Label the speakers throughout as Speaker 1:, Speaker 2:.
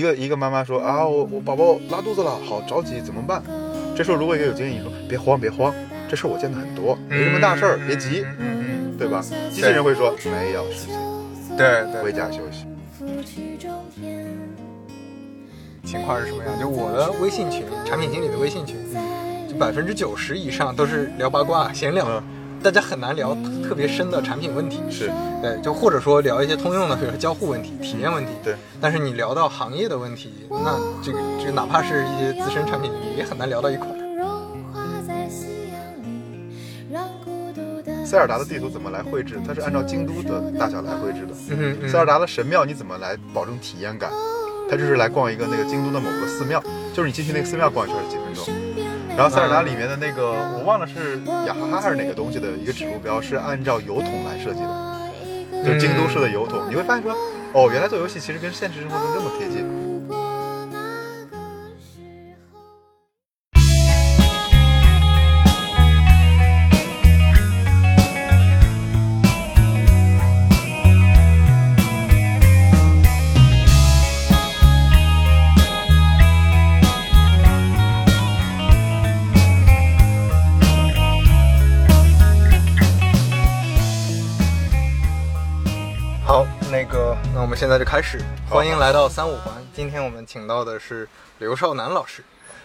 Speaker 1: 一个一个妈妈说啊，我我宝宝拉肚子了，好着急，怎么办？这时候如果一个有经验，你说别慌别慌，这事儿我见得很多，没什么大事儿，别急，
Speaker 2: 嗯
Speaker 1: 对吧？机器人会说没有事情，
Speaker 2: 嗯，对对
Speaker 1: 回家休息。
Speaker 2: 情况是什么样？就我的微信群，产品经理的微信群，就百分之九十以上都是聊八卦、闲聊，
Speaker 1: 嗯
Speaker 2: 大家很难聊特特别深的产品问题。
Speaker 1: 是，
Speaker 2: 对，就或者说聊一些通用的，比如说交互问题、体验问题。
Speaker 1: 对。
Speaker 2: 但是你聊到行业的问题，那这个这个哪怕是一些资深产品经理，也很难聊到一块儿。
Speaker 3: 融化在夕阳里，让孤独的
Speaker 1: 塞尔达的地图怎么来绘制？它是按照京都的大小来绘制的。
Speaker 2: 嗯哼嗯
Speaker 1: 塞尔达的神庙你怎么来保证体验感？它就是来逛一个那个京都的某个寺庙，就是你进去那个寺庙逛一圈是几分钟。然后塞尔达里面的那个我忘了是雅哈哈还是哪个东西的一个指路标是按照油桶来设计的，就是京都
Speaker 2: 嗯
Speaker 1: 式的油桶。你会发现说，哦，原来做游戏其实跟现实生活中这么贴近。
Speaker 3: 度过那个时候。
Speaker 2: 好，那个，那我们现在就开始，
Speaker 1: 好
Speaker 2: 欢迎来到三五环。今天我们请到的是刘少南老师，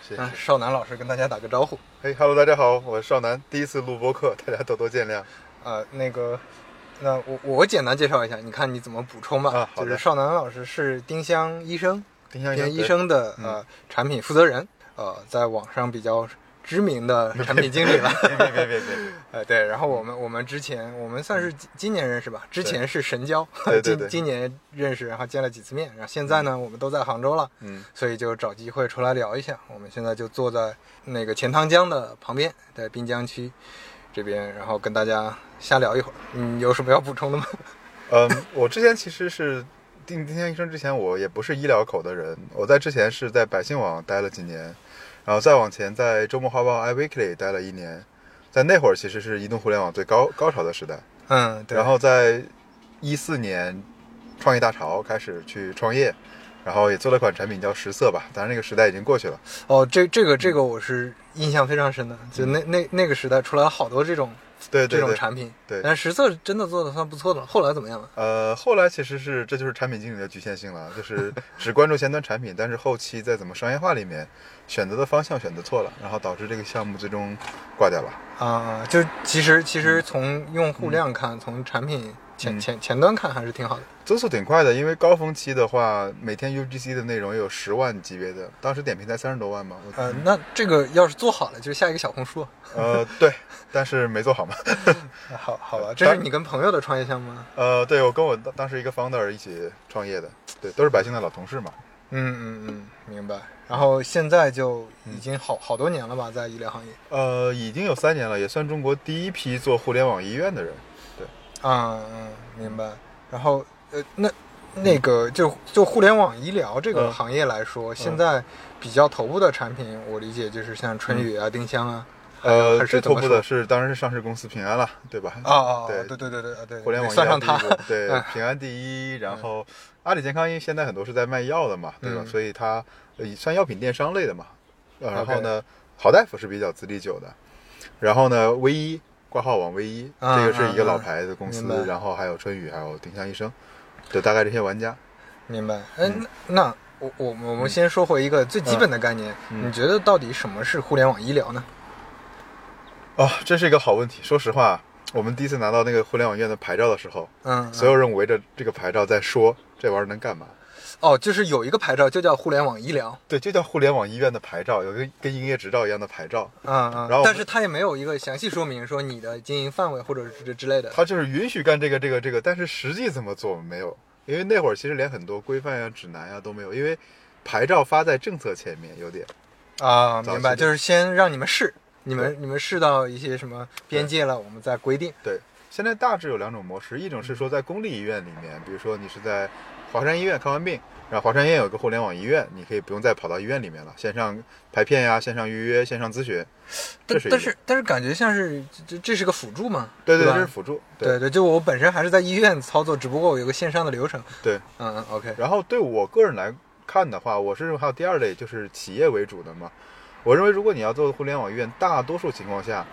Speaker 1: 谢谢
Speaker 2: 嗯，。少南老师跟大家打个招呼。
Speaker 1: 嘿哈喽，大家好，我是少南，第一次录播客，大家多多见谅。
Speaker 2: 呃，那个，那我我简单介绍一下，你看你怎么补充吧。
Speaker 1: 啊好
Speaker 2: 就
Speaker 1: 的
Speaker 2: 是邵楠老师是丁香医生，
Speaker 1: 丁香医
Speaker 2: 丁
Speaker 1: 生，
Speaker 2: 医生的呃产品负责人，呃，在网上比较知名的产品 经理了。
Speaker 1: 对，别别别别别，
Speaker 2: 呃，对，然后我们我们之前我们算是今今年认识吧，之前是神交，
Speaker 1: 对对对
Speaker 2: 今今年认识，然后见了几次面，然后现在呢，我们都在杭州了，
Speaker 1: 嗯，
Speaker 2: 所以就找机会出来聊一下。我们现在就坐在那个钱塘江的旁边，在滨江区这边，然后跟大家瞎聊一会儿。嗯，有什么要补充的吗？
Speaker 1: 嗯，我之前其实是定丁香医生之前，我也不是医疗口的人，我在之前是在百姓网待了几年，然后再往前在周末画报 iWeekly 待了一年，在那会儿其实是移动互联网最高高潮的时代，
Speaker 2: 嗯，对。
Speaker 1: 然后在一四年创业大潮开始去创业。然后也做了款产品叫十色吧，当然那个时代已经过去了。
Speaker 2: 哦，这这个这个我是印象非常深的，就那那那个时代出来了好多这种
Speaker 1: 对对
Speaker 2: 这种
Speaker 1: 对，
Speaker 2: 产品，
Speaker 1: 对
Speaker 2: 但是实测真的做的算不错的了。后来怎么样了？
Speaker 1: 呃，后来其实是这就是产品经理的局限性了，就是只关注前端产品，但是后期在怎么商业化里面选择的方向选择错了，然后导致这个项目最终挂掉了。
Speaker 2: 啊、就其实其实从用户量看，从产品前、
Speaker 1: 嗯
Speaker 2: 前前端看还是挺好的。
Speaker 1: 增速挺快的，因为高峰期的话，每天 UGC 的内容有十万级别的，当时点评才三十多万嘛。我
Speaker 2: 呃，那这个要是做好了，就下一个小红书。啊
Speaker 1: 呃，对，但是没做好嘛。
Speaker 2: 呃好好吧，这是你跟朋友的创业项目吗？
Speaker 1: 呃，对我跟我当当时一个 founder 一起创业的，对，都是百姓的老同事嘛。
Speaker 2: 嗯嗯嗯，明白。然后现在就已经好好多年了
Speaker 1: 嗯
Speaker 2: 吧，在医疗行业
Speaker 1: 呃，已经有三年了，也算中国第一批做互联网医院的人。
Speaker 2: 啊、嗯，明白。然后呃，那那个就就互联网医疗这个
Speaker 1: 嗯
Speaker 2: 行业来说，现在比较头部的产品，我理解就是像春雨啊、丁香啊，
Speaker 1: 呃，
Speaker 2: 还
Speaker 1: 最
Speaker 2: 是怎
Speaker 1: 头
Speaker 2: 么
Speaker 1: 部
Speaker 2: 说
Speaker 1: 的是当然是上市公司平安了，对吧？
Speaker 2: 哦哦，
Speaker 1: 嗯对
Speaker 2: 对对对对对对，
Speaker 1: 互联网医
Speaker 2: 算
Speaker 1: 疗
Speaker 2: 上
Speaker 1: 第一
Speaker 2: 它，
Speaker 1: 个，对，平安第一。然后阿里健康，因为现在很多是在卖药的嘛，对吧？
Speaker 2: 嗯
Speaker 1: 所以它呃算药品电商类的嘛。呃然后呢，好大夫是比较资历久的。然后呢，唯一挂号网唯一，
Speaker 2: 啊
Speaker 1: 这个是一个
Speaker 2: 啊啊
Speaker 1: 老牌的公司
Speaker 2: 明白。
Speaker 1: 然后还有春雨，还有丁香医生，对，大概这些玩家。
Speaker 2: 明白。哎，
Speaker 1: 嗯
Speaker 2: 那那我我们我们先说回一个最基本的概念，
Speaker 1: 嗯
Speaker 2: 你觉得到底什么是互联网医疗呢？
Speaker 1: 啊，这是一个好问题。说实话，我们第一次拿到那个互联网医院的牌照的时候，
Speaker 2: 嗯，
Speaker 1: 所有人围着这个牌照在说这玩意儿能干嘛。
Speaker 2: 哦，就是有一个牌照就叫互联网医疗，
Speaker 1: 对，就叫互联网医院的牌照，有个跟营业执照一样的牌照，
Speaker 2: 嗯嗯，
Speaker 1: 然后我们
Speaker 2: 但是它也没有一个详细说明说你的经营范围或者是之之类的。
Speaker 1: 他就是允许干这个这个这个，但是实际怎么做没有，因为那会儿其实连很多规范呀、指南呀啊都没有，因为牌照发在政策前面有点。
Speaker 2: 啊，
Speaker 1: 早
Speaker 2: 明白，
Speaker 1: 期的
Speaker 2: 就是先让你们试，你们你们试到一些什么边界了，我们再规定。
Speaker 1: 对，现在大致有两种模式，一种是说在公立医院里面，比如说你是在华山医院看完病，然后华山医院有个互联网医院，你可以不用再跑到医院里面了，线上排片呀、线上预约、线上咨询，这
Speaker 2: 但
Speaker 1: 是一
Speaker 2: 但
Speaker 1: 个。
Speaker 2: 是但是感觉像是这这是个辅助嘛？
Speaker 1: 对
Speaker 2: 对
Speaker 1: 对，这
Speaker 2: 吧，
Speaker 1: 是辅助。
Speaker 2: 对对，就我本身还是在医院操作，只不过我有个线上的流程。
Speaker 1: 对，
Speaker 2: 嗯嗯，OK，
Speaker 1: 然后对我个人来看的话，我是认为还有第二类，就是企业为主的嘛。我认为，如果你要做互联网医院，大多数情况下，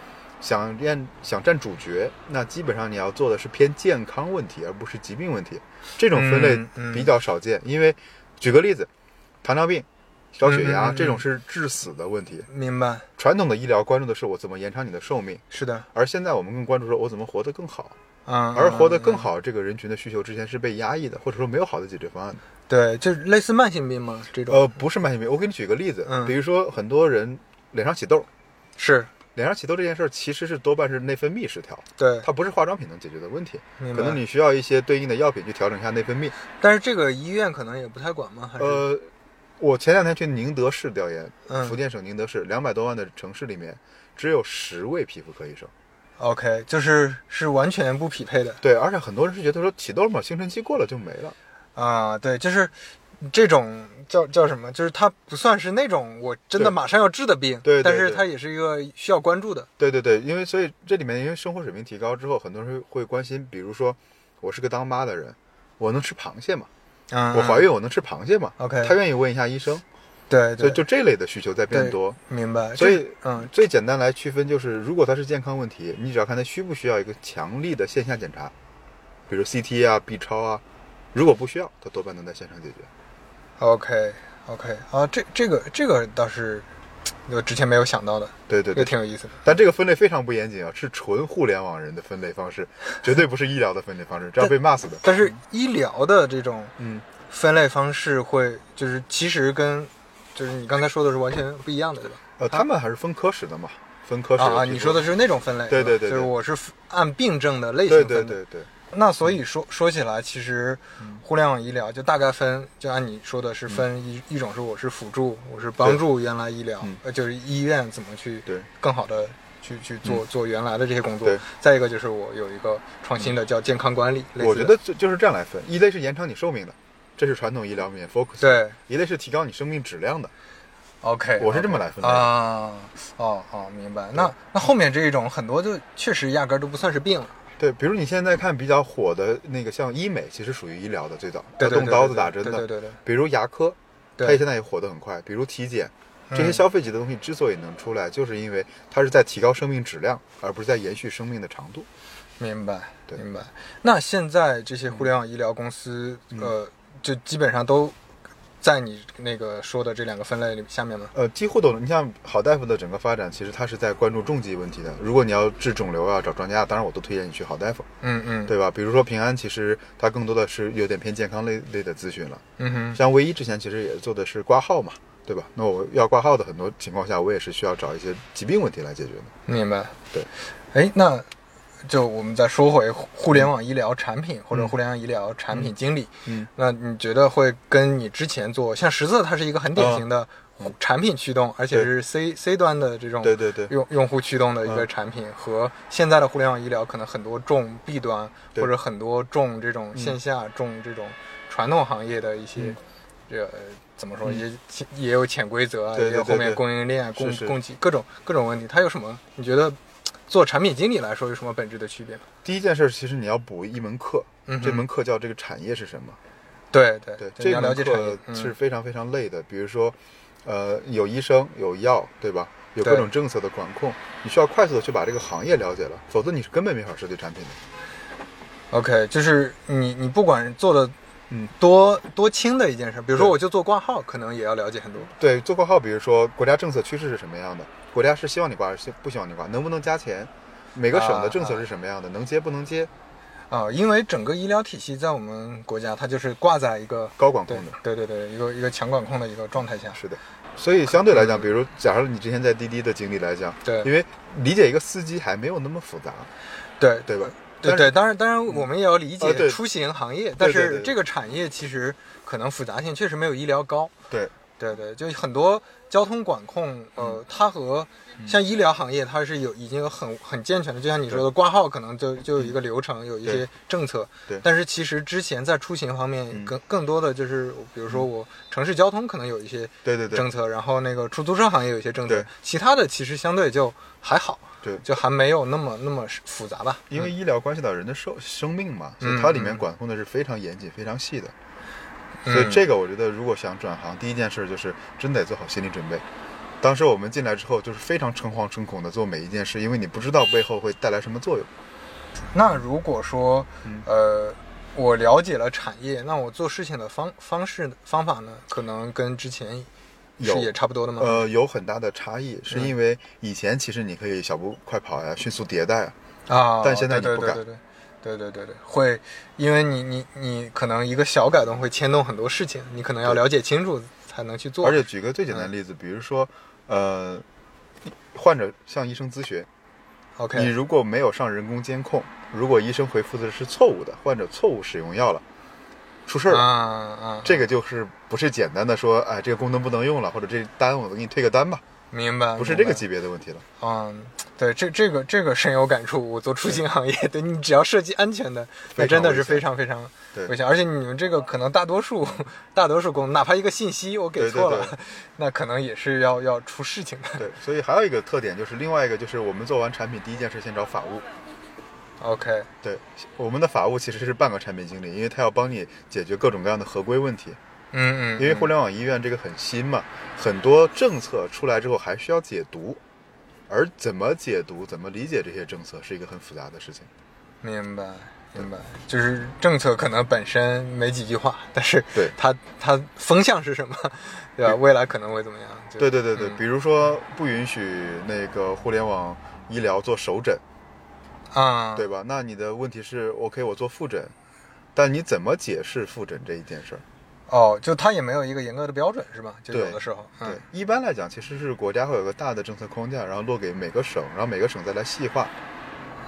Speaker 1: 想占想占主角，那基本上你要做的是偏健康问题，而不是疾病问题。这种分类
Speaker 2: 嗯嗯
Speaker 1: 比较少见，因为举个例子，糖尿病、高血
Speaker 2: 嗯
Speaker 1: 压、
Speaker 2: 嗯嗯
Speaker 1: 这种是致死的问题。
Speaker 2: 明白，
Speaker 1: 传统的医疗关注的是我怎么延长你的寿命，
Speaker 2: 是的，
Speaker 1: 而现在我们更关注说我怎么活得更好。
Speaker 2: 嗯，
Speaker 1: 而活得
Speaker 2: 嗯
Speaker 1: 更好，这个人群的需求之前是被压抑的，或者说没有好的解决方案的。
Speaker 2: 对，就是类似慢性病嘛，这种，
Speaker 1: 呃，不是慢性病，我给你举个例子，
Speaker 2: 嗯
Speaker 1: 比如说很多人脸上起痘，
Speaker 2: 是
Speaker 1: 脸上起痘这件事儿其实是多半是内分泌失调，
Speaker 2: 对，
Speaker 1: 它不是化妆品能解决的问题，
Speaker 2: 明白
Speaker 1: 可能你需要一些对应的药品去调整一下内分泌。
Speaker 2: 但是这个医院可能也不太管嘛，还是、
Speaker 1: 呃，我前两天去宁德市调研，
Speaker 2: 嗯
Speaker 1: 福建省宁德市两百多万的城市里面，只有十位皮肤科医生。
Speaker 2: OK，就是是完全不匹配的
Speaker 1: 对，而且很多人是觉得说起痘嘛，青春期过了就没了。
Speaker 2: 啊，对，就是这种叫叫什么，就是它不算是那种我真的
Speaker 1: 对
Speaker 2: 马上要治的病，
Speaker 1: 对对
Speaker 2: 但是
Speaker 1: 对
Speaker 2: 它也是一个需要关注的，
Speaker 1: 对对对，因为所以这里面因为生活水平提高之后，很多人会会关心，比如说我是个当妈的人，我能吃螃蟹吗？
Speaker 2: 嗯，
Speaker 1: 我怀孕我能吃螃蟹吗
Speaker 2: OK
Speaker 1: 他愿意问一下医生，
Speaker 2: 对
Speaker 1: 所
Speaker 2: 对，
Speaker 1: 以就这类的需求在变多。
Speaker 2: 明白，
Speaker 1: 所以
Speaker 2: 就是嗯
Speaker 1: 最简单来区分就是，如果它是健康问题，你只要看它需不需要一个强力的线下检查，比如 CT 啊、B 超啊，如果不需要，它多半能在线上解决。
Speaker 2: ，OK OK，啊，这这个这个倒是我之前没有想到的，
Speaker 1: 对对
Speaker 2: 这
Speaker 1: 对，
Speaker 2: 个挺有意思的，
Speaker 1: 但这个分类非常不严谨啊，是纯互联网人的分类方式，绝对不是医疗的分类方式，这要被骂死的。
Speaker 2: 但是医疗的这种
Speaker 1: 嗯，
Speaker 2: 分类方式会就是其实跟就是你刚才说的是完全不一样的，对吧？
Speaker 1: 呃，他们还是分科室的嘛，分科室
Speaker 2: 啊啊，
Speaker 1: 有皮
Speaker 2: 你
Speaker 1: 肤
Speaker 2: 说的是那种分类，
Speaker 1: 对
Speaker 2: 是吧
Speaker 1: 对对对
Speaker 2: 就是我是按病症的类型
Speaker 1: 对
Speaker 2: 分的。
Speaker 1: 对对对，
Speaker 2: 那所以说
Speaker 1: 嗯
Speaker 2: 说起来，其实互联网医疗就大概分，就按你说的是分一、一种是我是辅助，我是帮助原来医疗，
Speaker 1: 嗯
Speaker 2: 呃，就是医院怎么去
Speaker 1: 对
Speaker 2: 更好的去去做、做原来的这些工作
Speaker 1: 嗯对。
Speaker 2: 再一个就是我有一个创新的叫健康管理，类似
Speaker 1: 我觉
Speaker 2: 的
Speaker 1: 得就就是这样来分，一类是延长你寿命的，这是传统医疗里面 focus；
Speaker 2: 对
Speaker 1: 一类是提高你生命质量的，
Speaker 2: ，OK，
Speaker 1: 我是这么来分的。
Speaker 2: 啊，哦哦，明白。那那后面这一种很多就确实压根儿都不算是病了。
Speaker 1: 对，比如你现在看比较火的那个，像医美，其实属于医疗的最早，
Speaker 2: 对
Speaker 1: 它
Speaker 2: 对
Speaker 1: 动
Speaker 2: 对
Speaker 1: 刀
Speaker 2: 对
Speaker 1: 子
Speaker 2: 对
Speaker 1: 打针的。
Speaker 2: 对对对对
Speaker 1: 比如牙科，它
Speaker 2: 对
Speaker 1: 也现在也火得很快。比如体检，这些
Speaker 2: 嗯
Speaker 1: 消费级的东西之所以能出来，就是因为它是在提高生命质量，而不是在延续生命的长度。
Speaker 2: 明白，
Speaker 1: 对
Speaker 2: 明白。那现在这些互联网医疗公司，
Speaker 1: 嗯
Speaker 2: 呃，就基本上都在你那个说的这两个分类里下面吗？
Speaker 1: 呃，几乎都能。你像好大夫的整个发展，其实它是在关注重疾问题的。如果你要治肿瘤啊，找专家，当然我都推荐你去好大夫，
Speaker 2: 嗯嗯，，
Speaker 1: 对吧？比如说平安，其实它更多的是有点偏健康类类的咨询了。
Speaker 2: 嗯哼，
Speaker 1: 像唯一之前其实也做的是挂号嘛，对吧？那我要挂号的很多情况下，我也是需要找一些疾病问题来解决的。
Speaker 2: 明白。
Speaker 1: 对，
Speaker 2: 哎，那就我们再说回互互联网医疗产品或者互联网医疗产品经理，
Speaker 1: 嗯，
Speaker 2: 那你觉得会跟你之前做像十字，它是一个很典型的产品驱动，而且
Speaker 1: 哦对
Speaker 2: 是 C C 端的这种
Speaker 1: 对对对
Speaker 2: 用用户驱动的一
Speaker 1: 嗯
Speaker 2: 个产品，和现在的互联网医疗可能很多重 B 端
Speaker 1: 对
Speaker 2: 或者很多重这种线下重这种传统行业的一些
Speaker 1: 嗯
Speaker 2: 这个呃怎么说也也有潜规则啊，
Speaker 1: 对对
Speaker 2: 也有
Speaker 1: 对对
Speaker 2: 后面供应链啊
Speaker 1: 是
Speaker 2: 供
Speaker 1: 是
Speaker 2: 供给各种各种问题，它有什么？你觉得做产品经理来说有什么本质的区别吗？
Speaker 1: 第一件事，其实你要补一门课，
Speaker 2: 嗯哼
Speaker 1: 这门课叫这个产业是什么？
Speaker 2: 对对
Speaker 1: 对，
Speaker 2: 你
Speaker 1: 这
Speaker 2: 要了
Speaker 1: 门
Speaker 2: 解产业嗯
Speaker 1: 课是非常非常累的。比如说，呃，有医生，有药，对吧？有各
Speaker 2: 对
Speaker 1: 种政策的管控，你需要快速的去把这个行业了解了，否则你是根本没法设计产品的。
Speaker 2: OK，就是你你不管做的
Speaker 1: 嗯
Speaker 2: 多多轻的一件事，比如说
Speaker 1: 对
Speaker 2: 我就做挂号，可能也要了解很多。
Speaker 1: 对，做括号，比如说国家政策趋势是什么样的，国家是希望你挂还是不希望你挂，能不能加钱，每个省
Speaker 2: 啊
Speaker 1: 的政策是什么样的，能接不能接，
Speaker 2: 啊，因为整个医疗体系在我们国家，它就是挂在一个
Speaker 1: 高管控
Speaker 2: 对
Speaker 1: 的，
Speaker 2: 对对对一个一个强管控的一个状态下。
Speaker 1: 是的。所以相对来讲，
Speaker 2: 嗯
Speaker 1: 比如假如你之前在滴滴的经历来讲，
Speaker 2: 对
Speaker 1: 因为理解一个司机还没有那么复杂，
Speaker 2: 对
Speaker 1: 对吧？但
Speaker 2: 对
Speaker 1: 是
Speaker 2: 对，当然当然我们也要理
Speaker 1: 啊
Speaker 2: 解
Speaker 1: 对
Speaker 2: 出行行业，
Speaker 1: 对
Speaker 2: 但是
Speaker 1: 对
Speaker 2: 这个产业其实可能复杂性确实没有医疗高。
Speaker 1: 对
Speaker 2: 对对，就很多交通管控，
Speaker 1: 嗯
Speaker 2: 呃，它和像医疗行业，它是有已经有很很健全的，就像你说的挂号，可能就就有一个流程，有一些
Speaker 1: 嗯对
Speaker 2: 政策。
Speaker 1: 对
Speaker 2: 但是其实之前在出行方面，
Speaker 1: 嗯
Speaker 2: 更更多的就是，比如说我城市交通可能有一些
Speaker 1: 对对对
Speaker 2: 政策，然后那个出租车行业有一些政策
Speaker 1: 对，
Speaker 2: 其他的其实相对就还好，
Speaker 1: 对，
Speaker 2: 就还没有那么那么复杂吧。
Speaker 1: 因为医疗关系到人的寿生命嘛，所
Speaker 2: 嗯嗯
Speaker 1: 以它里面管控的是非常严谨、非常细的。所以这个我觉得，如果想转行，第一件事就是真得做好心理准备。当时我们进来之后，就是非常诚惶诚恐的做每一件事，因为你不知道背后会带来什么作用。
Speaker 2: 那如果说，
Speaker 1: 嗯
Speaker 2: 呃，我了解了产业，那我做事情的方方式方法呢，可能跟之前是
Speaker 1: 有
Speaker 2: 也差不多的吗？
Speaker 1: 呃，有很大的差异，是
Speaker 2: 嗯
Speaker 1: 因为以前其实你可以小步快跑呀，迅速迭代啊，
Speaker 2: 啊，
Speaker 1: 但现在你
Speaker 2: 对
Speaker 1: 不
Speaker 2: 对
Speaker 1: 敢
Speaker 2: 对对对对对对，会，因为你你你可能一个小改动会牵动很多事情，你可能要了解清楚才能去做。
Speaker 1: 而且举个最简单
Speaker 2: 嗯
Speaker 1: 的例子，比如说，呃，患者向医生咨询，你
Speaker 2: ，OK，
Speaker 1: 如果没有上人工监控，如果医生回复的是错误的，患者错误使用药了，出事儿
Speaker 2: 啊
Speaker 1: 了，
Speaker 2: 啊，
Speaker 1: 这个就是不是简单的说，哎，这个功能不能用了，或者这单我给你退个单吧，
Speaker 2: 明白，
Speaker 1: 不是
Speaker 2: 啊明
Speaker 1: 这个
Speaker 2: 白
Speaker 1: 级别的问题了。
Speaker 2: 嗯，对，这这个这个深有感触。我做出行行业，对你只要涉及安全的，那
Speaker 1: 非常
Speaker 2: 真的
Speaker 1: 危
Speaker 2: 是非
Speaker 1: 险
Speaker 2: 常非常
Speaker 1: 对
Speaker 2: 危险。而且你们这个可能大多数 大多数工，哪怕一个信息我给
Speaker 1: 对对
Speaker 2: 错了，
Speaker 1: 对
Speaker 2: 那可能也是要要出事情的。
Speaker 1: 对，所以还有一个特点就是，另外一个就是我们做完产品第一件事先找法务。
Speaker 2: OK，
Speaker 1: 对，我们的法务其实是半个产品经理，因为他要帮你解决各种各样的合规问题。
Speaker 2: 嗯嗯，
Speaker 1: 因为
Speaker 2: 嗯
Speaker 1: 互联网医院这个很新嘛，很多政策出来之后还需要解读，而怎么解读、怎么理解这些政策是一个很复杂的事情。
Speaker 2: 明白明白，就是政策可能本身没几句话，但是
Speaker 1: 对
Speaker 2: 它它风向是什么，对吧？未来可能会怎么样？就
Speaker 1: 对对对对，
Speaker 2: 嗯
Speaker 1: 比如说不允许那个互联网医疗做首诊，
Speaker 2: 啊，
Speaker 1: 对吧？那你的问题是，OK，我做复诊，但你怎么解释复诊这一件事儿？
Speaker 2: 哦，就它也没有一个严格的标准是吧？就有
Speaker 1: 对
Speaker 2: 的时候，嗯
Speaker 1: 对，一般来讲其实是国家会有个大的政策框架，然后落给每个省，然后每个省再来细化。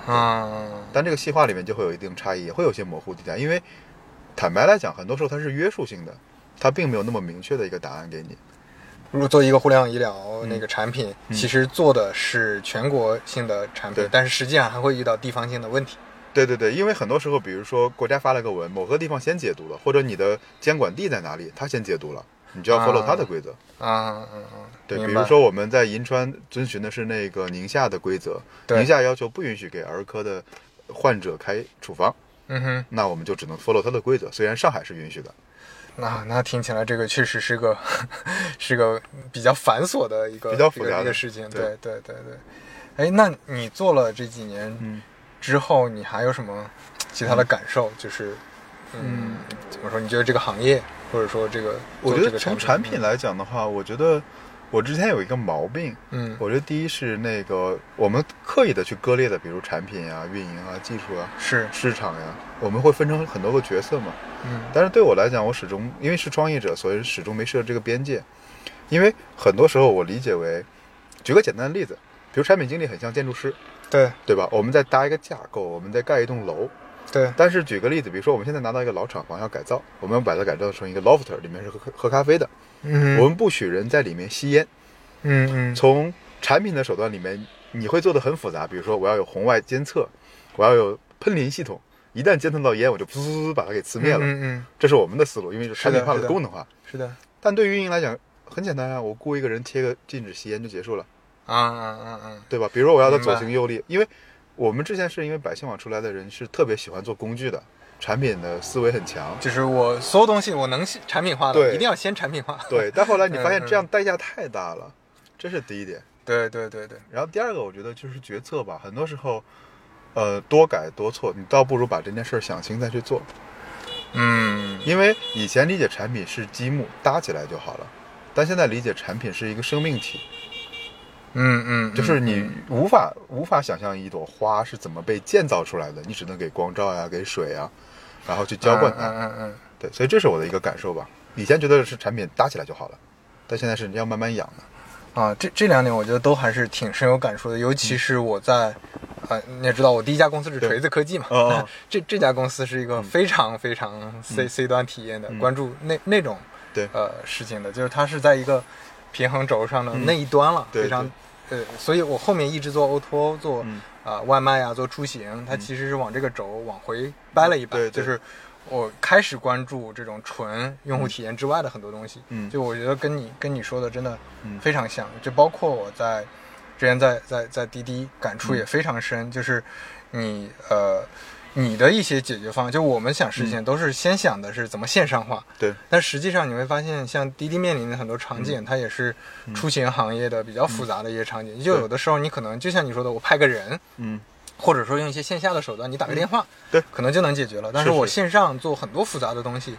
Speaker 2: 嗯。
Speaker 1: 但这个细化里面就会有一定差异，也会有些模糊地带，因为坦白来讲，很多时候它是约束性的，它并没有那么明确的一个答案给你。
Speaker 2: 如果做一个互联网医疗那个产品，
Speaker 1: 嗯
Speaker 2: 其实做的是全国性的产品
Speaker 1: 对，
Speaker 2: 但是实际上还会遇到地方性的问题。
Speaker 1: 对对对，因为很多时候，比如说国家发了个文，某个地方先解读了，或者你的监管地在哪里，它先解读了，你就要 follow 它的规则。
Speaker 2: 嗯嗯嗯，
Speaker 1: 对，
Speaker 2: 明
Speaker 1: 比
Speaker 2: 白
Speaker 1: 如说我们在银川遵循的是那个宁夏的规则，
Speaker 2: 对
Speaker 1: 宁夏要求不允许给儿科的患者开处方，
Speaker 2: 嗯哼，
Speaker 1: 那我们就只能 follow 它的规则。虽然上海是允许的，
Speaker 2: 那那听起来这个确实是个 是个比较繁琐的一个
Speaker 1: 比较复杂的
Speaker 2: 一个一个事情。
Speaker 1: 对
Speaker 2: 对对对对，哎，那你做了这几年
Speaker 1: 嗯
Speaker 2: 之后，你还有什么其他的感受？就是嗯，怎么说？你觉得这个行业，或者说这个，
Speaker 1: 我
Speaker 2: 做
Speaker 1: 觉
Speaker 2: 这
Speaker 1: 得
Speaker 2: 个
Speaker 1: 从产品，来讲的话，我觉得我之前有一个毛病，
Speaker 2: 嗯，
Speaker 1: 我觉得第一是那个我们刻意的去割裂的，比如产品啊、运营啊、技术啊、
Speaker 2: 是，
Speaker 1: 市场呀、我们会分成很多个角色嘛。
Speaker 2: 嗯
Speaker 1: 但是对我来讲，我始终因为是创业者，所以始终没设这个边界。因为很多时候我理解为，举个简单的例子，比如产品经理很像建筑师，
Speaker 2: 对
Speaker 1: 对吧？我们在搭一个架构，我们在盖一栋楼。
Speaker 2: 对，
Speaker 1: 但是举个例子，比如说我们现在拿到一个老厂房要改造，我们把它改造成一个 loft，里面是喝喝咖啡的，
Speaker 2: 嗯，
Speaker 1: 我们不许人在里面吸烟。
Speaker 2: 嗯嗯
Speaker 1: 从产品的手段里面，你会做的很复杂，比如说我要有红外监测，我要有喷淋系统，一旦监测到烟，我就噗噗噗把它给呲灭了。
Speaker 2: 嗯嗯，
Speaker 1: 这是我们的思路，因为是产品化
Speaker 2: 是的是
Speaker 1: 和
Speaker 2: 的
Speaker 1: 功能化。
Speaker 2: 是的，
Speaker 1: 但对于运营来讲，很简单啊，我雇一个人贴个禁止吸烟就结束了，
Speaker 2: 啊啊啊啊，
Speaker 1: 对吧？比如说我要他
Speaker 2: 明白，
Speaker 1: 左行右立，因为我们之前是因为百姓网出来的人是特别喜欢做工具的，产品的思维很强
Speaker 2: 就是我所有东西我能产品化的，
Speaker 1: 对
Speaker 2: 一定要先产品化。
Speaker 1: 对。但后来你发现
Speaker 2: 嗯嗯
Speaker 1: 这样代价太大了，这是第一点。
Speaker 2: 对对对对，
Speaker 1: 然后第二个，我觉得就是决策吧，很多时候，呃，多改多错，你倒不如把这件事儿想清再去做。
Speaker 2: 嗯
Speaker 1: 因为以前理解产品是积木搭起来就好了，但现在理解产品是一个生命体，
Speaker 2: 嗯嗯，
Speaker 1: 就是你无法无法想象一朵花是怎么被建造出来的，你只能给光照呀，给水呀，然后去浇灌它。
Speaker 2: 嗯嗯嗯，
Speaker 1: 对，所以这是我的一个感受吧。以前觉得是产品搭起来就好了，但现在是你要慢慢养的。
Speaker 2: 啊，这这两点我觉得都还是挺深有感触的，尤
Speaker 1: 嗯
Speaker 2: 其是我在，呃，你也知道我第一家公司是锤子科技嘛，
Speaker 1: 哦哦
Speaker 2: 这这家公司是一个非常非常 C、C 端体验的，
Speaker 1: 嗯
Speaker 2: 关注那那种
Speaker 1: 对
Speaker 2: 呃事情的，就是它是在一个平衡轴上的那一端了，
Speaker 1: 嗯对
Speaker 2: 非常呃，所以我后面一直做 O to O 做啊、
Speaker 1: 嗯
Speaker 2: 呃外卖啊，做出行，它其实是往这个轴往回掰了一掰，
Speaker 1: 对对
Speaker 2: 就是我开始关注这种纯用户体验之外的很多东西，
Speaker 1: 嗯
Speaker 2: 就我觉得跟你跟你说的真的
Speaker 1: 嗯
Speaker 2: 非常像，就包括我在
Speaker 1: 嗯
Speaker 2: 之前在在在滴滴感触也非常深，就是你呃你的一些解决方案，就我们想实现，
Speaker 1: 嗯
Speaker 2: 都是先想的是怎么线上化，
Speaker 1: 对，
Speaker 2: 但实际上你会发现，像滴滴面临的很多场
Speaker 1: 嗯
Speaker 2: 景，它也是出行行业的比较复杂的一些场景。就有的时候你可能就像你说的，我派个人，
Speaker 1: 嗯，
Speaker 2: 或者说用一些线下的手段，你打个电话，
Speaker 1: 对
Speaker 2: 可能就能解决了。但是
Speaker 1: 是嗯
Speaker 2: 我线上做很多复杂的东西，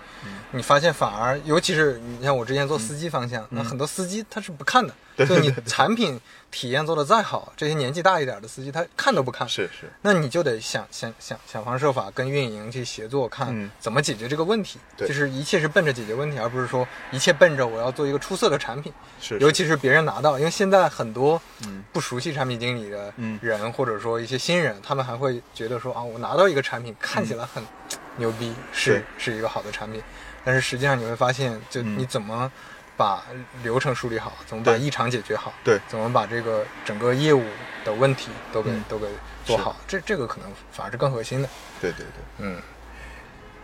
Speaker 2: 你发现反而，尤其是你像我之前做司机方向，那很多司机他是不看的，
Speaker 1: 嗯对
Speaker 2: 就你产品体验做的再好，这些年纪大一点的司机他看都不看，
Speaker 1: 是是，
Speaker 2: 那你就得想想想想方设法跟运营去协作，看
Speaker 1: 嗯
Speaker 2: 怎么解决这个问题。
Speaker 1: 对
Speaker 2: 就是一切是奔着解决问题，而不是说一切奔着我要做一个出色的产品。
Speaker 1: 是
Speaker 2: 尤
Speaker 1: 是
Speaker 2: 其是别人拿到，因为现在很多
Speaker 1: 嗯
Speaker 2: 不熟悉产品经理的
Speaker 1: 嗯
Speaker 2: 人，或者说一些新人，他们还会觉得说啊，我拿到一个产品看起来很
Speaker 1: 嗯
Speaker 2: 牛逼，是是一个好的产品，但是实际上你会发现，就
Speaker 1: 嗯
Speaker 2: 你怎么把流程梳理好，怎么把
Speaker 1: 对
Speaker 2: 异常解决好，
Speaker 1: 对
Speaker 2: 怎么把这个整个业务的问题都给、
Speaker 1: 嗯
Speaker 2: 都给做
Speaker 1: 是
Speaker 2: 好，这这个可能反而是更核心的。
Speaker 1: 对对对，
Speaker 2: 嗯，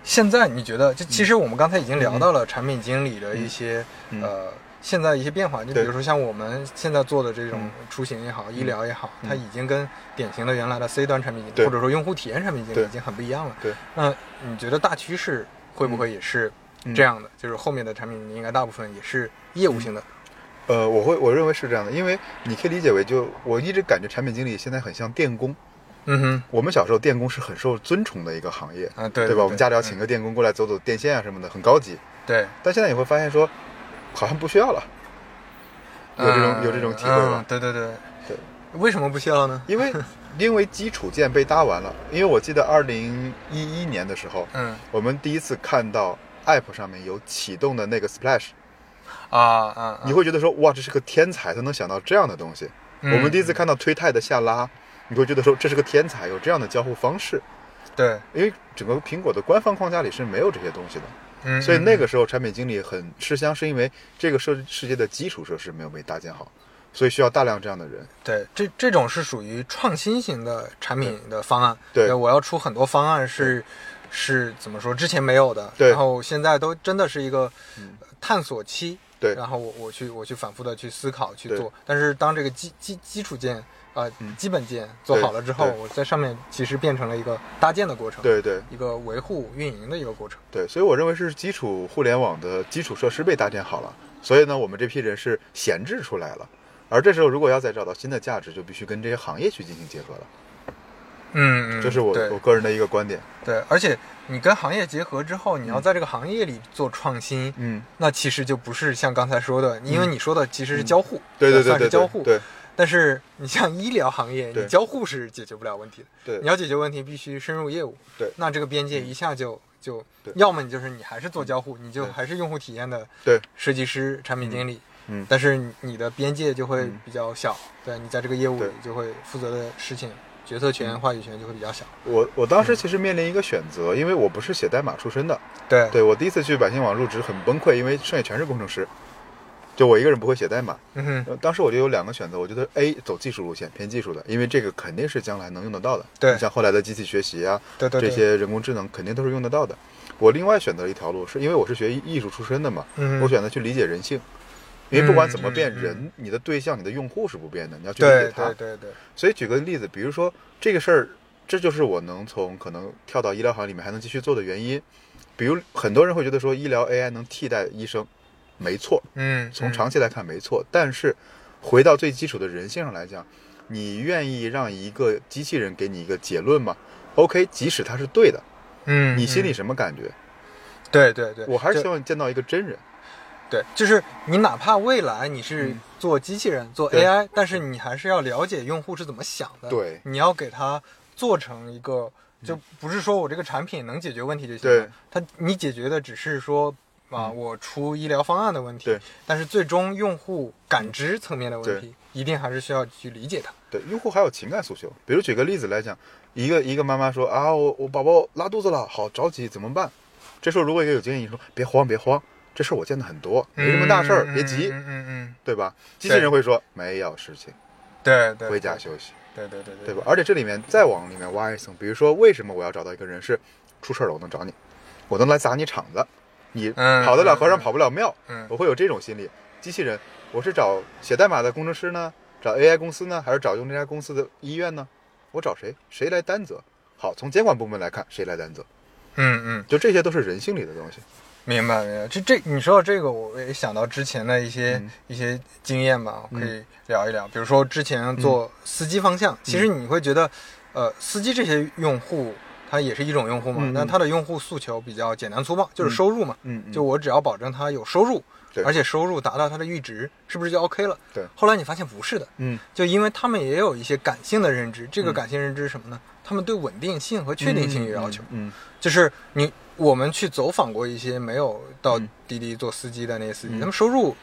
Speaker 2: 现在你觉得，就其实我们刚才已经聊到了产品经理的一些、
Speaker 1: 嗯
Speaker 2: 呃现在一些变化，就比
Speaker 1: 对
Speaker 2: 如说像我们现在做的这种
Speaker 1: 嗯
Speaker 2: 出行也好、医疗也好，它已经跟典型的原来的 C 端产品经理
Speaker 1: 对
Speaker 2: 或者说用户体验产品经理
Speaker 1: 对
Speaker 2: 已经很不一样了。
Speaker 1: 对，
Speaker 2: 那你觉得大趋势会不会也是
Speaker 1: 嗯
Speaker 2: 这样的？就是后面的产品经理应该大部分也是业务性的。
Speaker 1: 呃，我会我认为是这样的，因为你可以理解为就我一直感觉产品经理现在很像电工，
Speaker 2: 嗯哼，
Speaker 1: 我们小时候电工是很受尊崇的一个行业，
Speaker 2: 啊对对
Speaker 1: 吧？我们家里要
Speaker 2: 嗯
Speaker 1: 请个电工过来走走电线啊什么的，很高级。
Speaker 2: 对，
Speaker 1: 但现在你会发现说，好像不需要了，有这种、
Speaker 2: 嗯
Speaker 1: 有这种体会
Speaker 2: 嗯
Speaker 1: 吧？
Speaker 2: 对对对，
Speaker 1: 对，
Speaker 2: 为什么不需要呢？
Speaker 1: 因 为因为基础件被搭完了，因为我记得二零一一年的时候，
Speaker 2: 嗯
Speaker 1: 我们第一次看到 App 上面有启动的那个 Splash，
Speaker 2: 啊啊，啊
Speaker 1: 你会觉得说哇，这是个天才，他能想到这样的东西。
Speaker 2: 嗯
Speaker 1: 我们第一次看到推泰的下拉，你会觉得说这是个天才，有这样的交互方式。
Speaker 2: 对，
Speaker 1: 因为整个苹果的官方框架里是没有这些东西的，
Speaker 2: 嗯，
Speaker 1: 所以
Speaker 2: 嗯
Speaker 1: 那个时候产品经理很吃香，是因为这个设世界的基础设施没有被搭建好，所以需要大量这样的人。
Speaker 2: 对，这这种是属于创新型的产品的方案。
Speaker 1: 嗯对
Speaker 2: 我要出很多方案是是怎么说之前没有的，
Speaker 1: 对
Speaker 2: 然后现在都真的是一个
Speaker 1: 嗯
Speaker 2: 呃探索期。
Speaker 1: 对
Speaker 2: 然后我我去我去反复的去思考去
Speaker 1: 对
Speaker 2: 做，但是当这个基基基础件啊、呃
Speaker 1: 嗯
Speaker 2: 基本件做好了之后，
Speaker 1: 对
Speaker 2: 我在上面其实变成了一个搭建的过程，，
Speaker 1: 对对
Speaker 2: 一个维护运营的一个过程。
Speaker 1: 对，所以我认为是基础互联网的基础设施被搭建好了，所以呢，我们这批人是闲置出来了。而这时候，如果要再找到新的价值，就必须跟这些行业去进行结合了。
Speaker 2: 嗯，嗯
Speaker 1: 这是我
Speaker 2: 对
Speaker 1: 我个人的一个观点。
Speaker 2: 对，而且你跟行业结合之后，你要在这个行业里做创新，
Speaker 1: 嗯，
Speaker 2: 那其实就不是像刚才说的，因为你说的其实是交互，
Speaker 1: 对对对
Speaker 2: 算是
Speaker 1: 对，
Speaker 2: 交互。
Speaker 1: 对
Speaker 2: 但是你像医疗行业，
Speaker 1: 对
Speaker 2: 你交互是解决不了问题的。
Speaker 1: 对
Speaker 2: 你要解决问题，必须深入业务。
Speaker 1: 对嗯
Speaker 2: 那这个边界一下就就
Speaker 1: 对，嗯
Speaker 2: 要么你就是你还是做交互，你就
Speaker 1: 对
Speaker 2: 还是用户体验的
Speaker 1: 对
Speaker 2: 设计师、产品经理，
Speaker 1: 嗯
Speaker 2: 但是你的边界就会比较小。对你在这个业务里
Speaker 1: 对嗯
Speaker 2: 就会负责的事情，决策权、话语权就会比较小。
Speaker 1: 我我当时其实面临一个选择，因为我不是写代码出身的，
Speaker 2: 对
Speaker 1: 对我第一次去百姓网入职很崩溃，因为剩下全是工程师，就我一个人不会写代码。
Speaker 2: 嗯哼，
Speaker 1: 呃当时我就有两个选择，我觉得 A 走技术路线，偏技术的，因为这个肯定是将来能用得到的。
Speaker 2: 对
Speaker 1: 你像后来的机器学习啊，
Speaker 2: 对对对
Speaker 1: 这些人工智能肯定都是用得到的。我另外选择了一条路，是因为我是学艺术出身的嘛，
Speaker 2: 嗯
Speaker 1: 我选择去理解人性，因为不管怎么
Speaker 2: 嗯
Speaker 1: 变，
Speaker 2: 嗯嗯
Speaker 1: 人你的对象、你的用户是不变的，你要去理
Speaker 2: 对
Speaker 1: 解他。
Speaker 2: 对对对，
Speaker 1: 所以举个例子，比如说这个事儿，这就是我能从可能跳到医疗行业里面还能继续做的原因。比如很多人会觉得说医疗 AI 能替代医生，没错，
Speaker 2: 嗯，
Speaker 1: 从
Speaker 2: 嗯
Speaker 1: 长期来看没错。但是回到最基础的人性上来讲，你愿意让一个机器人给你一个结论吗？OK，即使它是对的，
Speaker 2: 嗯，
Speaker 1: 你心里
Speaker 2: 嗯
Speaker 1: 什么感觉？
Speaker 2: 对对对，
Speaker 1: 我还
Speaker 2: 就是
Speaker 1: 希望你见到一个真人。
Speaker 2: 对，就是你哪怕未来你是做机器人、做
Speaker 1: 嗯对
Speaker 2: AI，但是你还是要了解用户是怎么想的。
Speaker 1: 对嗯
Speaker 2: 你要给它做成一个，就不是说我这个产品能解决问题就行
Speaker 1: 对嗯
Speaker 2: 了。它你解决的只是说啊，我出医疗方案的问题
Speaker 1: 对，嗯
Speaker 2: 但是最终用户感知层面的问
Speaker 1: 对
Speaker 2: 题，一定还是需要去理解它。
Speaker 1: 对，用户还有情感诉求。比如举个例子来讲，一个一个妈妈说啊，我我宝宝拉肚子了，好着急，怎么办？这时候如果一个有经验人说别慌别慌，这事儿我见的很多，没什么大事儿，别急
Speaker 2: 嗯，嗯嗯嗯，
Speaker 1: 对吧？机器人会说没有事情，
Speaker 2: 对对，
Speaker 1: 回家
Speaker 2: 去。
Speaker 1: 休息，
Speaker 2: 对对对对
Speaker 1: 对吧？？而且这里面再往里面挖一层，比如说为什么我要找到一个人是出事儿了我能找你，我能来砸你场子，你
Speaker 2: 嗯
Speaker 1: 跑得了和尚
Speaker 2: 嗯嗯
Speaker 1: 跑不了庙，
Speaker 2: 嗯
Speaker 1: 我会有这种心理。机器人，我是找写代码的工程师呢，找 AI 公司呢，还是找用这家公司的医院呢？我找谁？谁来担责？好，从监管部门来看，谁来担责？
Speaker 2: 嗯嗯，
Speaker 1: 就这些都是人性里的东西。
Speaker 2: 明白明白。这这你说到这个，我也想到之前的一些、
Speaker 1: 嗯
Speaker 2: 一些经验吧，我可以聊一聊。比如说之
Speaker 1: 嗯
Speaker 2: 前做司机方向，其实你会觉得，呃，司机这些用户他也是一种用户嘛，
Speaker 1: 嗯嗯
Speaker 2: 但他的用户诉求比较简单粗暴，就是收入嘛。
Speaker 1: 嗯，嗯
Speaker 2: 就我只要保证他有收入，
Speaker 1: 对
Speaker 2: 而且收入达到他的阈值，是不是就 OK 了？
Speaker 1: 对
Speaker 2: 后来你发现不是的，
Speaker 1: 嗯
Speaker 2: 就因为他们也有一些感性的认知，这个
Speaker 1: 嗯
Speaker 2: 感性认知是什么呢？他们对稳定性和确定性有要求。
Speaker 1: 嗯
Speaker 2: 就是你我们去走访过一些没有到
Speaker 1: 嗯
Speaker 2: 滴滴做司机的那些司机，
Speaker 1: 嗯
Speaker 2: 他们收入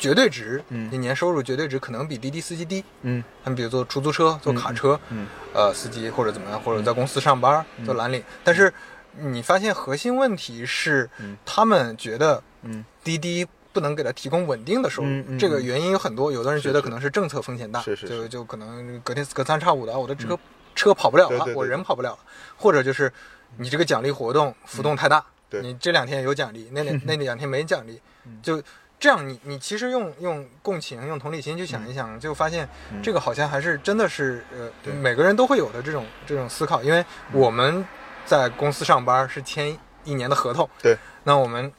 Speaker 2: 绝对值，
Speaker 1: 嗯
Speaker 2: 一年收入绝对值可能比滴滴司机低。
Speaker 1: 嗯
Speaker 2: 他们比如做出租车、做卡车，
Speaker 1: 嗯
Speaker 2: 呃，司机或者怎么样，或者在公司上班、做蓝领，但是你发现核心问题是，
Speaker 1: 嗯
Speaker 2: 他们觉得
Speaker 1: 嗯
Speaker 2: 滴滴不能给他提供稳定的收入，
Speaker 1: 嗯嗯
Speaker 2: 这个原因有很多。有的人觉
Speaker 1: 是
Speaker 2: 得
Speaker 1: 是
Speaker 2: 可能是政策风险大，
Speaker 1: 是是嗯
Speaker 2: 就是就可能隔天隔三差五的，我的车、车跑不了了，
Speaker 1: 对对对
Speaker 2: 我
Speaker 1: 对
Speaker 2: 人跑不了了，或者就是你这个奖励活动浮动太大，
Speaker 1: 嗯对嗯
Speaker 2: 你这两天有奖励，那 两那两天没奖励，就。这样你，你其实用用共情、用同理心去想一想，就发现
Speaker 1: 嗯
Speaker 2: 这个好像还是真的是呃
Speaker 1: 对，嗯
Speaker 2: 每个人都会有的这种这种思考。因为我们在公司上班是签一年的合同，
Speaker 1: 对，
Speaker 2: 那我们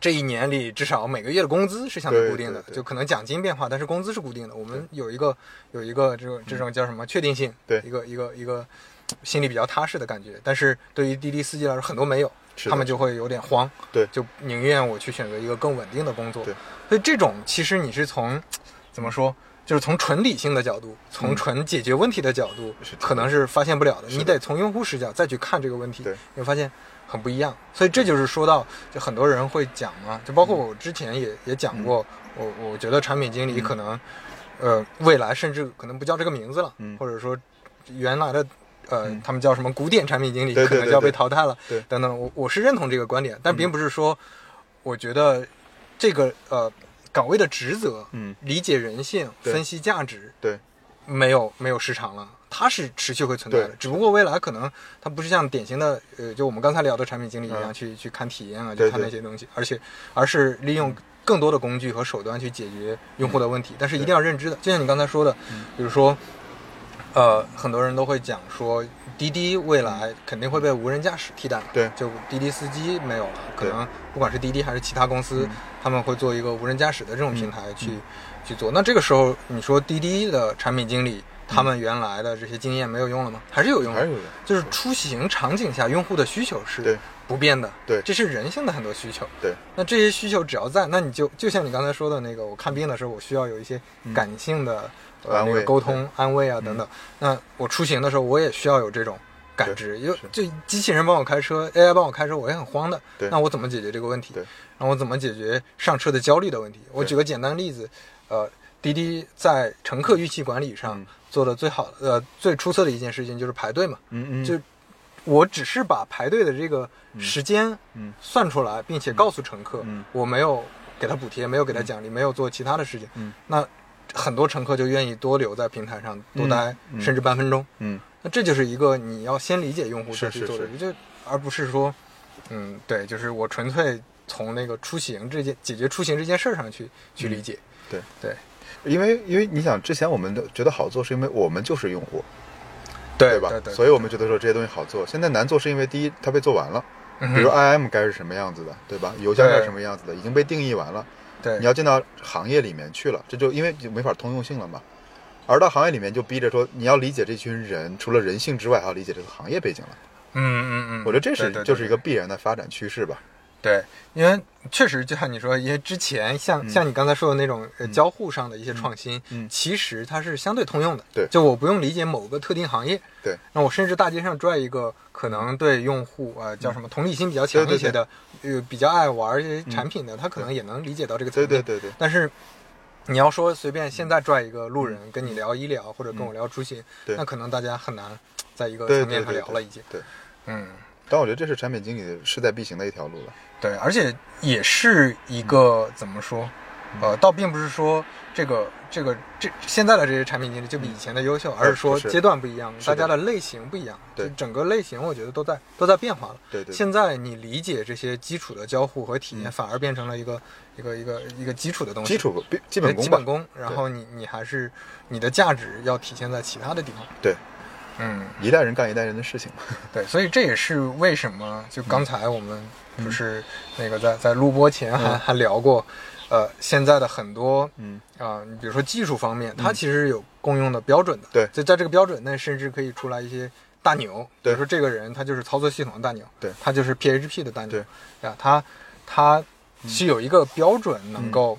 Speaker 2: 这一年里，至少每个月的工资是相对固定的
Speaker 1: 对对，对
Speaker 2: 就可能奖金变化，但是工资是固定的。我们有一个有一个这种这种叫什么确定性，
Speaker 1: 嗯对
Speaker 2: 一个一个一个心里比较踏实的感觉。但是对于滴滴司机来说，很多没有，
Speaker 1: 是的
Speaker 2: 他们就会有点慌，
Speaker 1: 对
Speaker 2: 就宁愿我去选择一个更稳定的工作。
Speaker 1: 对，
Speaker 2: 所以这种其实你是从怎么说？就是从纯理性的角度，从
Speaker 1: 嗯
Speaker 2: 纯解决问题的角度，
Speaker 1: 是的
Speaker 2: 可能是发现不了的。
Speaker 1: 是的
Speaker 2: 你得从用户视角再去看这个问题，
Speaker 1: 对
Speaker 2: 你会发现很不一样。所以这就是说到，就很多人会讲嘛，就包括
Speaker 1: 嗯
Speaker 2: 我之前也也讲过，我我觉得产品经理可能，呃，未来甚至可能不叫这个名字了，
Speaker 1: 嗯
Speaker 2: 或者说原来的。呃
Speaker 1: 嗯，
Speaker 2: 他们叫什么古典产品经理，
Speaker 1: 对对
Speaker 2: 可能
Speaker 1: 对
Speaker 2: 就要被
Speaker 1: 对
Speaker 2: 淘汰了，
Speaker 1: 对嗯
Speaker 2: 等等。我我是认同这个观点，但并不是说，我觉得这个呃岗位的职责，
Speaker 1: 嗯
Speaker 2: 理解人性、
Speaker 1: 对
Speaker 2: 分析价值，
Speaker 1: 对，
Speaker 2: 没有没有市场了，它是持续会存在的
Speaker 1: 对。
Speaker 2: 只不过未来可能它不是像典型的呃，就我们刚才聊的产品经理一样、
Speaker 1: 嗯
Speaker 2: 去去看体验啊，
Speaker 1: 对
Speaker 2: 去看那些东西，而且而是利用更多的工具和手段去解决用户的问题。但是一定要认知的，就像你刚才说的，
Speaker 1: 嗯
Speaker 2: 比如说。呃，很多人都会讲说，滴滴未来肯定会被无人驾驶替代。
Speaker 1: 对
Speaker 2: 就滴滴司机没有了，可
Speaker 1: 对
Speaker 2: 能不管是滴滴还是其他公司
Speaker 1: 嗯，
Speaker 2: 他们会做一个无人驾驶的这种平台去、去做。那这个时候，你说滴滴的产品经理他们原来的这些经验没有用了吗？还是有用
Speaker 1: 嗯还
Speaker 2: 的
Speaker 1: 是。有的，
Speaker 2: 就是出行场景下，用户的需求
Speaker 1: 对
Speaker 2: 是不变的，
Speaker 1: 对
Speaker 2: 这是人性的很多需求。
Speaker 1: 对，
Speaker 2: 那这些需求只要在，那你就就像你刚才说的那个，我看病的时候，我需要有一些感性的、呃
Speaker 1: 嗯安慰嗯
Speaker 2: 那个沟通、安慰啊等等。那我出行的时候，我也需要有这种感知，因为就机器人帮我开车，AI 帮我开车，我也很慌的。
Speaker 1: 对
Speaker 2: 那我怎么解决这个问题？
Speaker 1: 对，
Speaker 2: 然后我怎么解决上车的焦虑的问题？我
Speaker 1: 对
Speaker 2: 举个简单例子，呃，滴滴在乘客预期管理上
Speaker 1: 嗯
Speaker 2: 做的最好的、呃最出色的一件事情就是排队嘛。
Speaker 1: 嗯嗯，
Speaker 2: 就我只是把排队的这个时间
Speaker 1: 嗯
Speaker 2: 算出来，并且告诉乘客
Speaker 1: 嗯，
Speaker 2: 我没有给他补贴，没有给他奖励，没有做其他的事情
Speaker 1: 嗯。
Speaker 2: 那很多乘客就愿意多留在平台上多
Speaker 1: 嗯
Speaker 2: 待，
Speaker 1: 嗯
Speaker 2: 甚至半分钟。
Speaker 1: 嗯
Speaker 2: 那这就是一个你要先理解用户
Speaker 1: 是
Speaker 2: 再去
Speaker 1: 是
Speaker 2: 做的
Speaker 1: 是，
Speaker 2: 就而不是说，嗯，对，就是我纯粹从那个出行这件解决出行这件事儿上去
Speaker 1: 嗯
Speaker 2: 去理解。
Speaker 1: 对
Speaker 2: 对
Speaker 1: 因为因为你想，之前我们都觉得好做，是因为我们就是用户，
Speaker 2: 对
Speaker 1: 吧？
Speaker 2: 对对，
Speaker 1: 所以我们觉得说这些东西好做。现在难做是因为第一，它被做完了，
Speaker 2: 嗯哼
Speaker 1: 比如 IM 该是什么样子的，对吧？邮箱
Speaker 2: 对
Speaker 1: 该是什么样子的，已经被定义完了。
Speaker 2: 对
Speaker 1: 你要进到行业里面去了，这就因为就没法通用性了嘛。而到行业里面就逼着说，你要理解这群人，除了人性之外，还要理解这个行业背景了。
Speaker 2: 嗯嗯嗯，
Speaker 1: 我觉得这
Speaker 2: 对
Speaker 1: 是
Speaker 2: 对对
Speaker 1: 就是一
Speaker 2: 对
Speaker 1: 个必然的发展趋势吧。
Speaker 2: 对，因为确实就像你说，因为之前像、像你刚才说的那种呃交互上的一些创新，
Speaker 1: 嗯
Speaker 2: 其实它是相对通用的。
Speaker 1: 对
Speaker 2: 就我不用理解某个特定行业，
Speaker 1: 对，
Speaker 2: 那我甚至大街上拽一个可能对用户啊、呃叫什么同理心比较强
Speaker 1: 对对
Speaker 2: 一些的，呃比较爱玩这些产品的，他可能也能理解到这个层
Speaker 1: 对
Speaker 2: 面。
Speaker 1: 对对对，
Speaker 2: 但是你要说随便现在拽一个路人跟你聊医疗或者跟我聊出行，
Speaker 1: 嗯对
Speaker 2: 那可能大家很难在一个
Speaker 1: 对
Speaker 2: 层面
Speaker 1: 对
Speaker 2: 上
Speaker 1: 对
Speaker 2: 聊了已经。
Speaker 1: 对，
Speaker 2: 嗯。
Speaker 1: 但我觉得这是产品经理势在必行的一条路了。
Speaker 2: 对，而且也是一
Speaker 1: 嗯
Speaker 2: 个怎么说，呃，倒并不是说这个这个这现在的这些产品经理就比以前的优秀，而是说
Speaker 1: 不嗯是
Speaker 2: 阶段不一样，
Speaker 1: 是
Speaker 2: 大
Speaker 1: 的
Speaker 2: 家的类型不一样，
Speaker 1: 对
Speaker 2: 就整个类型我觉得都在都在变化了。
Speaker 1: 对对对
Speaker 2: 现在你理解这些基础的交互和体验，反而变成了一个一个一个一个基础的东西，
Speaker 1: 基础必基
Speaker 2: 基
Speaker 1: 本功
Speaker 2: 基
Speaker 1: 吧
Speaker 2: 本。功，然后你你还是你的价值要体现在其他的地方。
Speaker 1: 对，
Speaker 2: 嗯，
Speaker 1: 一代人干一代人的事情嘛。
Speaker 2: 对，所以这也是为什么就刚才我们不是那个在在录播前还、还聊过，呃，现在的很多
Speaker 1: 嗯，
Speaker 2: 啊、你比如说技术方面，它其实是有共用的标准的。
Speaker 1: 对
Speaker 2: 就在这个标准内，甚至可以出来一些大牛。比
Speaker 1: 对
Speaker 2: 如说这个人他就是操作系统的大牛，
Speaker 1: 对
Speaker 2: 他就是 PHP 的大牛，
Speaker 1: 对嗯
Speaker 2: 啊，他他是有一个标准能够、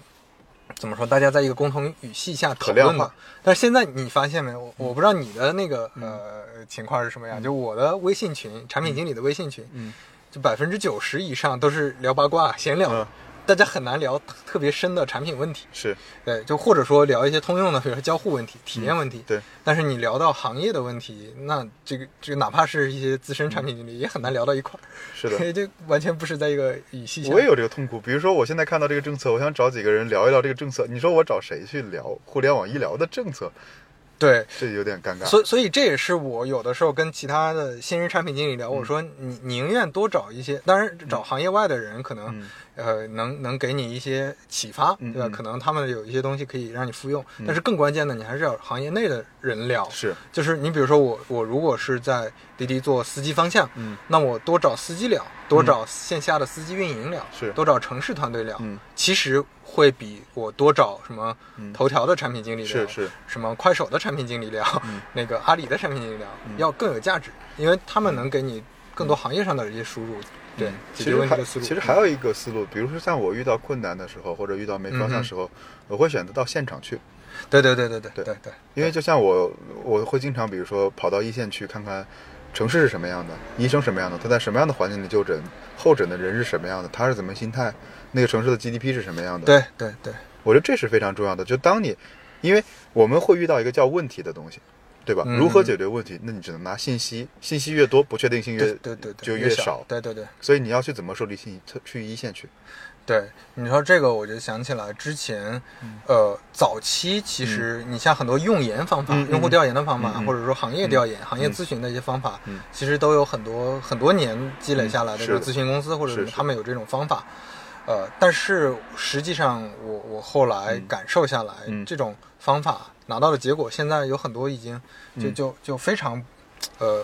Speaker 2: 怎么说？大家在一个共同语系下讨
Speaker 1: 可量
Speaker 2: 论
Speaker 1: 化嗯
Speaker 2: 的。但是现在你发现没？我我不知道你的那个、呃情况是什么样。就我的微信群，产品经理的微信群，
Speaker 1: 嗯，
Speaker 2: 就百分之九十以上都是聊八卦、闲聊的，
Speaker 1: 嗯
Speaker 2: 大家很难聊特特别深的产品问题。
Speaker 1: 是
Speaker 2: 对，就或者说聊一些通用的，比如说交互问题、体验问题。
Speaker 1: 嗯对，
Speaker 2: 但是你聊到行业的问题，那这个这个哪怕是一些资深产品经理，也很难聊到一块儿。，
Speaker 1: 嗯是的。
Speaker 2: 这完全不是在一个语系下。
Speaker 1: 我也有这个痛苦，比如说我现在看到这个政策，我想找几个人聊一聊这个政策。你说我找谁去聊互联网医疗的政策？
Speaker 2: 对，
Speaker 1: 这有点尴尬。
Speaker 2: 所以所以这也是我有的时候跟其他的新人产品经理
Speaker 1: 嗯
Speaker 2: 聊，我说你宁愿多找一些，当然找行业外的人，可能、呃能能给你一些启发，
Speaker 1: 嗯
Speaker 2: 对吧？
Speaker 1: 嗯
Speaker 2: 可能他们有一些东西可以让你复用，但是更关键的，你还是要行业内的人聊。
Speaker 1: 是，
Speaker 2: 就是你比如说我，我如果是在滴滴做司机方向，
Speaker 1: 嗯
Speaker 2: 那我多找司机聊，多找线下的司机运营聊，
Speaker 1: 是
Speaker 2: 多找城市团队聊，
Speaker 1: 嗯
Speaker 2: 其实会比我多找什么
Speaker 1: 嗯
Speaker 2: 头条的产品经理聊，
Speaker 1: 是是
Speaker 2: 什么快手的产品经理聊，
Speaker 1: 嗯
Speaker 2: 那个阿里的产品经理聊、
Speaker 1: 嗯
Speaker 2: 要更有价值，因为他们能给你更多行业上的一些输入，对
Speaker 1: 嗯，其
Speaker 2: 解决
Speaker 1: 实
Speaker 2: 问题
Speaker 1: 还
Speaker 2: 的思路。嗯
Speaker 1: 其实还有一个思路，比如说像我遇到困难的时候，或者遇到没方向的时候，我会选择到现场去，
Speaker 2: 对对对对对
Speaker 1: 对
Speaker 2: 对对，
Speaker 1: 因为就像我，我会经常比如说跑到一线去看看城市是什么样的，医生什么样的，他在什么样的环境里就诊，候诊的人是什么样的，他是怎么心态，那个城市的 GDP 是什么样的。，
Speaker 2: 对对对，
Speaker 1: 我觉得这是非常重要的。就当你，因为我们会遇到一个叫问题的东西。对吧？
Speaker 2: 嗯
Speaker 1: 如何解决问题？那你只能拿信息，信息越多，不确定性越
Speaker 2: 对对对对，
Speaker 1: 就
Speaker 2: 越
Speaker 1: 越少。嗯
Speaker 2: 对对对。
Speaker 1: 所以你要去怎么收集信息？特去一线去。
Speaker 2: 对，你说这个我就想起来之前，
Speaker 1: 嗯
Speaker 2: 呃，早期其实你像很多用研方法、
Speaker 1: 嗯嗯
Speaker 2: 用户调研的方法，
Speaker 1: 嗯嗯
Speaker 2: 或者说行业调研、行业咨询的一些方法，
Speaker 1: 嗯
Speaker 2: 其实都有很多很多年积累下来
Speaker 1: 嗯
Speaker 2: 的，这个
Speaker 1: 是的
Speaker 2: 咨询公司或者
Speaker 1: 是是
Speaker 2: 他们有这种方法。呃，但是实际上我我后来感受下来，
Speaker 1: 嗯
Speaker 2: 这种方法拿到的结果，现在有很多已经就、
Speaker 1: 嗯
Speaker 2: 就就非常，呃，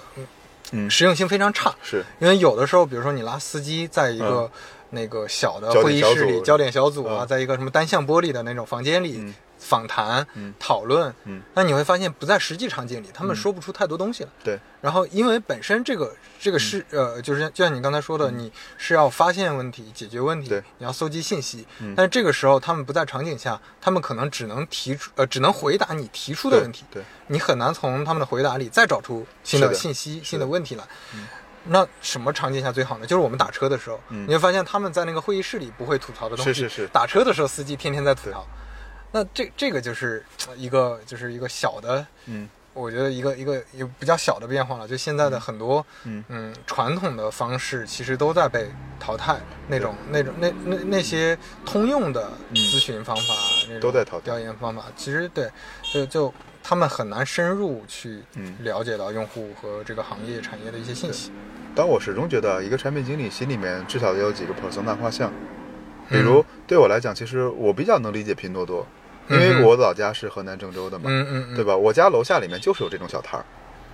Speaker 1: 嗯
Speaker 2: 实用性非常差。
Speaker 1: 是
Speaker 2: 因为有的时候，比如说你拉司机在一个那个小的会议室里，焦
Speaker 1: 嗯焦
Speaker 2: 点小组啊，
Speaker 1: 嗯
Speaker 2: 在一个什么单向玻璃的那种房间里
Speaker 1: 嗯
Speaker 2: 访谈
Speaker 1: 嗯
Speaker 2: 讨论
Speaker 1: 嗯，
Speaker 2: 那你会发现不在实际场景里，他们说不出太多东西来。
Speaker 1: 对，
Speaker 2: 然后，因为本身这个
Speaker 1: 嗯
Speaker 2: 这个是呃，就是就像你刚才说的，你是要发现问题、解决问题
Speaker 1: 对，
Speaker 2: 你要搜集信息
Speaker 1: 嗯。
Speaker 2: 但是这个时候他们不在场景下，他们可能只能提出呃，只能回答你提出的
Speaker 1: 对
Speaker 2: 问题。
Speaker 1: 对，
Speaker 2: 你很难从他们的回答里再找出新的
Speaker 1: 是的
Speaker 2: 信息、
Speaker 1: 的
Speaker 2: 新的问题来。那什么场景下最好呢？就是我们打车的时候，
Speaker 1: 嗯
Speaker 2: 你会发现他们在那个会议室里不会吐槽的东西，
Speaker 1: 是是是
Speaker 2: 打车的时候司机天天在吐槽。那这这个就是呃一个就是一个小的，
Speaker 1: 嗯
Speaker 2: 我觉得一个一个一个比较小的变化了。就现在的很多
Speaker 1: 嗯
Speaker 2: 嗯传统的方式其实都在被淘汰，那种那种那那那些通用的咨询方法，那
Speaker 1: 嗯
Speaker 2: 种
Speaker 1: 都在淘汰
Speaker 2: 调研方法，其实对就就他们很难深入去
Speaker 1: 嗯
Speaker 2: 了解到用户和这个行业产业的一些信息。
Speaker 1: 但我始终觉得，一个产品经理心里面至少得有几个 persona 画像。比如对我来讲，其实我比较能理解拼多多，因
Speaker 2: 嗯
Speaker 1: 为
Speaker 2: 哼
Speaker 1: 我老家是河南郑州的嘛，
Speaker 2: 嗯嗯嗯，
Speaker 1: 对吧？我家楼下里面就是有这种小摊儿。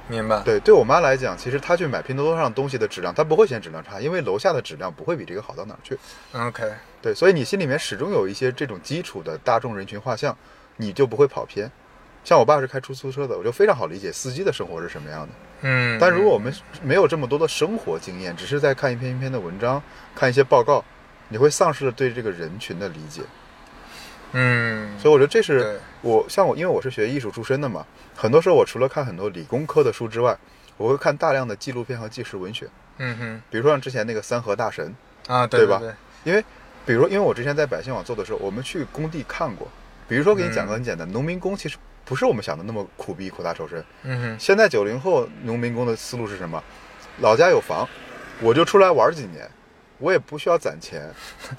Speaker 2: 明白。
Speaker 1: 对，对我妈来讲，其实她去买拼多多上东西的质量，她不会嫌质量差，因为楼下的质量不会比这个好到哪儿去。
Speaker 2: OK，
Speaker 1: 对，所以你心里面始终有一些这种基础的大众人群画像，你就不会跑偏。像我爸是开出租车的，我就非常好理解司机的生活是什么样的。
Speaker 2: 嗯。
Speaker 1: 但如果我们没有这么多的生活经验，只是在看一篇一篇的文章，看一些报告，你会丧失了对这个人群的理解。
Speaker 2: 嗯，
Speaker 1: 所以我觉得这
Speaker 2: 对
Speaker 1: 是我像我，因为我是学艺术出身的嘛，很多时候我除了看很多理工科的书之外，我会看大量的纪录片和纪实文学，
Speaker 2: 嗯哼
Speaker 1: 比如说像之前那个三河大神，
Speaker 2: 啊，对
Speaker 1: 对
Speaker 2: 对
Speaker 1: 吧因为比如说因为我之前在百姓网做的时候，我们去工地看过，比如说给你
Speaker 2: 嗯
Speaker 1: 讲个很简单，农民工其实不是我们想的那么苦逼苦大仇深，
Speaker 2: 嗯哼，
Speaker 1: 现在九零后农民工的思路是什么？老家有房，我就出来玩几年，我也不需要攒钱，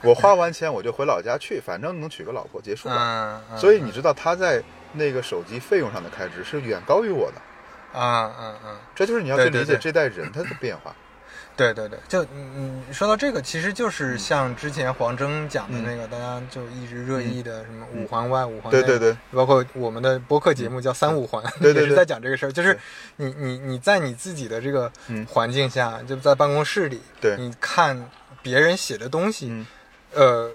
Speaker 1: 我花完钱我就回老家去，反正能娶个老婆结束了。
Speaker 2: 嗯，嗯
Speaker 1: 所以你知道他在那个手机费用上的开支是远高于我的，
Speaker 2: 嗯嗯嗯，
Speaker 1: 这就是你要去
Speaker 2: 对对
Speaker 1: 理解
Speaker 2: 对
Speaker 1: 这代人他的变化。
Speaker 2: 对对对，就嗯嗯，说到这个，其实就是像之前黄峥讲的那个，大家就一直热议的什么五环外、五环内
Speaker 1: 嗯对对对，
Speaker 2: 包括我们的播客节目叫三五环，
Speaker 1: 嗯对对对
Speaker 2: 也是在讲这个事儿，就是你你你在你自己的这个
Speaker 1: 嗯
Speaker 2: 环境下，就在办公室里，
Speaker 1: 对
Speaker 2: 你看别人写的东西，
Speaker 1: 嗯
Speaker 2: 呃，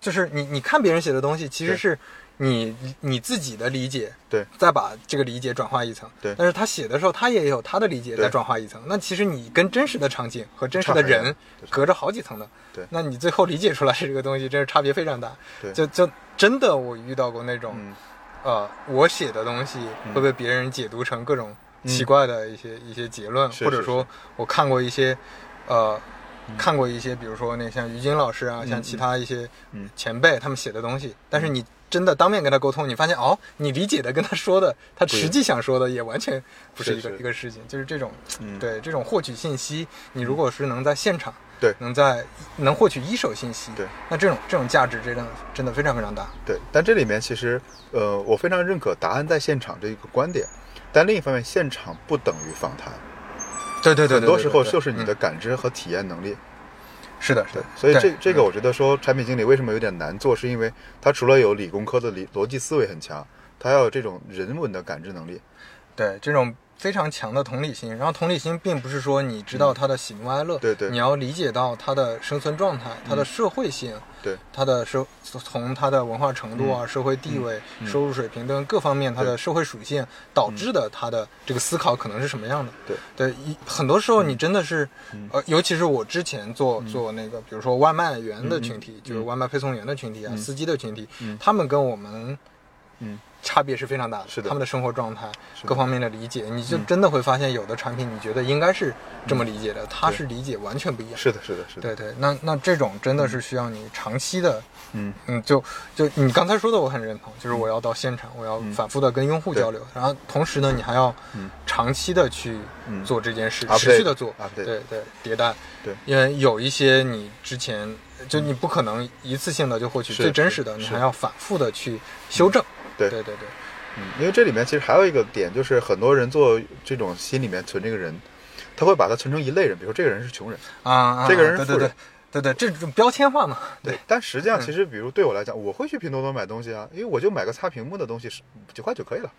Speaker 2: 就是你你看别人写的东西，其实
Speaker 1: 对
Speaker 2: 是你你自己的理解，
Speaker 1: 对，
Speaker 2: 再把这个理解转化一层，
Speaker 1: 对
Speaker 2: 但是他写的时候，他也有他的理解
Speaker 1: 对
Speaker 2: 再转化一层，那其实你跟真实的场景和真实
Speaker 1: 差
Speaker 2: 的
Speaker 1: 很远
Speaker 2: 人
Speaker 1: 对
Speaker 2: 隔着好几层的，
Speaker 1: 对
Speaker 2: 那你最后理解出来这个东西，真是差别非常大，
Speaker 1: 对
Speaker 2: 就就真的我遇到过那种，
Speaker 1: 嗯
Speaker 2: 呃，我写的东西
Speaker 1: 嗯
Speaker 2: 会被别人解读成各种
Speaker 1: 嗯
Speaker 2: 奇怪的一些、一些结论，
Speaker 1: 是
Speaker 2: 或者
Speaker 1: 是
Speaker 2: 说我看过一些，呃，看过一些，比如说那像于军老师啊，像其他一些
Speaker 1: 嗯
Speaker 2: 前辈他们写的东西，但是你真的当面跟他沟通，你发现哦，你理解的跟他说的，他
Speaker 1: 一样
Speaker 2: 实际想说的也完全不是
Speaker 1: 是
Speaker 2: 一个
Speaker 1: 是
Speaker 2: 一个事情，就是这种，
Speaker 1: 嗯
Speaker 2: 对这种获取信息，你如果是能在现场。
Speaker 1: 对
Speaker 2: 能在能获取一手信息，
Speaker 1: 对，
Speaker 2: 那这种这种价值真的真的非常非常大，
Speaker 1: 对，但这里面其实，呃，我非常认可“答案在现场”这个观点，但另一方面，现场不等于访谈，
Speaker 2: 对对对，
Speaker 1: 很
Speaker 2: 对
Speaker 1: 多
Speaker 2: 对
Speaker 1: 时候
Speaker 2: 对
Speaker 1: 就是你
Speaker 2: 嗯
Speaker 1: 的感知和体验能力。
Speaker 2: 是的，是的，
Speaker 1: 所以这这个
Speaker 2: 我
Speaker 1: 我觉得说产品经理为什么有点难做，是因为他除了有理工科的理逻辑思维很强，他要有这种人文的感知能力。
Speaker 2: 对这种非常强的同理心。然后同理心并不是说你知道他的喜怒哀乐，
Speaker 1: 嗯对对嗯
Speaker 2: 你要理解到他的生存状态、他的社会性、
Speaker 1: 对
Speaker 2: 他的社从他的文化程度
Speaker 1: 嗯
Speaker 2: 啊、社会地位、收入水平等各方面，他的社会属性
Speaker 1: 嗯
Speaker 2: 导致的他的这个思考可能是什么样的。
Speaker 1: 对
Speaker 2: 对，一很多时候
Speaker 1: 嗯
Speaker 2: 你真的是，呃，尤其是我之前做做那个，比如说外卖员
Speaker 1: 嗯
Speaker 2: 的群体，就是外卖配送员的群体啊，司机的群体，他们跟我们，
Speaker 1: 嗯，
Speaker 2: 差别是非常大的，
Speaker 1: 是的
Speaker 2: 他们的生活状态
Speaker 1: 是的嗯
Speaker 2: 各方面的理解，你就真的会发现，有的产品你觉得应该是这么理解
Speaker 1: 嗯
Speaker 2: 的，他是理解完全不一样。
Speaker 1: 是的，是的，是的。
Speaker 2: 对对，那那这种真的是需要你长期的，
Speaker 1: 嗯
Speaker 2: 嗯，就就你刚才说的，我很认同，就是我要到现场，我要反复的跟用户
Speaker 1: 嗯对
Speaker 2: 交流，然后同时呢，你还要
Speaker 1: 嗯
Speaker 2: 长期的去
Speaker 1: 嗯
Speaker 2: 做这件事，
Speaker 1: Update，
Speaker 2: 持续的做
Speaker 1: update
Speaker 2: 对对，迭代，
Speaker 1: 对嗯
Speaker 2: 因为有一些你之前就你不可能一次性的就获取
Speaker 1: 是
Speaker 2: 最真实的，
Speaker 1: 是
Speaker 2: 你
Speaker 1: 是
Speaker 2: 还要反复的去修正，
Speaker 1: 对
Speaker 2: 对对对，
Speaker 1: 嗯，因为这里面其实还有一个点，就是很多人做这种心里面存这个人，他会把他存成一类人，比如说这个人是穷人，
Speaker 2: 啊啊，
Speaker 1: 这个人是
Speaker 2: 对
Speaker 1: 富
Speaker 2: 对对
Speaker 1: 人
Speaker 2: 对对，这种标签化嘛，对，嗯
Speaker 1: 但实际上其实比如对我来讲，我会去拼多多买东西啊，因为我就买个擦屏幕的东西，十几块就可以了，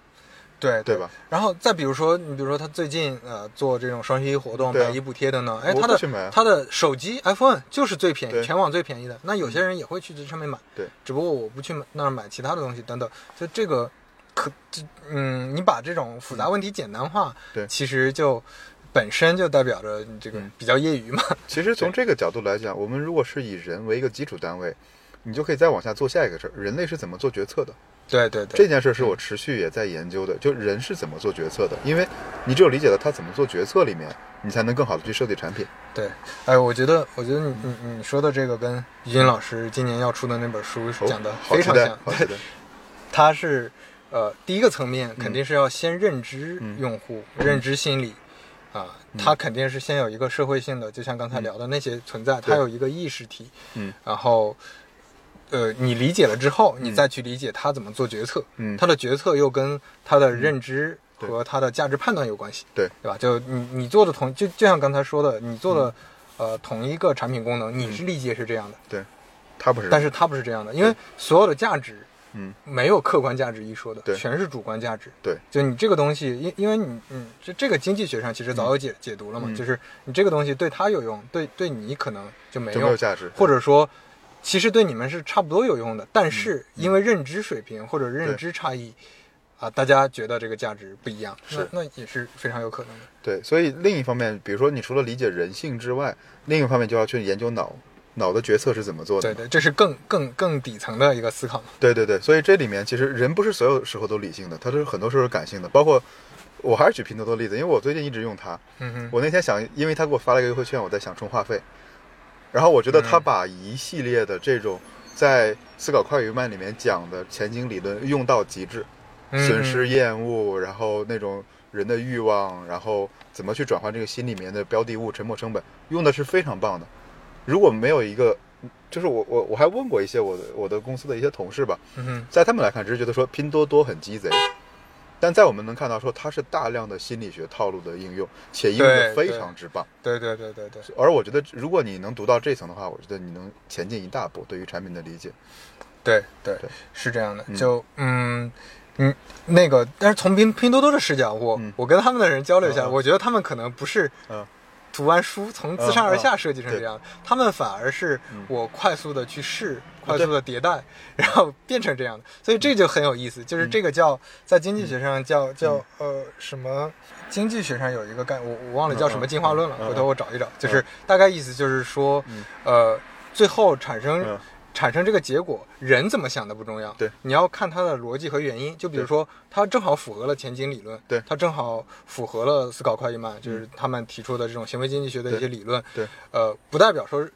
Speaker 2: 对
Speaker 1: 对吧？
Speaker 2: 然后再比如说，你比如说他最近呃做这种双十一活动、
Speaker 1: 对啊
Speaker 2: 买一补贴等等，哎，
Speaker 1: 我
Speaker 2: 他
Speaker 1: 会去买啊
Speaker 2: 的他的手机 iPhone 就是最便宜，
Speaker 1: 对
Speaker 2: 全网最便宜的。那有些人也会去这上面买，
Speaker 1: 对
Speaker 2: 只不过我不去买那儿买其他的东西等等。就这个可这嗯，你把这种复杂问题简单化，
Speaker 1: 对嗯
Speaker 2: 其实就本身就代表着你这个比较业余嘛。
Speaker 1: 其实从这个角度来讲，我们如果是以人为一个基础单位，你就可以再往下做下一个事儿，人类是怎么做决策的？
Speaker 2: 对对对，嗯
Speaker 1: 这件事是我持续也在研究的，就人是怎么做决策的，因为你只有理解了他怎么做决策里面，你才能更好的去设计产品。
Speaker 2: 对，哎，我觉得，我觉得你你你说的这个跟于军老师今年要出的那本书
Speaker 1: 哦
Speaker 2: 讲的
Speaker 1: 好
Speaker 2: 非
Speaker 1: 期
Speaker 2: 常
Speaker 1: 待
Speaker 2: 像，，
Speaker 1: 好期待。
Speaker 2: 它是呃第一个层面肯定是要先认知用户、
Speaker 1: 嗯
Speaker 2: 认知心理啊，它肯定是先有一个社会性的，就像刚才聊的那些存在，它有一个意识体，
Speaker 1: 嗯，
Speaker 2: 然后。呃，你理解了之后，你再去理解他怎么做决策，
Speaker 1: 嗯
Speaker 2: 他的决策又跟他的认知和他的价值判断有关系，
Speaker 1: 对
Speaker 2: 对吧？就你你做的同就就像刚才说的，你做
Speaker 1: 嗯
Speaker 2: 的、呃同一个产品功能，你是理解是这样的，
Speaker 1: 对，他不是，
Speaker 2: 但是它不是这样的，因为所有的价值
Speaker 1: 嗯，
Speaker 2: 没有客观价值一说的，
Speaker 1: 对
Speaker 2: 全是主观价值。
Speaker 1: 对，
Speaker 2: 就你这个东西，因因为你，嗯，这这个经济学上其实早有解、解读了嘛，
Speaker 1: 嗯
Speaker 2: 就是你这个东西对他有用，对对你可能就没
Speaker 1: 就
Speaker 2: 用，
Speaker 1: 没有价值嗯
Speaker 2: 或者说其实对你们是差不多有用的，但是因为认知水平或者认知差异啊，大家觉得这个价值不一样，
Speaker 1: 是
Speaker 2: 那那也是非常有可能的。
Speaker 1: 对，所以另一方面，比如说你除了理解人性之外，另一方面就要去研究脑脑的决策是怎么做的
Speaker 2: 对。对，这是更更更底层的一个思考嘛。
Speaker 1: 对对对，所以这里面其实人不是所有时候都理性的，他是很多时候是感性的。包括我还是举拼多多例子，因为我最近一直用它。
Speaker 2: 嗯哼，
Speaker 1: 我那天想，因为他给我发了一个优惠券，我在想充话费。然后我觉得
Speaker 2: 嗯
Speaker 1: 他把一系列的这种在《思考快与慢》里面讲的前景理论用到极致，
Speaker 2: 嗯
Speaker 1: 损失、厌恶，然后那种人的欲望，然后怎么去转换这个心里面的标的物、沉没成本，用的是非常棒的。如果没有一个，就是我我我还问过一些我的我的公司的一些同事吧，
Speaker 2: 嗯哼，
Speaker 1: 在他们来看，只是觉得说拼多多很鸡贼，但在我们能看到说它是大量的心理学套路的应用，且应用的
Speaker 2: 对
Speaker 1: 非
Speaker 2: 对
Speaker 1: 常之棒。
Speaker 2: 对对对对对，
Speaker 1: 而我觉得，如果你能读到这层的话，我觉得你能前进一大步，对于产品的理解。
Speaker 2: 对对
Speaker 1: 对，
Speaker 2: 是这样的
Speaker 1: 嗯。
Speaker 2: 就嗯嗯，那个，但是从拼拼多多的视角，我
Speaker 1: 嗯
Speaker 2: 我跟他们的人交流一下，
Speaker 1: 嗯嗯
Speaker 2: 我觉得他们可能不是
Speaker 1: 嗯
Speaker 2: 读完书从自上而下设计成这样，他们反而是
Speaker 1: 嗯
Speaker 2: 我快速的去试，
Speaker 1: 啊
Speaker 2: 快
Speaker 1: 对嗯
Speaker 2: 速的迭代， 然后变成这样的，所以这就很有意思。就是这个叫在经济学上叫叫呃什么？经济学上有一个概，我我忘了叫什么进化论了，
Speaker 1: 嗯嗯嗯嗯
Speaker 2: 回头我找一找。就是大概意思就是说，
Speaker 1: 嗯
Speaker 2: 呃，最后产生
Speaker 1: 嗯
Speaker 2: 产生这个结果，人怎么想的不重要，
Speaker 1: 对，
Speaker 2: 你要看它的逻辑和原因。就比如说，它正好符合了前景理论，
Speaker 1: 对嗯
Speaker 2: 它正好符合了思考快与慢，就是他们提出的这种行为经济学的一些理论，
Speaker 1: 对对
Speaker 2: 呃，不代表说。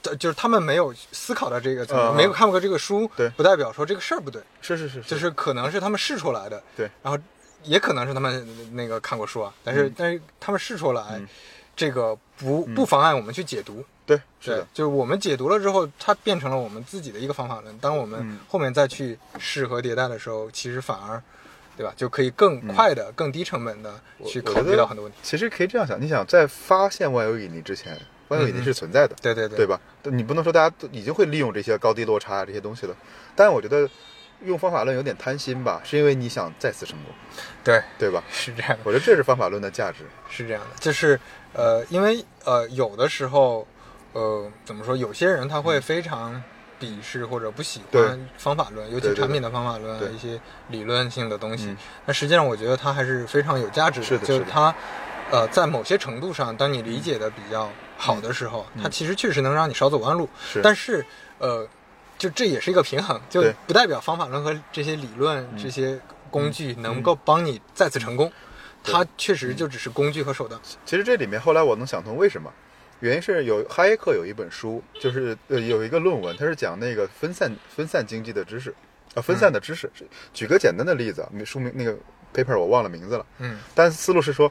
Speaker 2: 这就是他们没有思考到这个层
Speaker 1: 嗯
Speaker 2: 面，
Speaker 1: 嗯
Speaker 2: 没有看过这个书，
Speaker 1: 对
Speaker 2: 不代表说这个事儿不对，
Speaker 1: 是是是，
Speaker 2: 就是可能是他们试出来的，
Speaker 1: 对，
Speaker 2: 然后也可能是他们那个看过书啊，但是、
Speaker 1: 嗯
Speaker 2: 但是他们试出来，
Speaker 1: 嗯
Speaker 2: 这个不
Speaker 1: 嗯
Speaker 2: 不妨碍我们去解读，
Speaker 1: 对，是
Speaker 2: 对
Speaker 1: 的，，
Speaker 2: 就是我们解读了之后，它变成了我们自己的一个方法论。当我
Speaker 1: 嗯
Speaker 2: 们后面再去试和迭代的时候，其实反而，对吧，就可以更快的、更低成本的
Speaker 1: 嗯我
Speaker 2: 去
Speaker 1: 我
Speaker 2: 考
Speaker 1: 觉
Speaker 2: 虑
Speaker 1: 得
Speaker 2: 到很多问题。
Speaker 1: 其实可以这样想，你想在发现万有引力之前，万有引力是存在的，
Speaker 2: 对嗯对
Speaker 1: 对？吧？你不能说大家都已经会利用这些高低落差啊这些东西了，但我觉得用方法论有点贪心吧，是因为你想再次成功，
Speaker 2: 对，
Speaker 1: 对吧？
Speaker 2: 是这样的，
Speaker 1: 我觉得这是方法论的价值。
Speaker 2: 是这样的，就是呃，因为呃，有的时候，呃，怎么说，有些人他会非常。鄙视或者不喜
Speaker 1: 嗯对
Speaker 2: 欢方法论，尤
Speaker 1: 对
Speaker 2: 其
Speaker 1: 对对
Speaker 2: 产品的方法论啊
Speaker 1: 对，
Speaker 2: 一些理论性的东西
Speaker 1: 嗯。
Speaker 2: 但实际上，我觉得它还是非常有价值的。
Speaker 1: 是的
Speaker 2: 就是
Speaker 1: 的嗯
Speaker 2: 它呃，在某些程度上，当你理解的比较好的时候，它其实确实能让你少走弯路。
Speaker 1: 是
Speaker 2: 但是，呃，就这也是一个平衡，就
Speaker 1: 对嗯
Speaker 2: 不代表方法论和这些理论、这些工具能够帮你再次成功。
Speaker 1: 对
Speaker 2: 它确实就只是工具和手段。
Speaker 1: 其实这里面后来我能想通为什么，原因是有哈耶克有一本书，就是呃有一个论文，它是讲那个分散分散经济的知识，呃分散的知识。举个简单的例子啊，书名那个 paper 我忘了名字了，
Speaker 2: 嗯
Speaker 1: 但思路是说，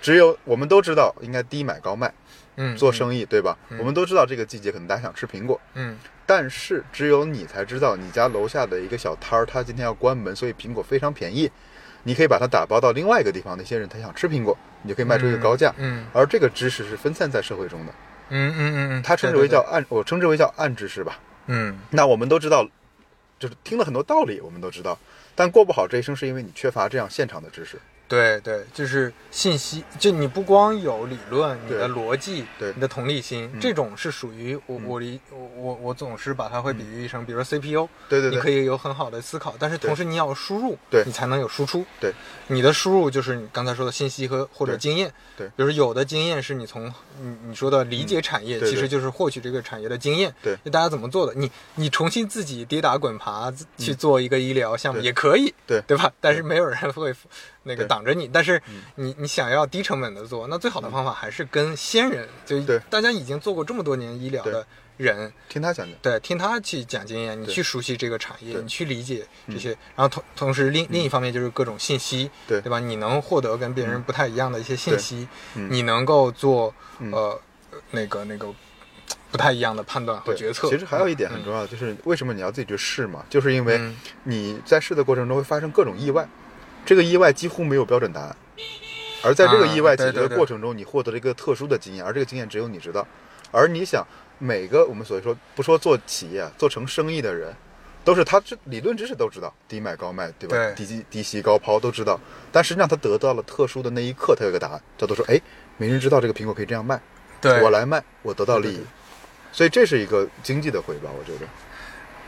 Speaker 1: 只有我们都知道应该低买高卖，
Speaker 2: 嗯，
Speaker 1: 做生意对吧？我们都知道这个季节可能大家想吃苹果，
Speaker 2: 嗯
Speaker 1: 但是只有你才知道，你家楼下的一个小摊儿，它今天要关门，所以苹果非常便宜。你可以把它打包到另外一个地方，那些人他想吃苹果，你就可以卖出一个高价。
Speaker 2: 嗯
Speaker 1: 而这个知识是分散在社会中的，
Speaker 2: 嗯嗯嗯嗯，
Speaker 1: 它称之为叫暗，我称之为叫暗知识吧。
Speaker 2: 嗯
Speaker 1: 那我们都知道，就是听了很多道理，我们都知道，但过不好这一生是因为你缺乏这样现场的知识。
Speaker 2: 对对，就是信息，就你不光有理论，你
Speaker 1: 对
Speaker 2: 的逻辑，
Speaker 1: 对嗯
Speaker 2: 你的同理心，这种是属于我我理我我我总是把它会比喻成，比如说 CPU，
Speaker 1: 对对
Speaker 2: 你
Speaker 1: 对，
Speaker 2: 可以有很好的思考，但是同时你要有输入，
Speaker 1: 对
Speaker 2: 你才能有输出。
Speaker 1: 对，
Speaker 2: 你的输入就是你刚才说的信息和或者
Speaker 1: 对
Speaker 2: 经验。
Speaker 1: 对
Speaker 2: 比如说有的经验是你从你你说的理解产业，
Speaker 1: 嗯对对
Speaker 2: 其实就是获取这个产业的经验。
Speaker 1: 对
Speaker 2: 就大家怎么做的，你你重新自己跌打滚爬自去做一个医疗项目
Speaker 1: 嗯对
Speaker 2: 也可以，
Speaker 1: 对
Speaker 2: 对吧？但是没有人会那个
Speaker 1: 对嗯
Speaker 2: 挡着你，但是你你想要低成本的做，那最好的方法还是跟先人，就
Speaker 1: 对
Speaker 2: 大家已经做过这么多年医疗
Speaker 1: 对
Speaker 2: 的人。
Speaker 1: 听他讲讲。
Speaker 2: 对，听他去讲经验，你
Speaker 1: 对
Speaker 2: 去熟悉这个产业，
Speaker 1: 对嗯
Speaker 2: 你去理解这些，然后同同时另另一方面就是各种信息，
Speaker 1: 对
Speaker 2: 对吧？你能获得跟别人不太一样的一些信息，
Speaker 1: 嗯
Speaker 2: 你能够做
Speaker 1: 嗯
Speaker 2: 呃那个那个不太一样的判断和
Speaker 1: 对
Speaker 2: 决策。
Speaker 1: 其实还有一点很重要的，就是为什么你要自己去试嘛？就是因为
Speaker 2: 嗯
Speaker 1: 你在试的过程中会发生各种意外，这个意外几乎没有标准答案。而在这个
Speaker 2: 啊
Speaker 1: 意外
Speaker 2: 对
Speaker 1: 解决
Speaker 2: 对
Speaker 1: 的
Speaker 2: 对
Speaker 1: 过程中，你获得了一个特殊的经验，而这个经验只有你知道。而你想，每个我们所谓说不说做企业、啊做成生意的人，都是他这理论知识都知道，低买高卖，对吧？
Speaker 2: 对
Speaker 1: 低吸低吸高抛都知道，但实际上他得到了特殊的那一刻，他有个答案，叫做说，哎，没人知道这个苹果可以这样卖，
Speaker 2: 对，
Speaker 1: 我来卖，我得到利
Speaker 2: 对
Speaker 1: 益
Speaker 2: 对对。
Speaker 1: 所以这是一个经济的回报，我觉得。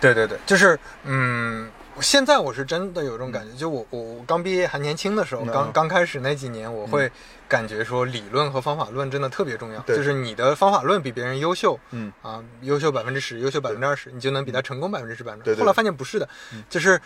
Speaker 2: 对对对，就是嗯，现在我是真的有这种感觉，就我我我刚毕业还年轻的时候，
Speaker 1: 嗯
Speaker 2: 刚刚开始那几年，我会感觉说理论和方法论真的特别重要，
Speaker 1: 对
Speaker 2: 就是你的方法论比别人优秀，
Speaker 1: 嗯
Speaker 2: 啊，优秀百分之十，优秀百分之二十，你就能比他成功百分之十、百分之
Speaker 1: 对对
Speaker 2: 二
Speaker 1: 对嗯
Speaker 2: 十。后来发现不是的，就是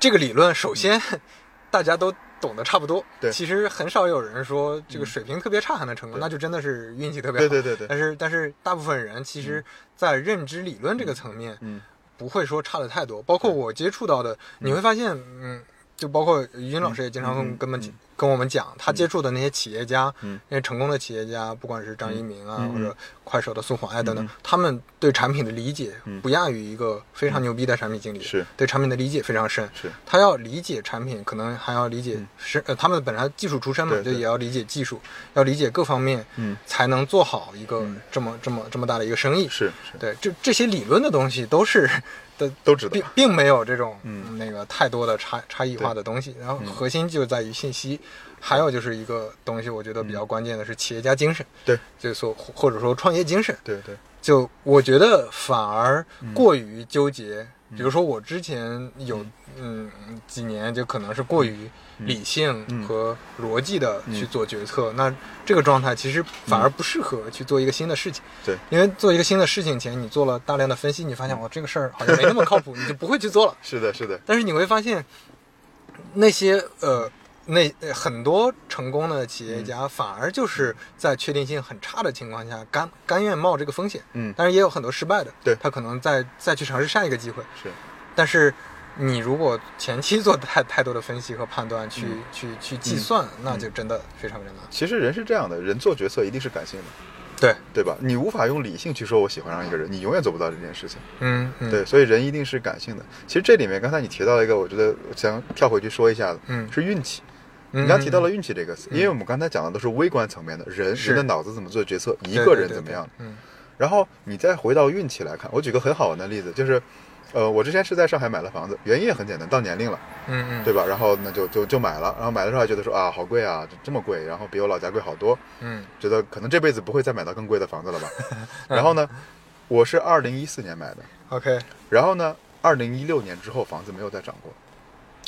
Speaker 2: 这个理论，首先 大家都懂得差不多，
Speaker 1: 对嗯
Speaker 2: 其实很少有人说这个水平特别差还能成功，
Speaker 1: 对
Speaker 2: 那就真的是运气特别
Speaker 1: 对
Speaker 2: 好。
Speaker 1: 对
Speaker 2: 哎
Speaker 1: 对对，
Speaker 2: 但是但是大部分人其实，在认知理论这个层面，
Speaker 1: 嗯
Speaker 2: 不会说差的嗯太多。包括我接触到的，你会发现，嗯，就包括于军老师也经常跟跟我们跟我们讲，他接触的那些企业家，
Speaker 1: 嗯
Speaker 2: 那些成功的企业家，不管是张一鸣啊，
Speaker 1: 嗯嗯
Speaker 2: 或者快手的苏黄呀啊等等，
Speaker 1: 嗯
Speaker 2: 他们对产品的理解
Speaker 1: 嗯
Speaker 2: 不亚于一个非常牛逼的产品经理，
Speaker 1: 是
Speaker 2: 对产品的理解非常深。
Speaker 1: 是嗯
Speaker 2: 他要理解产品，可能还要理解是、呃，他们本来技术出身嘛，
Speaker 1: 对
Speaker 2: 就
Speaker 1: 对
Speaker 2: 也要理解技术，要理解各方面，
Speaker 1: 嗯
Speaker 2: 才能做好一个这么、这么这么大的一个生意。
Speaker 1: 是是，
Speaker 2: 对，这这些理论的东西都 是的，
Speaker 1: 都知道
Speaker 2: 并并没有这种
Speaker 1: 嗯
Speaker 2: 那个太多的差差异化的东西。然后核心就在于信息，还有就是一个东西，我觉得比较关键的是企业家精神，
Speaker 1: 对
Speaker 2: 就所或或者说创业精神。
Speaker 1: 对对，
Speaker 2: 就我觉得反而
Speaker 1: 嗯
Speaker 2: 过于纠结。比如说我之前有嗯几年就可能是过于理性
Speaker 1: 嗯
Speaker 2: 和逻辑的去做决策，那这个状态其实反而不适合去做一个新的事情。
Speaker 1: 对，嗯
Speaker 2: 因为做一个新的事情前，你做了大量的分析，你发现哇哦这个事儿好像没那么靠谱，你就不会 去做了。
Speaker 1: 是的是的，
Speaker 2: 但是你会发现，那些呃，那呃很多成功的企业
Speaker 1: 嗯
Speaker 2: 家反而就是在确定性很差的情况下，甘甘愿冒这个风险。
Speaker 1: 嗯
Speaker 2: 但是也有很多失败的，
Speaker 1: 对
Speaker 2: 他可能再再去尝试下一个机会。
Speaker 1: 是
Speaker 2: 但是你如果前期做太太多的分析和判断，去、
Speaker 1: 嗯
Speaker 2: 去去计算，那就真的非常非常难。
Speaker 1: 其实人是这样的，人做决策一定是感性的，
Speaker 2: 对，
Speaker 1: 对吧？你无法用理性去说我喜欢上一个人，你永远做不到这件事情。
Speaker 2: 嗯，嗯
Speaker 1: 对，，所以人一定是感性的。其实这里面刚才你提到了一个，我觉得我想跳回去说一下子，
Speaker 2: 嗯
Speaker 1: 是运气。
Speaker 2: 嗯
Speaker 1: 你刚提到了运气这个词，因为我们刚才讲的都是微观层面的，人
Speaker 2: 是
Speaker 1: 人的脑子怎么做决策，一
Speaker 2: 对
Speaker 1: 个
Speaker 2: 对
Speaker 1: 人
Speaker 2: 对
Speaker 1: 怎么
Speaker 2: 对
Speaker 1: 样。
Speaker 2: 嗯
Speaker 1: 然后你再回到运气来看，我举个很好玩的例子，就是，呃，我之前是在上海买了房子，原因也很简单，到年龄了，
Speaker 2: 嗯嗯，
Speaker 1: 对吧？然后那就就就买了，然后买的时候还觉得说啊，好贵啊，这这么贵，然后比我老家贵好多，
Speaker 2: 嗯
Speaker 1: 觉得可能这辈子不会再买到更贵的房子 了吧。然后呢，我是二零一四年买的，
Speaker 2: ，OK，
Speaker 1: 然后呢，二零一六年之后房子没有再涨过，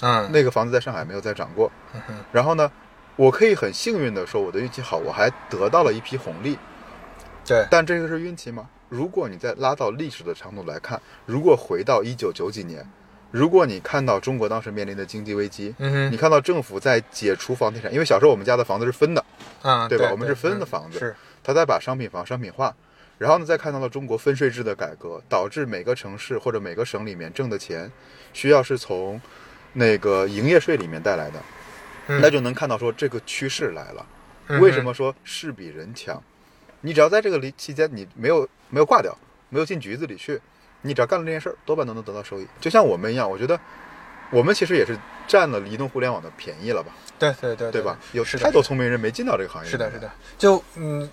Speaker 2: 嗯，
Speaker 1: 那个房子在上海没有再涨过。
Speaker 2: 嗯哼
Speaker 1: 然后呢，我可以很幸运的说我的运气好，我还得到了一批红利，
Speaker 2: 对，
Speaker 1: 但这个是运气吗？如果你再拉到历史的长度来看，如果回到一九九几年，如果你看到中国当时面临的经济危机，
Speaker 2: 嗯
Speaker 1: 你
Speaker 2: 哼，
Speaker 1: 看到政府在解除房地产，因为小时候我们家的房子是分的，
Speaker 2: 啊，
Speaker 1: 对
Speaker 2: 对
Speaker 1: 吧我们是分的
Speaker 2: 嗯
Speaker 1: 房子
Speaker 2: 是，
Speaker 1: 他在把商品房商品化，然后呢，再看到了中国分税制的改革，导致每个城市或者每个省里面挣的钱，需要是从那个营业税里面带来的，
Speaker 2: 嗯
Speaker 1: 那就能看到说这个趋势来了。
Speaker 2: 嗯哼
Speaker 1: 为什么说事比人强？你只要在这个里期间你没有没有挂掉，没有进局子里去，你只要干了这件事儿，多半都能得到收益。就像我们一样，我觉得我们其实也是占了移动互联网的便宜了吧，
Speaker 2: 对对对
Speaker 1: 对吧？有
Speaker 2: 是的
Speaker 1: 太多聪明人没进到这个行业里
Speaker 2: 是
Speaker 1: 面
Speaker 2: 的，
Speaker 1: 来。
Speaker 2: 是的，就嗯，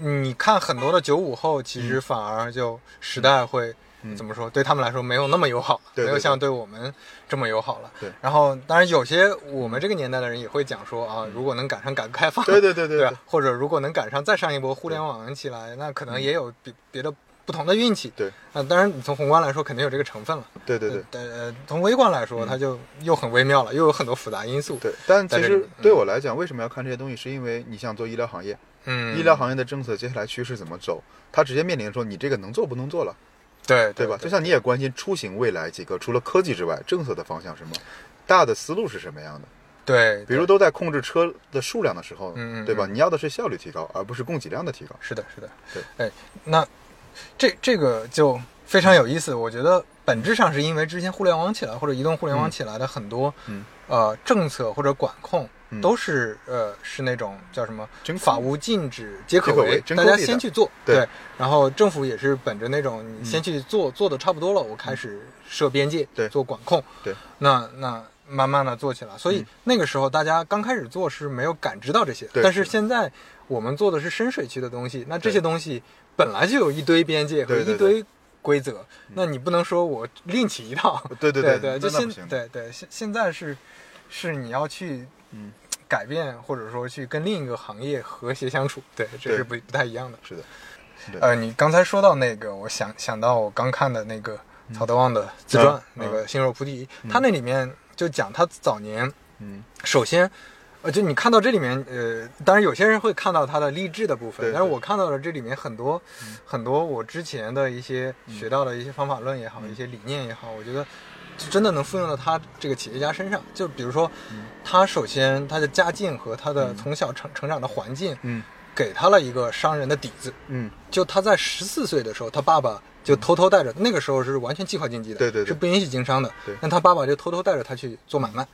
Speaker 2: 你看很多的九五后，其实反而就时代会、
Speaker 1: 嗯
Speaker 2: 怎么说，对他们来说没有那么友好了，
Speaker 1: 对对
Speaker 2: 没有
Speaker 1: 对
Speaker 2: 像对我们这么友好了。
Speaker 1: 对
Speaker 2: 然后，当然有些我们这个年代的人也会讲说啊，如果能赶上改革开放，
Speaker 1: 嗯对对对对嗯
Speaker 2: 对啊吧，或者如果能赶上再上一波互联网起来，那可能也有别别的不同的运气。
Speaker 1: 对
Speaker 2: 啊，当然你从宏观来说肯定有这个成分了，
Speaker 1: 对对对。嗯
Speaker 2: 但呃，从微观来说，它就又很微妙了，又有很多复杂因素。
Speaker 1: 对，，但
Speaker 2: 在
Speaker 1: 其
Speaker 2: 这里
Speaker 1: 实对我来讲，为什么要看这些东西？是因为你想做医疗行业，
Speaker 2: 嗯，
Speaker 1: 医疗行业的政策接下来趋势怎么走，它直接面临说你这个能做不能做了，
Speaker 2: 对
Speaker 1: 对吧？就像你也关心出行未来几个除了科技之外，政策的方向是什么，大的思路是什么样的？
Speaker 2: 对，
Speaker 1: 比如都在控制车的数量的时候
Speaker 2: 嗯嗯，
Speaker 1: 对吧？
Speaker 2: 嗯
Speaker 1: 你要的是效率提高，而不是供给量的提高。
Speaker 2: 是的，是的，
Speaker 1: 对，
Speaker 2: 哎，那这这个就非常有意思。我觉得本质上是因为之前互联网起来或者移动互联网
Speaker 1: 嗯
Speaker 2: 起来的很多、
Speaker 1: 嗯
Speaker 2: 呃政策或者管控。
Speaker 1: 嗯
Speaker 2: 都是呃，是那种叫什么
Speaker 1: 真
Speaker 2: 法
Speaker 1: 空
Speaker 2: 无禁止皆可
Speaker 1: 皆可
Speaker 2: 为
Speaker 1: 为，真
Speaker 2: 大
Speaker 1: 空
Speaker 2: 家
Speaker 1: 地
Speaker 2: 先
Speaker 1: 的
Speaker 2: 去做，
Speaker 1: 对嗯
Speaker 2: 然后政府也是本着那种你先去做，做的差不多了，我开始设边界，
Speaker 1: 对
Speaker 2: 做管控，
Speaker 1: 对，
Speaker 2: 那那慢慢的做起来。所以
Speaker 1: 嗯
Speaker 2: 那个时候大家刚开始做是没有感知到这些的，
Speaker 1: 对
Speaker 2: 但是
Speaker 1: 是的
Speaker 2: 现在我们做的是深水区的东西，那这
Speaker 1: 对
Speaker 2: 些东西本来就有一堆边界和
Speaker 1: 对对嗯
Speaker 2: 一堆规则，那你不能说我另起一套，
Speaker 1: 对对
Speaker 2: 对
Speaker 1: 对，
Speaker 2: 就
Speaker 1: 那那不
Speaker 2: 现
Speaker 1: 行。
Speaker 2: 对对现现在是是你要去
Speaker 1: 嗯
Speaker 2: 改变，或者说去跟另一个行业和谐相处，对，这是不不太一样的。
Speaker 1: 是的，对
Speaker 2: 呃，你刚才说到那个，我想想到我刚看的那个曹德旺的自传，
Speaker 1: 嗯
Speaker 2: 那个《心若菩提》，他那里面就讲他早年，
Speaker 1: 嗯，
Speaker 2: 首先，呃，就你看到这里面，呃，当然有些人会看到他的励志的部分，
Speaker 1: 对
Speaker 2: 但是
Speaker 1: 对嗯
Speaker 2: 我看到了这里面很多、很多我之前的一些学到的一些方法论也
Speaker 1: 嗯
Speaker 2: 好，一些理念也好，我觉得就真的能复用到他这个企业家身上。就比如说，
Speaker 1: 嗯
Speaker 2: 他首先他的家境和他的从小成成长的环境，
Speaker 1: 嗯
Speaker 2: 给他了一个商人的底子。
Speaker 1: 嗯，
Speaker 2: 就他在十四岁的时候，他爸爸就偷偷带着，那个时候是完全计划经济的，
Speaker 1: 对对对
Speaker 2: 是不允许经商的
Speaker 1: 对。
Speaker 2: 那他爸爸就偷偷带着他去做买卖，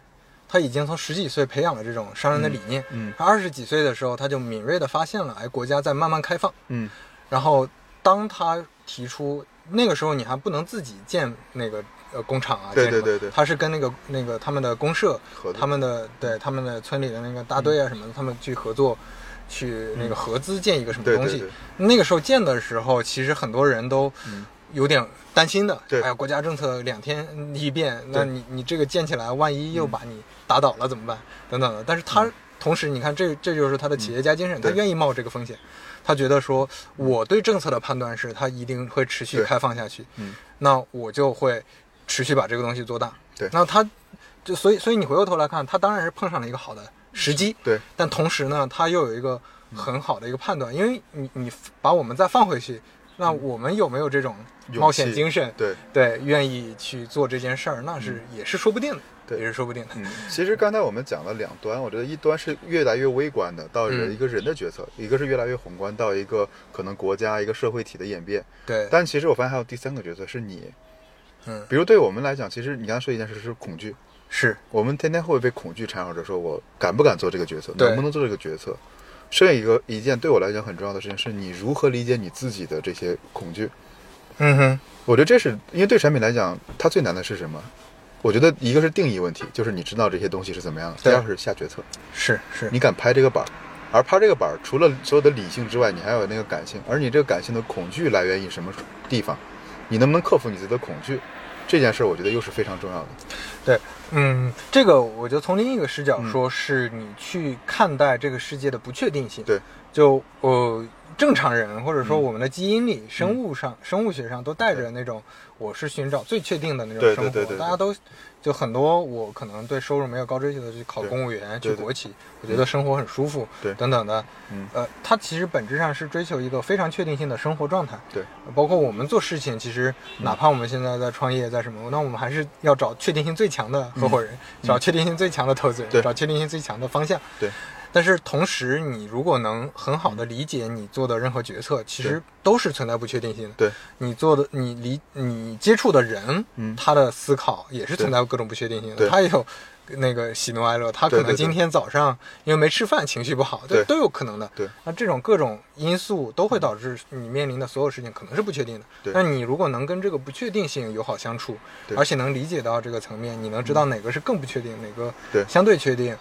Speaker 2: 他已经从十几岁培养了这种商人的理念。
Speaker 1: 嗯
Speaker 2: 他二十几岁的时候，他就敏锐地发现了，哎，国家在慢慢开放。
Speaker 1: 嗯
Speaker 2: 然后当他提出那个时候，你还不能自己建那个呃工厂啊，
Speaker 1: 对
Speaker 2: 建什么
Speaker 1: 对对对
Speaker 2: 他是跟那个那个他们的公社
Speaker 1: 合、作
Speaker 2: 他们的对他们的村里的那个大队啊什么的，他们去合作。去那个合资建一个什
Speaker 1: 嗯
Speaker 2: 么
Speaker 1: 对对
Speaker 2: 东西
Speaker 1: 对，
Speaker 2: 那个时候建的时候，其实很多人都
Speaker 1: 嗯
Speaker 2: 有点担心的。
Speaker 1: 对
Speaker 2: 哎呀，国家政策两天嗯一变，那你你这个建起来，万一又把你打倒了怎么办？
Speaker 1: 嗯
Speaker 2: 等等的。但是他同时，你看这这就是他的企业家精神，他
Speaker 1: 嗯对
Speaker 2: 愿意冒这个风险。他觉得说，我对政策的判断是，它一定会持续
Speaker 1: 对
Speaker 2: 开放下去。
Speaker 1: 嗯，
Speaker 2: 那我就会持续把这个东西做大。
Speaker 1: 对
Speaker 2: 那他就所以所以你回过头来看，他当然是碰上了一个好的时机，
Speaker 1: 对，
Speaker 2: 但同时呢，他又有一个很好的一个判断，因为你你把我们再放回去，那我们有没有这种
Speaker 1: 勇
Speaker 2: 冒险
Speaker 1: 气
Speaker 2: 精神？
Speaker 1: 对。
Speaker 2: 对，愿意去做这件事儿，那是也是说不定的，
Speaker 1: 对
Speaker 2: 也是说不定的。
Speaker 1: 嗯，其实刚才我们讲了两端，我觉得一端是越来越微观的，到人
Speaker 2: 嗯
Speaker 1: 一个人的决策；一个是越来越宏观，到一个可能国家、一个社会体的演变。
Speaker 2: 对，
Speaker 1: 但其实我发现还有第三个角色是你，
Speaker 2: 嗯，
Speaker 1: 比如对我们来讲，其实你刚才说一件事是恐惧，
Speaker 2: 是
Speaker 1: 我们天天会被恐惧缠绕着，说我敢不敢做这个决策，
Speaker 2: 对
Speaker 1: 能不能做这个决策。剩下一个一件对我来讲很重要的事情，是你如何理解你自己的这些恐惧。
Speaker 2: 嗯哼，
Speaker 1: 我觉得这是因为对产品来讲，它最难的是什么？我觉得一个是定义问题，就是你知道这些东西是怎么样的；第
Speaker 2: 对
Speaker 1: 二是下决策，
Speaker 2: 是是，
Speaker 1: 你敢拍这个板儿。而拍这个板儿，除了所有的理性之外，你还有那个感性，而你这个感性的恐惧来源于什么地方？你能不能克服你自己的恐惧？这件事儿，我觉得又是非常重要的。
Speaker 2: 对，嗯，这个我觉得从另一个视角
Speaker 1: 嗯
Speaker 2: 说，是你去看待这个世界的不确定性。
Speaker 1: 对，
Speaker 2: 就呃，正常人或者说
Speaker 1: 嗯
Speaker 2: 我们的基因里、生物上、生物学上都带着那种我是寻找最确定的那种
Speaker 1: 对对
Speaker 2: 生活。
Speaker 1: 对对对
Speaker 2: 大家都就很多，我可能对收入没有高追求的去考
Speaker 1: 对
Speaker 2: 公务员、去
Speaker 1: 对对嗯
Speaker 2: 国企，我觉得生活很舒服，
Speaker 1: 对
Speaker 2: 等等的。
Speaker 1: 嗯
Speaker 2: 呃，它其实本质上是追求一个非常确定性的生活状态。
Speaker 1: 对，嗯
Speaker 2: 包括我们做事情，其实哪怕我们现在在创业，在什么，那我们还是要找确定性最强的合伙人，找确定性最强的投资人，
Speaker 1: 嗯对
Speaker 2: 找确定性最强的方向。
Speaker 1: 对。
Speaker 2: 但是同时，你如果能很好的理解你做的任何决策，其实都是存在不确定性的。
Speaker 1: 对，
Speaker 2: 你做的，你理你接触的人，
Speaker 1: 嗯
Speaker 2: 他的思考也是存在各种不确定性的。
Speaker 1: 对
Speaker 2: 他也有那个喜怒哀乐，他
Speaker 1: 对
Speaker 2: 可
Speaker 1: 对
Speaker 2: 能
Speaker 1: 对
Speaker 2: 今天早上因为没吃饭，情绪不好，
Speaker 1: 对
Speaker 2: 都有可能的。
Speaker 1: 对，
Speaker 2: 那这种各种因素都会导致你面临的所有事情可能是不确定的。
Speaker 1: 对
Speaker 2: 那你如果能跟这个不确定性友好相处，
Speaker 1: 对嗯
Speaker 2: 而且能理解到这个层面，你能知道哪个是更不确定，哪个
Speaker 1: 对
Speaker 2: 相对确定，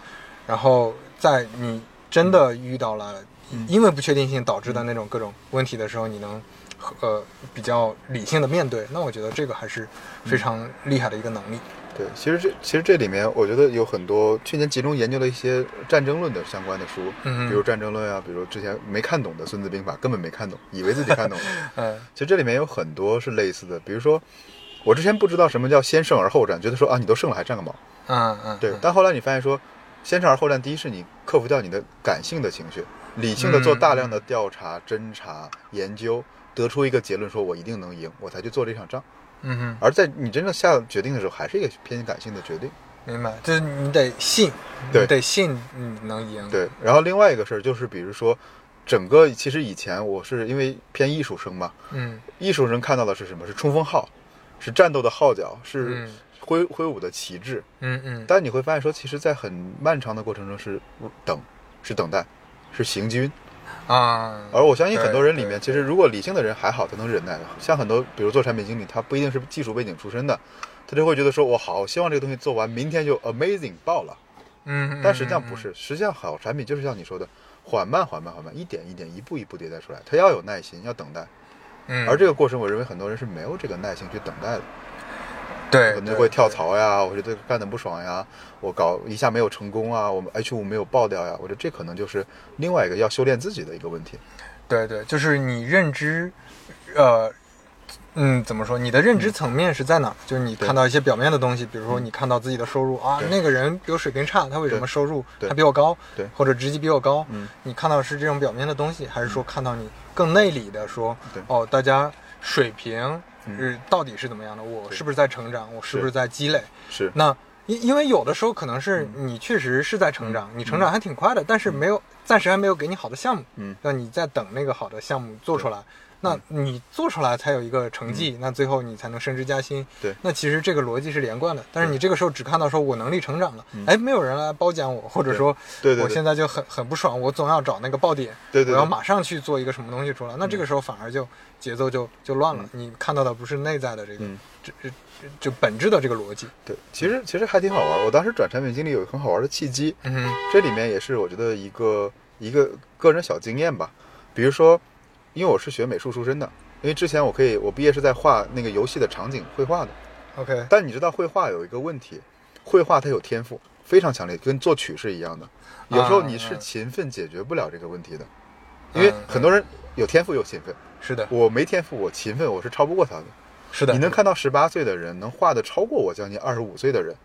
Speaker 2: 然后在你真的遇到了
Speaker 1: 嗯
Speaker 2: 因为不确定性导致的那种各种问题的时候，你能呃比较理性的面对，那我觉得这个还是非常厉害的一个能力。
Speaker 1: 对，其实这其实这里面我觉得有很多去年集中研究了一些战争论的相关的书，
Speaker 2: 嗯
Speaker 1: 比如《战争论》啊，比如之前没看懂的《孙子兵法》，根本没看懂，以为自己看懂了。
Speaker 2: 嗯，
Speaker 1: 其实这里面有很多是类似的，比如说我之前不知道什么叫先胜而后战，觉得说啊你都胜了还战个毛，
Speaker 2: 嗯嗯，
Speaker 1: 对
Speaker 2: 嗯，
Speaker 1: 但后来你发现说先胜而后战，第一是你克服掉你的感性的情绪，理性的做大量的调查、侦查、研究，得出一个结论，说我一定能赢，我才去做这场仗。
Speaker 2: 嗯哼。
Speaker 1: 而在你真正下决定的时候，还是一个偏感性的决定。
Speaker 2: 明白，就是嗯你得信，
Speaker 1: 对
Speaker 2: 你得信你能赢。
Speaker 1: 对，然后另外一个事儿就是，比如说，整个其实以前我是因为偏艺术生嘛，
Speaker 2: 嗯，
Speaker 1: 艺术生看到的是什么？是冲锋号，是战斗的号角，是
Speaker 2: 嗯
Speaker 1: 挥挥舞的旗帜。
Speaker 2: 嗯嗯
Speaker 1: 但你会发现说，其实，在很漫长的过程中是等，是等待，是行军。
Speaker 2: 啊，
Speaker 1: 而我相信很多人里
Speaker 2: 对
Speaker 1: 面，其实如果理性的人还好，他能忍耐。像很多，比如做产品经理，他不一定是技术背景出身的，他就会觉得说，我好希望这个东西做完，明天就 amazing 爆了。
Speaker 2: 嗯，嗯
Speaker 1: 但实际上不，是，实际上好产品就是像你说的，缓慢、缓慢、缓慢，一点一点、一步一步迭代出来。它要有耐心，要等待。
Speaker 2: 嗯，
Speaker 1: 而这个过程，我认为很多人是没有这个耐心去等待的，
Speaker 2: 对
Speaker 1: 可能
Speaker 2: 对
Speaker 1: 会跳槽呀，我觉得干得不爽呀，我搞一下没有成功啊，我们 H 五没有爆掉呀，我觉得这可能就是另外一个要修炼自己的一个问题。
Speaker 2: 对对，就是你认知，呃，嗯，怎么说？你的认知层面是在哪儿？就是你
Speaker 1: 对
Speaker 2: 看到一些表面的东西，比如说你看到自己的收入啊
Speaker 1: 对，
Speaker 2: 那个人比我水平差，他为什么
Speaker 1: 对
Speaker 2: 收入
Speaker 1: 对
Speaker 2: 他比我高？
Speaker 1: 对
Speaker 2: 或者职级比我高？
Speaker 1: 嗯，
Speaker 2: 你看到是这种表面的东西，还是说看到你更内里的说
Speaker 1: 嗯对，
Speaker 2: 哦，大家水平
Speaker 1: 嗯
Speaker 2: 是到底是怎么样的？我是不是在成长？我是不是
Speaker 1: 是
Speaker 2: 在积累？
Speaker 1: 是，
Speaker 2: 那因因为有的时候可能是你确实是在成
Speaker 1: 嗯
Speaker 2: 长，你成长还挺快的，但是没有暂时还没有给你好的项目，
Speaker 1: 嗯
Speaker 2: 那你在等那个好的项目做出来，那你做出来才有一个成绩，那最后你才能升职加薪。
Speaker 1: 嗯对
Speaker 2: 那其实这个逻辑是连贯的。但是你这个时候只看到说我能力成长了，哎，没有人来褒奖我，或者说
Speaker 1: 嗯对对对
Speaker 2: 我现在就很很不爽，我总要找那个爆点，
Speaker 1: 对对嗯对
Speaker 2: 我要马上去做一个什么东西出来。那这个时候反而就节奏就就乱了，你看到的不是内在的这个
Speaker 1: 嗯
Speaker 2: 这这这就本质的这个逻辑。
Speaker 1: 对，其实其实还挺好玩。我当时转产品经理有一个很好玩的契机，
Speaker 2: 嗯哼
Speaker 1: 这里面也是我觉得一个一个个人小经验吧。比如说，因为我是学美术出身的，因为之前我可以我毕业是在画那个游戏的场景绘画的，
Speaker 2: ，OK，
Speaker 1: 但你知道绘画有一个问题，绘画它有天赋，非常强烈，跟作曲是一样的。有时候你是
Speaker 2: 嗯
Speaker 1: 勤奋解决不了这个问题的，因
Speaker 2: 嗯
Speaker 1: 为很多人有天赋有勤奋，
Speaker 2: 是的，
Speaker 1: 我没天赋，我勤奋我是超不过他的。
Speaker 2: 是的，
Speaker 1: 你能看到十八岁的人能画的超过我将近二十五岁的人，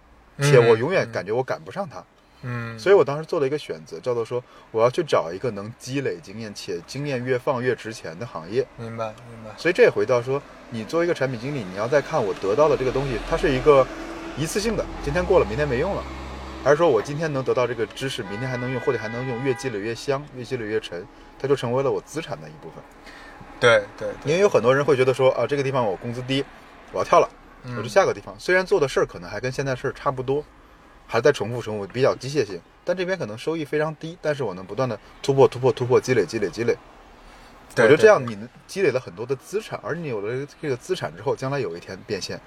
Speaker 1: 且我永远感觉我赶不上他。
Speaker 2: 嗯，
Speaker 1: 所以我当时做了一个选择，叫做说我要去找一个能积累经验且经验越放越值钱的行业。
Speaker 2: 明白明白，
Speaker 1: 所以这也回到说，你作为一个产品经理，你要再看我得到的这个东西，它是一个一次性的，今天过了，明天没用了，还是说我今天能得到这个知识，明天还能用，或者还能用，越积累越香，越积累越沉，它就成为了我资产的一部分。
Speaker 2: 对对对，
Speaker 1: 因为有很多人会觉得说啊，这个地方我工资低，我要跳了，我就
Speaker 2: 嗯
Speaker 1: 下个地方。虽然做的事儿可能还跟现在事儿差不多，还在重复重复，比较机械性，但这边可能收益非常低，但是我能不断的突破突破突破，积累积累积累。
Speaker 2: 对
Speaker 1: 我觉得
Speaker 2: 对
Speaker 1: 这样你能积累了很多的资产，而你有了这个资产之后，将来有一天变现，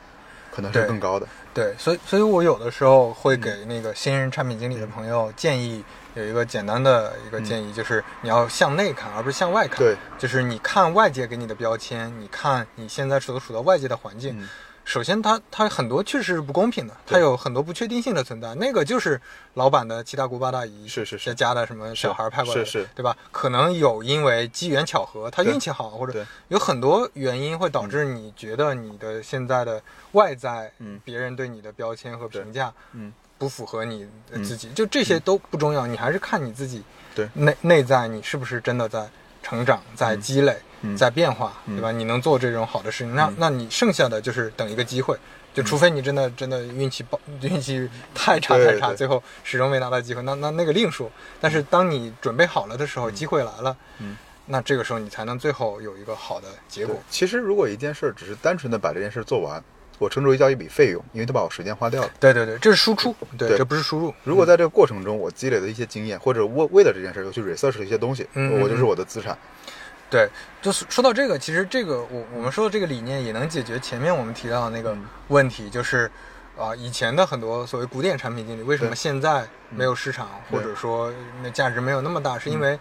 Speaker 1: 可能是
Speaker 2: 对
Speaker 1: 更高的。
Speaker 2: 对，所以所以我有的时候会
Speaker 1: 嗯
Speaker 2: 给那个新人产品经理的朋友建议，有一个简单的一个
Speaker 1: 嗯
Speaker 2: 建议，就是你要向内看，而不是向外看。
Speaker 1: 对，
Speaker 2: 就是你看外界给你的标签，你看你现在所处的外界的环境。
Speaker 1: 嗯
Speaker 2: 首先它，它很多确实是不公平的，它
Speaker 1: 对
Speaker 2: 有很多不确定性的存在。那个就是老板的七大姑八大姨，
Speaker 1: 是是是
Speaker 2: 再加的什么小孩派过来的，
Speaker 1: 是是
Speaker 2: 对吧？可能有因为机缘巧合，他
Speaker 1: 对
Speaker 2: 运气好，或者
Speaker 1: 对
Speaker 2: 有很多原因会导致你觉得你的现在的外在，
Speaker 1: 嗯
Speaker 2: 别人对你的标签和评价，
Speaker 1: 嗯，
Speaker 2: 不符合你呃
Speaker 1: 嗯
Speaker 2: 自己，就这些都不重要，你还是看你自己
Speaker 1: 对
Speaker 2: 内内在你是不是真的在成长、在积累、
Speaker 1: 嗯
Speaker 2: 在变化，
Speaker 1: 嗯
Speaker 2: 对吧？你能做这种好的事情，那那你剩下的就是等一个机会，
Speaker 1: 嗯
Speaker 2: 就除非你真的真的运气爆、 运气太差
Speaker 1: 对
Speaker 2: 太差，
Speaker 1: 对
Speaker 2: 最后始终没拿到机会，那那那个另说。但是当你准备好了的时候，机会来了，
Speaker 1: 嗯
Speaker 2: 那这个时候你才能最后有一个好的结
Speaker 1: 对
Speaker 2: 果。。
Speaker 1: 其实如果一件事儿只是单纯的把这件事儿做完，我称之为叫一笔费用，因为它把我时间花掉了。
Speaker 2: 对对对，这是输出，对，
Speaker 1: 对
Speaker 2: 这不是输入。
Speaker 1: 如果在这个过程中，我积累的一些经验，或者为为了这件事儿又去 research 了一些东西，
Speaker 2: 嗯嗯
Speaker 1: 我就是我的资产。
Speaker 2: 对，就是说到这个，其实这个我我们说的这个理念也能解决前面我们提到的那个
Speaker 1: 嗯
Speaker 2: 问题，就是啊、以前的很多所谓古典产品经理为什么
Speaker 1: 对嗯
Speaker 2: 现在没有市场，
Speaker 1: 对嗯
Speaker 2: 或者说那价值没有那么大，是因为、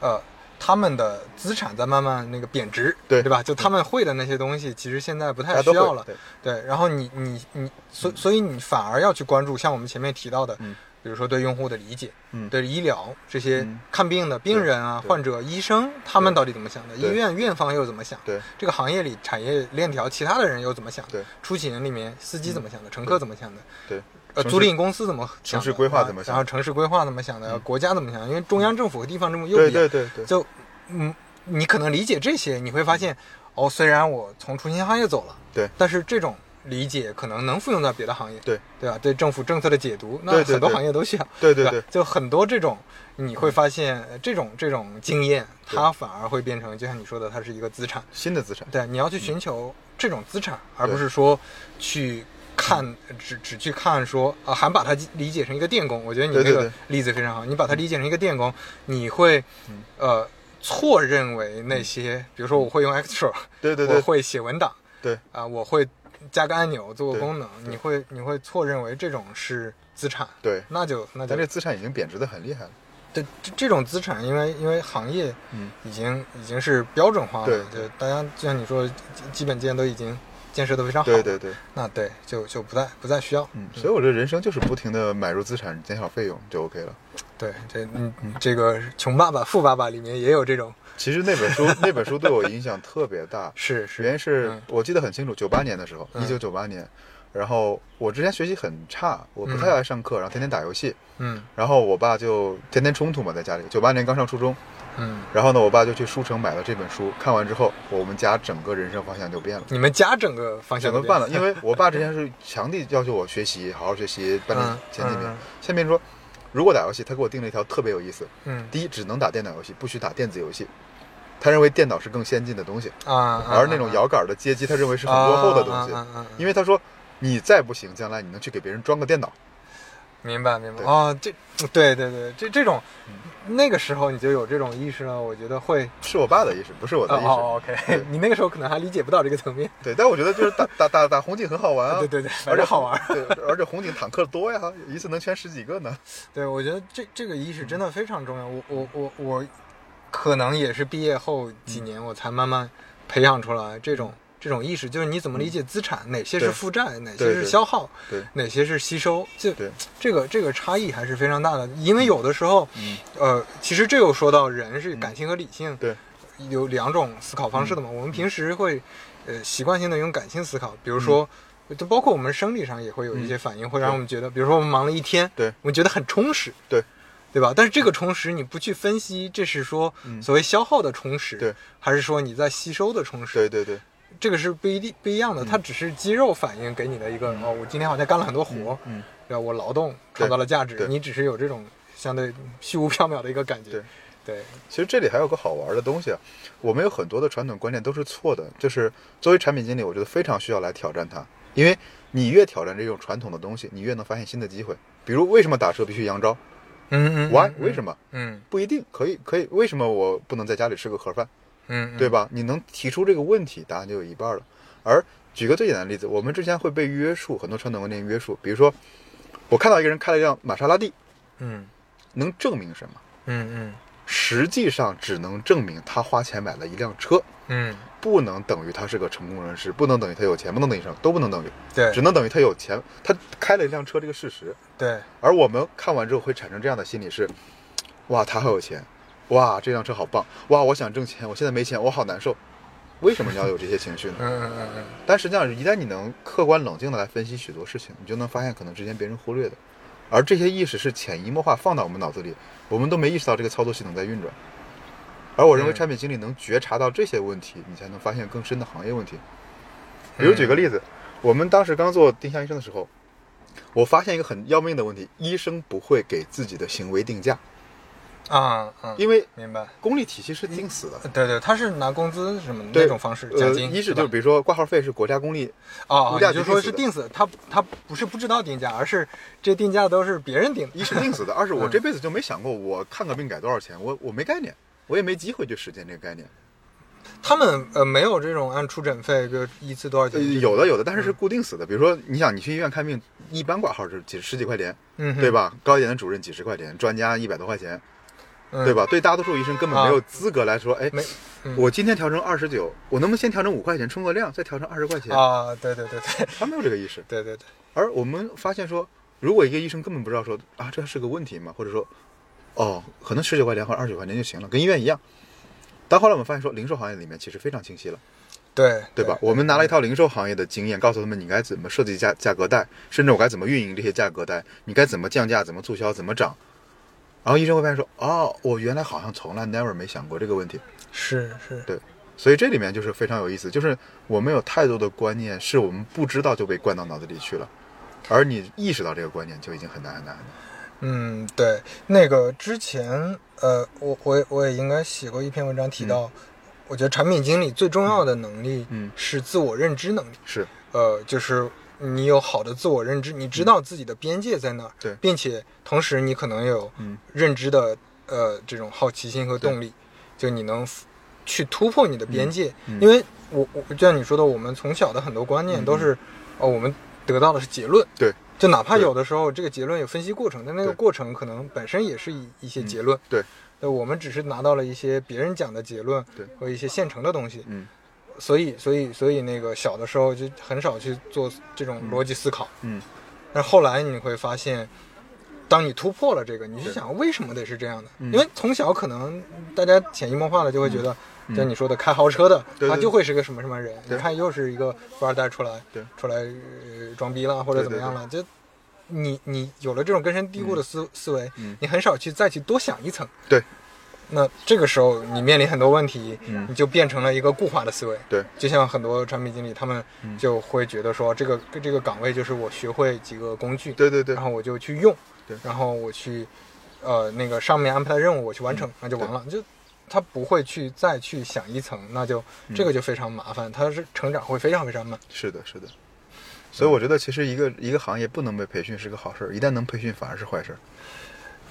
Speaker 2: 呃他们的资产在慢慢那个贬值，
Speaker 1: 对
Speaker 2: 对吧？就他们会的那些东西，其实现在不
Speaker 1: 大
Speaker 2: 太
Speaker 1: 家都
Speaker 2: 需
Speaker 1: 会
Speaker 2: 要了。
Speaker 1: 对
Speaker 2: 对，然后你你你，所所以你反而要去关注，像我们前面提到的，
Speaker 1: 嗯
Speaker 2: 比如说对用户的理解，
Speaker 1: 嗯
Speaker 2: 对医疗这些
Speaker 1: 嗯
Speaker 2: 看病的病人啊、
Speaker 1: 对
Speaker 2: 患者、医生，他们到底怎么想的？医
Speaker 1: 对
Speaker 2: 院院方又怎么想？
Speaker 1: 对，
Speaker 2: 这个行业里产业链条其他的人又怎么想的？
Speaker 1: 对，嗯
Speaker 2: 出行里面司机怎么想的？乘客怎么想的？
Speaker 1: 对，
Speaker 2: 呃，
Speaker 1: 城
Speaker 2: 租
Speaker 1: 市
Speaker 2: 赁公司怎么想的？
Speaker 1: 城
Speaker 2: 啊
Speaker 1: 市规划怎么想嗯
Speaker 2: 然后城市规划怎么想的？国家怎么想的？因为中央政府和地方政府又不一
Speaker 1: 对
Speaker 2: 样
Speaker 1: 对对对，
Speaker 2: 就嗯，你可能理解这些，你会发现，哦，虽然我从重新行业走了，
Speaker 1: 对
Speaker 2: 但是这种理解可能能复用到别的行业，
Speaker 1: 对
Speaker 2: 对吧？对政府政策的解读，那
Speaker 1: 对对
Speaker 2: 很多
Speaker 1: 对
Speaker 2: 行业都需要，
Speaker 1: 对对嗯
Speaker 2: 吧
Speaker 1: 对
Speaker 2: 就很多这种，你会发现呃这种这种经验，它反而会变成，就像你说的，它是一个资产，
Speaker 1: 新的资产。
Speaker 2: 对，你要去寻求这种资产，而
Speaker 1: 对
Speaker 2: 不是说去看
Speaker 1: 嗯
Speaker 2: 只只去看说啊，还把它理解成一个电工。我觉得你
Speaker 1: 对
Speaker 2: 这
Speaker 1: 对
Speaker 2: 个
Speaker 1: 对
Speaker 2: 例子非常好，你把它理解成一个电工，你会
Speaker 1: 嗯
Speaker 2: 呃错认为那些，比如说我会用 Extra，
Speaker 1: 对对
Speaker 2: 我
Speaker 1: 对
Speaker 2: 会写文档
Speaker 1: 对
Speaker 2: 啊，我会加个按钮做个
Speaker 1: 对
Speaker 2: 功能，你会你会错认为这种是资产，
Speaker 1: 对，
Speaker 2: 那就那就
Speaker 1: 咱这资产已经贬值的很厉害了。
Speaker 2: 对这这种资产，因为因为行业
Speaker 1: 嗯
Speaker 2: 已经已经是标准化了，
Speaker 1: 对
Speaker 2: 就大家就像你说，基基本建都已经建设的啊非常好，
Speaker 1: 对对，对，
Speaker 2: 那对就就不再不再需要，
Speaker 1: 嗯，所以我觉得人生就是不停的买入资产，减少费用就 OK 了。
Speaker 2: 对这嗯这个《穷爸爸富爸爸》里面也有这种，
Speaker 1: 其实那本 书那本书对我影响特别大，
Speaker 2: 是
Speaker 1: 原
Speaker 2: 是
Speaker 1: 因是
Speaker 2: 嗯
Speaker 1: 我记得很清楚，九八年的时候，
Speaker 2: 嗯
Speaker 1: 一九九八年，然后我之前学习很差，我不太
Speaker 2: 嗯
Speaker 1: 爱上课，然后天天打游戏，
Speaker 2: 嗯
Speaker 1: 然后我爸就天天冲突嘛，在家里。九八年刚上初中，
Speaker 2: 嗯，
Speaker 1: 然后呢，我爸就去书城买了这本书，看完之后，我们家整个人生方向就变了。
Speaker 2: 你们家整个方向
Speaker 1: 怎
Speaker 2: 都
Speaker 1: 么办了？
Speaker 2: 变
Speaker 1: 因为我爸之前是强力要求我学习，好好学习，班
Speaker 2: 嗯
Speaker 1: 里前几
Speaker 2: 嗯
Speaker 1: 名。下面说，如果打游戏，他给我定了一条特别有意思：
Speaker 2: 嗯
Speaker 1: 第一，只能打电脑游戏，不许打电子游戏。他认为电脑是更先进的东西，
Speaker 2: 啊啊，
Speaker 1: 而那种
Speaker 2: 啊
Speaker 1: 摇杆的街机，他认为是很落后的东西
Speaker 2: 啊，啊啊啊啊
Speaker 1: 因为他说你再不行，将来你能去给别人装个电脑，
Speaker 2: 明白明白
Speaker 1: 对嗯
Speaker 2: 啊，这对对对，这这种那个时候你就有这种意识了，我觉得会
Speaker 1: 是我爸的意识，不是我的
Speaker 2: 哦
Speaker 1: 意
Speaker 2: 哦
Speaker 1: 识。
Speaker 2: ，OK，你那个时候可能还理解不到这个层面，
Speaker 1: 对，但我觉得就是打打打打红警很好玩啊，
Speaker 2: 对对对，反
Speaker 1: 而
Speaker 2: 正
Speaker 1: 且
Speaker 2: 好玩儿。
Speaker 1: 红。对，而且红警坦克多呀，一次能圈十几个呢。
Speaker 2: 对，我觉得这这个意识真的非常重要。我我我我，可能也是毕业后几年我才慢慢培养出来这种这种意识，就是你怎么理解资产，哪些是
Speaker 1: 对
Speaker 2: 负债，哪些
Speaker 1: 对
Speaker 2: 是
Speaker 1: 对
Speaker 2: 消耗，
Speaker 1: 对
Speaker 2: 哪些是吸收，就
Speaker 1: 对
Speaker 2: 这个这个差异还是非常大的。因为有的时候，
Speaker 1: 嗯
Speaker 2: 呃，其实这又说到人是感性和理性，
Speaker 1: 对，嗯
Speaker 2: 有两种思考方式的嘛。我们平时会呃习惯性的用感性思考，
Speaker 1: 嗯
Speaker 2: 比如说。就包括我们生理上也会有一些反应，会让我们觉得，比如说我们忙了一天，
Speaker 1: 对
Speaker 2: 我们觉得很充实，
Speaker 1: 对
Speaker 2: 对吧？但是这个充实，你不去分析，这是说
Speaker 1: 嗯
Speaker 2: 所谓消耗的充实，
Speaker 1: 对，
Speaker 2: 还是说你在吸收的充实？
Speaker 1: 对嗯对对，
Speaker 2: 这个是不一定不一样的，它只是肌肉反应给你的一个哦，我今天好像干了很多活，
Speaker 1: 嗯，
Speaker 2: 对吧？我劳动创造了价值，
Speaker 1: 对
Speaker 2: 你只是有这种相对虚无缥缈的一个感觉
Speaker 1: 对，
Speaker 2: 对，
Speaker 1: 其实这里还有个好玩的东西，啊，我们有很多的传统观念都是错的，就是作为产品经理，我觉得非常需要来挑战它，因为你越挑战这种传统的东西，你越能发现新的机会。比如为什么打车必须扬招
Speaker 2: 嗯嗯
Speaker 1: ？Why？
Speaker 2: 嗯
Speaker 1: 为什么？
Speaker 2: 嗯
Speaker 1: 不一定可以，可以为什么我不能在家里吃个盒饭？
Speaker 2: 嗯，嗯
Speaker 1: 对吧？你能提出这个问题，答案就有一半了。而举个最简单的例子，我们之前会被约束，很多传统观念约束，比如说，我看到一个人开了一辆玛莎拉蒂，
Speaker 2: 嗯
Speaker 1: 能证明什么？
Speaker 2: 嗯
Speaker 1: 实际上只能证明他花钱买了一辆车，
Speaker 2: 嗯嗯，
Speaker 1: 不能等于他是个成功人士，不能等于他有钱，不能等于什么，都不能等于，
Speaker 2: 对
Speaker 1: 只能等于他有钱，他开了一辆车这个事实。
Speaker 2: 对
Speaker 1: 而我们看完之后会产生这样的心理是：哇，他好有钱，哇，这辆车好棒，哇，我想挣钱，我现在没钱，我好难受。为什么你要有这些情绪呢？
Speaker 2: 嗯嗯嗯嗯。
Speaker 1: 但实际上，一旦你能客观冷静的来分析许多事情，你就能发现可能之前别人忽略的，而这些意识是潜移默化放到我们脑子里，我们都没意识到这个操作系统在运转。而我认为
Speaker 2: 嗯
Speaker 1: 产品经理能觉察到这些问题，你才能发现更深的行业问题。比
Speaker 2: 嗯
Speaker 1: 如举个例子，我们当时刚做定向医生的时候，我发现一个很要命的问题：医生不会给自己的行为定价，
Speaker 2: 啊啊，
Speaker 1: 因为
Speaker 2: 明白。
Speaker 1: 公立体系是定死的。
Speaker 2: 对对，他是拿工资什么
Speaker 1: 对
Speaker 2: 那嗯种方式奖
Speaker 1: 呃，
Speaker 2: 金，
Speaker 1: 一是
Speaker 2: 吧
Speaker 1: 就是比如说挂号费是国家公立
Speaker 2: 哦，
Speaker 1: 物
Speaker 2: 你
Speaker 1: 价
Speaker 2: 就
Speaker 1: 决定
Speaker 2: 说
Speaker 1: 死
Speaker 2: 是
Speaker 1: 的
Speaker 2: 定死，他他不是不知道定价，而是这定价都是别人定的。
Speaker 1: 一是定死的，二是
Speaker 2: 嗯
Speaker 1: 我这辈子就没想过我看个病改多少钱，我我没概念，我也没机会去实践这个概念。
Speaker 2: 他们呃没有这种按出诊费个一次多少
Speaker 1: 呃，
Speaker 2: 钱？
Speaker 1: 有的有的，但
Speaker 2: 嗯
Speaker 1: 是是固定死的。比如说，你想你去医院看病，一般挂号是几十几块钱，
Speaker 2: 嗯哼
Speaker 1: 对？吧？高一点的主任几十块钱，专家一百多块钱，
Speaker 2: 嗯
Speaker 1: 对？吧？对大多数医生根本
Speaker 2: 啊
Speaker 1: 没有资格来说，哎
Speaker 2: 没嗯，
Speaker 1: 我今天调成二十九，我能不能先调整五块钱冲个量，再调成二十块钱？
Speaker 2: 啊，对对对对
Speaker 1: 他没有这个意识。
Speaker 2: 对对对，
Speaker 1: 而我们发现说，如果一个医生根本不知道说啊这是个问题嘛，或者说哦可能十九块钱或者二十九块钱就行了，跟医院一样。但后来我们发现说，零售行业里面其实非常清晰了，
Speaker 2: 对
Speaker 1: 对吧？？我们拿了一套零售行业的经验，告诉他们你该怎么设计价价格带，甚至我该怎么运营这些价格带，你该怎么降价、怎么促销、怎么涨。然后医生会发现说，哦，我原来好像从来 never 没想过这个问题。
Speaker 2: 是是，
Speaker 1: 对，所以这里面就是非常有意思，就是我们有太多的观念是我们不知道就被灌到脑子里去了，而你意识到这个观念就已经很难很难很难。
Speaker 2: 嗯，对，那个之前呃，我我也我也应该写过一篇文章提到，我觉得产品经理最重要的能力
Speaker 1: 嗯
Speaker 2: 是自我认知能力。
Speaker 1: 是
Speaker 2: 呃，就是你有好的自我认知，你知道自己的边界在哪儿，
Speaker 1: 嗯对
Speaker 2: 并且同时你可能有
Speaker 1: 嗯
Speaker 2: 认知的呃这种好奇心和动力，就你能 f- 去突破你的边界，
Speaker 1: 嗯嗯
Speaker 2: 因为我我就像你说的，我们从小的很多观念都是，哦，我们得到的是结论，
Speaker 1: 对
Speaker 2: 就哪怕
Speaker 1: 对
Speaker 2: 有的时候这个结论有分析过程，但那个
Speaker 1: 对嗯
Speaker 2: 过程可能本身也是一一些结论，
Speaker 1: 对，
Speaker 2: 对，我们只是拿到了一些别人讲的结论，
Speaker 1: 对
Speaker 2: 和一些现成的东西，
Speaker 1: 嗯
Speaker 2: 所以，所以，所以那个小的时候就很少去做这种逻辑思考。
Speaker 1: 嗯
Speaker 2: 但是后来你会发现，当你突破了这个，你就
Speaker 1: 对
Speaker 2: 想为什么得是这样的？
Speaker 1: 嗯
Speaker 2: 因为从小可能大家潜移默化的就会觉得，就像你说的开豪车的，
Speaker 1: 嗯对对
Speaker 2: 他
Speaker 1: 对
Speaker 2: 就会是个什么什么人。你
Speaker 1: 对
Speaker 2: 看，又是一个富二代出来
Speaker 1: 对，
Speaker 2: 出来、呃装逼了或者
Speaker 1: 对
Speaker 2: 怎么
Speaker 1: 对
Speaker 2: 样了，就你你有了这种根深蒂固的思、思维，
Speaker 1: 嗯
Speaker 2: 你很少去再去多想一层。
Speaker 1: 对
Speaker 2: 那这个时候你面临很多问题，
Speaker 1: 嗯
Speaker 2: 你就变成了一个固化的思维。
Speaker 1: 对，
Speaker 2: 就像很多产品经理他们
Speaker 1: 嗯
Speaker 2: 就会觉得说，这个这个岗位就是我学会几个工具，
Speaker 1: 对对对
Speaker 2: 然后我就去用
Speaker 1: 对，
Speaker 2: 然后我去呃那个上面安排的任务我去完成，那就完了，就他不会去再去想一层，那就这个就非常麻烦，他是成长会非常非常慢。
Speaker 1: 是的，是的。所以我觉得，其实一个一个行业不能被培训是个好事儿，一旦能培训反而是坏
Speaker 2: 嗯
Speaker 1: 事儿。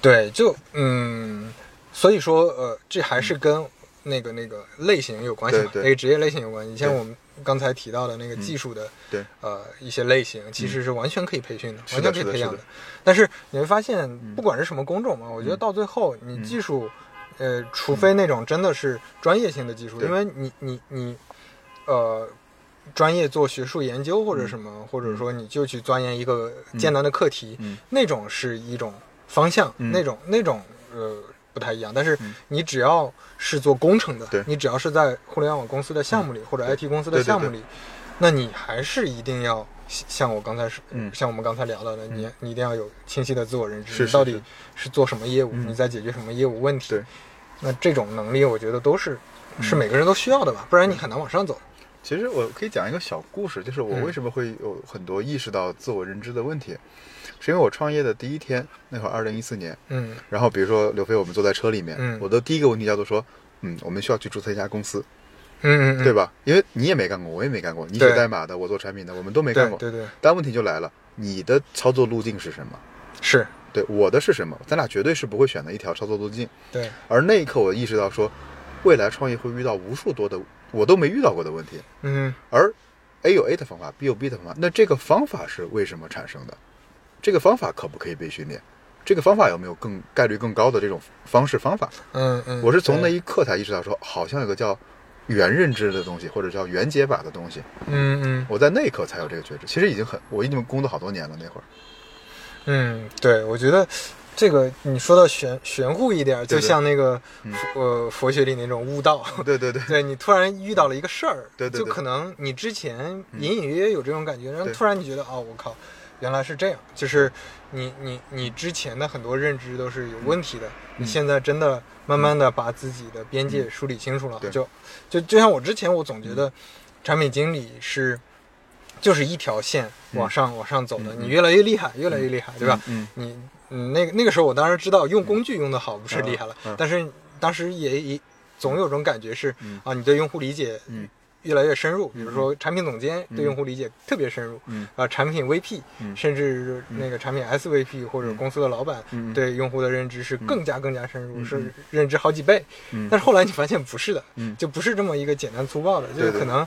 Speaker 2: 对，就嗯，所以说呃，这还是跟那个那个类型有关系嘛，
Speaker 1: 对对
Speaker 2: 那个职业类型有关系。像
Speaker 1: 对
Speaker 2: 我们刚才提到的那个技术的、
Speaker 1: 对，
Speaker 2: 呃一些类型，其实是完全可以培训的，
Speaker 1: 嗯是
Speaker 2: 完
Speaker 1: 的
Speaker 2: 全可
Speaker 1: 是的
Speaker 2: 以培养
Speaker 1: 是的嗯
Speaker 2: 但是你会发现，不管是什么工种嘛，我觉得到最后你技术，呃，除非那种真的是专业性的技术，
Speaker 1: 嗯对
Speaker 2: 因为你你你，呃。专业做学术研究或者什么，或者说你就去钻研一个艰难的课题，
Speaker 1: 嗯
Speaker 2: 那种是一种方向，
Speaker 1: 嗯
Speaker 2: 那种那种呃不太一样。但是
Speaker 1: 嗯
Speaker 2: 你只要是做工程的，
Speaker 1: 对嗯
Speaker 2: 你只要是在互联网公司的项目里、或者 IT 公司的
Speaker 1: 对对
Speaker 2: 项目里，那你还是一定要像像我刚才是、
Speaker 1: 嗯
Speaker 2: 像我们刚才聊到的，你你一定要有清晰的自我认知，
Speaker 1: 是
Speaker 2: 你
Speaker 1: 是
Speaker 2: 到底
Speaker 1: 是
Speaker 2: 是做什么业务，
Speaker 1: 嗯
Speaker 2: 你在解决什么业务问题
Speaker 1: 对。嗯
Speaker 2: 那这种能力，我觉得都是是每个人都需要的吧，不然你很难往上走。
Speaker 1: 其实我可以讲一个小故事，就是我
Speaker 2: 嗯
Speaker 1: 为什么会有很多意识到自我认知的问题，是因为我创业的第一天，那会儿二零一四年，
Speaker 2: 嗯
Speaker 1: 然后比如说刘飞，我们坐在车里面，
Speaker 2: 嗯
Speaker 1: 我的第一个问题叫做说，嗯，我们需要去注册一家公司，
Speaker 2: 嗯嗯，嗯
Speaker 1: 对吧？因为你也没干过，我也没干过，你
Speaker 2: 对
Speaker 1: 写代码的，我做产品的，我们都没干
Speaker 2: 对
Speaker 1: 过。
Speaker 2: 对对，
Speaker 1: 但问题就来了，你的操作路径是什么？
Speaker 2: 是，
Speaker 1: 对，我的是什么？咱俩绝对是不会选择一条操作路径。
Speaker 2: 对
Speaker 1: 而那一刻，我意识到说，未来创业会遇到无数多的我都没遇到过的问题。
Speaker 2: 嗯
Speaker 1: 而 A 有 A 的方法，B 有 B 的方法，那这个方法是为什么产生的？这个方法可不可以被训练？这个方法有没有更概率更高的这种方式方法？
Speaker 2: 嗯嗯，
Speaker 1: 我是从
Speaker 2: 对
Speaker 1: 那一刻才意识到说，好像有个叫原认知的东西，或者叫原解法的东西。
Speaker 2: 嗯嗯。
Speaker 1: 我在那一刻才有这个觉知。其实已经很，我已经工作好多年了那会儿。
Speaker 2: 嗯，对，我觉得这个你说到玄玄乎一点儿，就
Speaker 1: 对对嗯
Speaker 2: 像那个佛呃佛学里那种悟道，
Speaker 1: 对对对，
Speaker 2: 对你突然遇到了一个事儿，
Speaker 1: 对对
Speaker 2: 就
Speaker 1: 对
Speaker 2: 可能你之前隐隐约约有这种感觉，然后
Speaker 1: 对
Speaker 2: 突然你觉得哦，我靠，原来是这样，就是你你你之前的很多认知都是有问题的，
Speaker 1: 嗯
Speaker 2: 你现在真的慢慢的把自己的边界梳理清楚了，
Speaker 1: 对
Speaker 2: 就就就像我之前我总觉得产品经理是。就是一条线往上往上走的，你越来越厉害，越来越厉害， 对吧？
Speaker 1: 嗯，
Speaker 2: 你嗯，那个那个时候我当然知道用工具用的好不是厉害了，
Speaker 1: 嗯嗯
Speaker 2: 但是当时也也总有种感觉是、
Speaker 1: 嗯
Speaker 2: 啊，你对用户理解
Speaker 1: 嗯
Speaker 2: 越来越深入，比如说产品总监对用户理解特别深入，
Speaker 1: 嗯
Speaker 2: 啊，产品 VP、
Speaker 1: 嗯
Speaker 2: 甚至那个产品 SVP 或者公司的老板、
Speaker 1: 嗯嗯
Speaker 2: 对用户的认知是更加更加深入，
Speaker 1: 嗯
Speaker 2: 是认知好几倍。
Speaker 1: 嗯
Speaker 2: 但是后来你发现不是的，
Speaker 1: 嗯
Speaker 2: 就不是这么一个简单粗暴的，就是
Speaker 1: 对
Speaker 2: 可能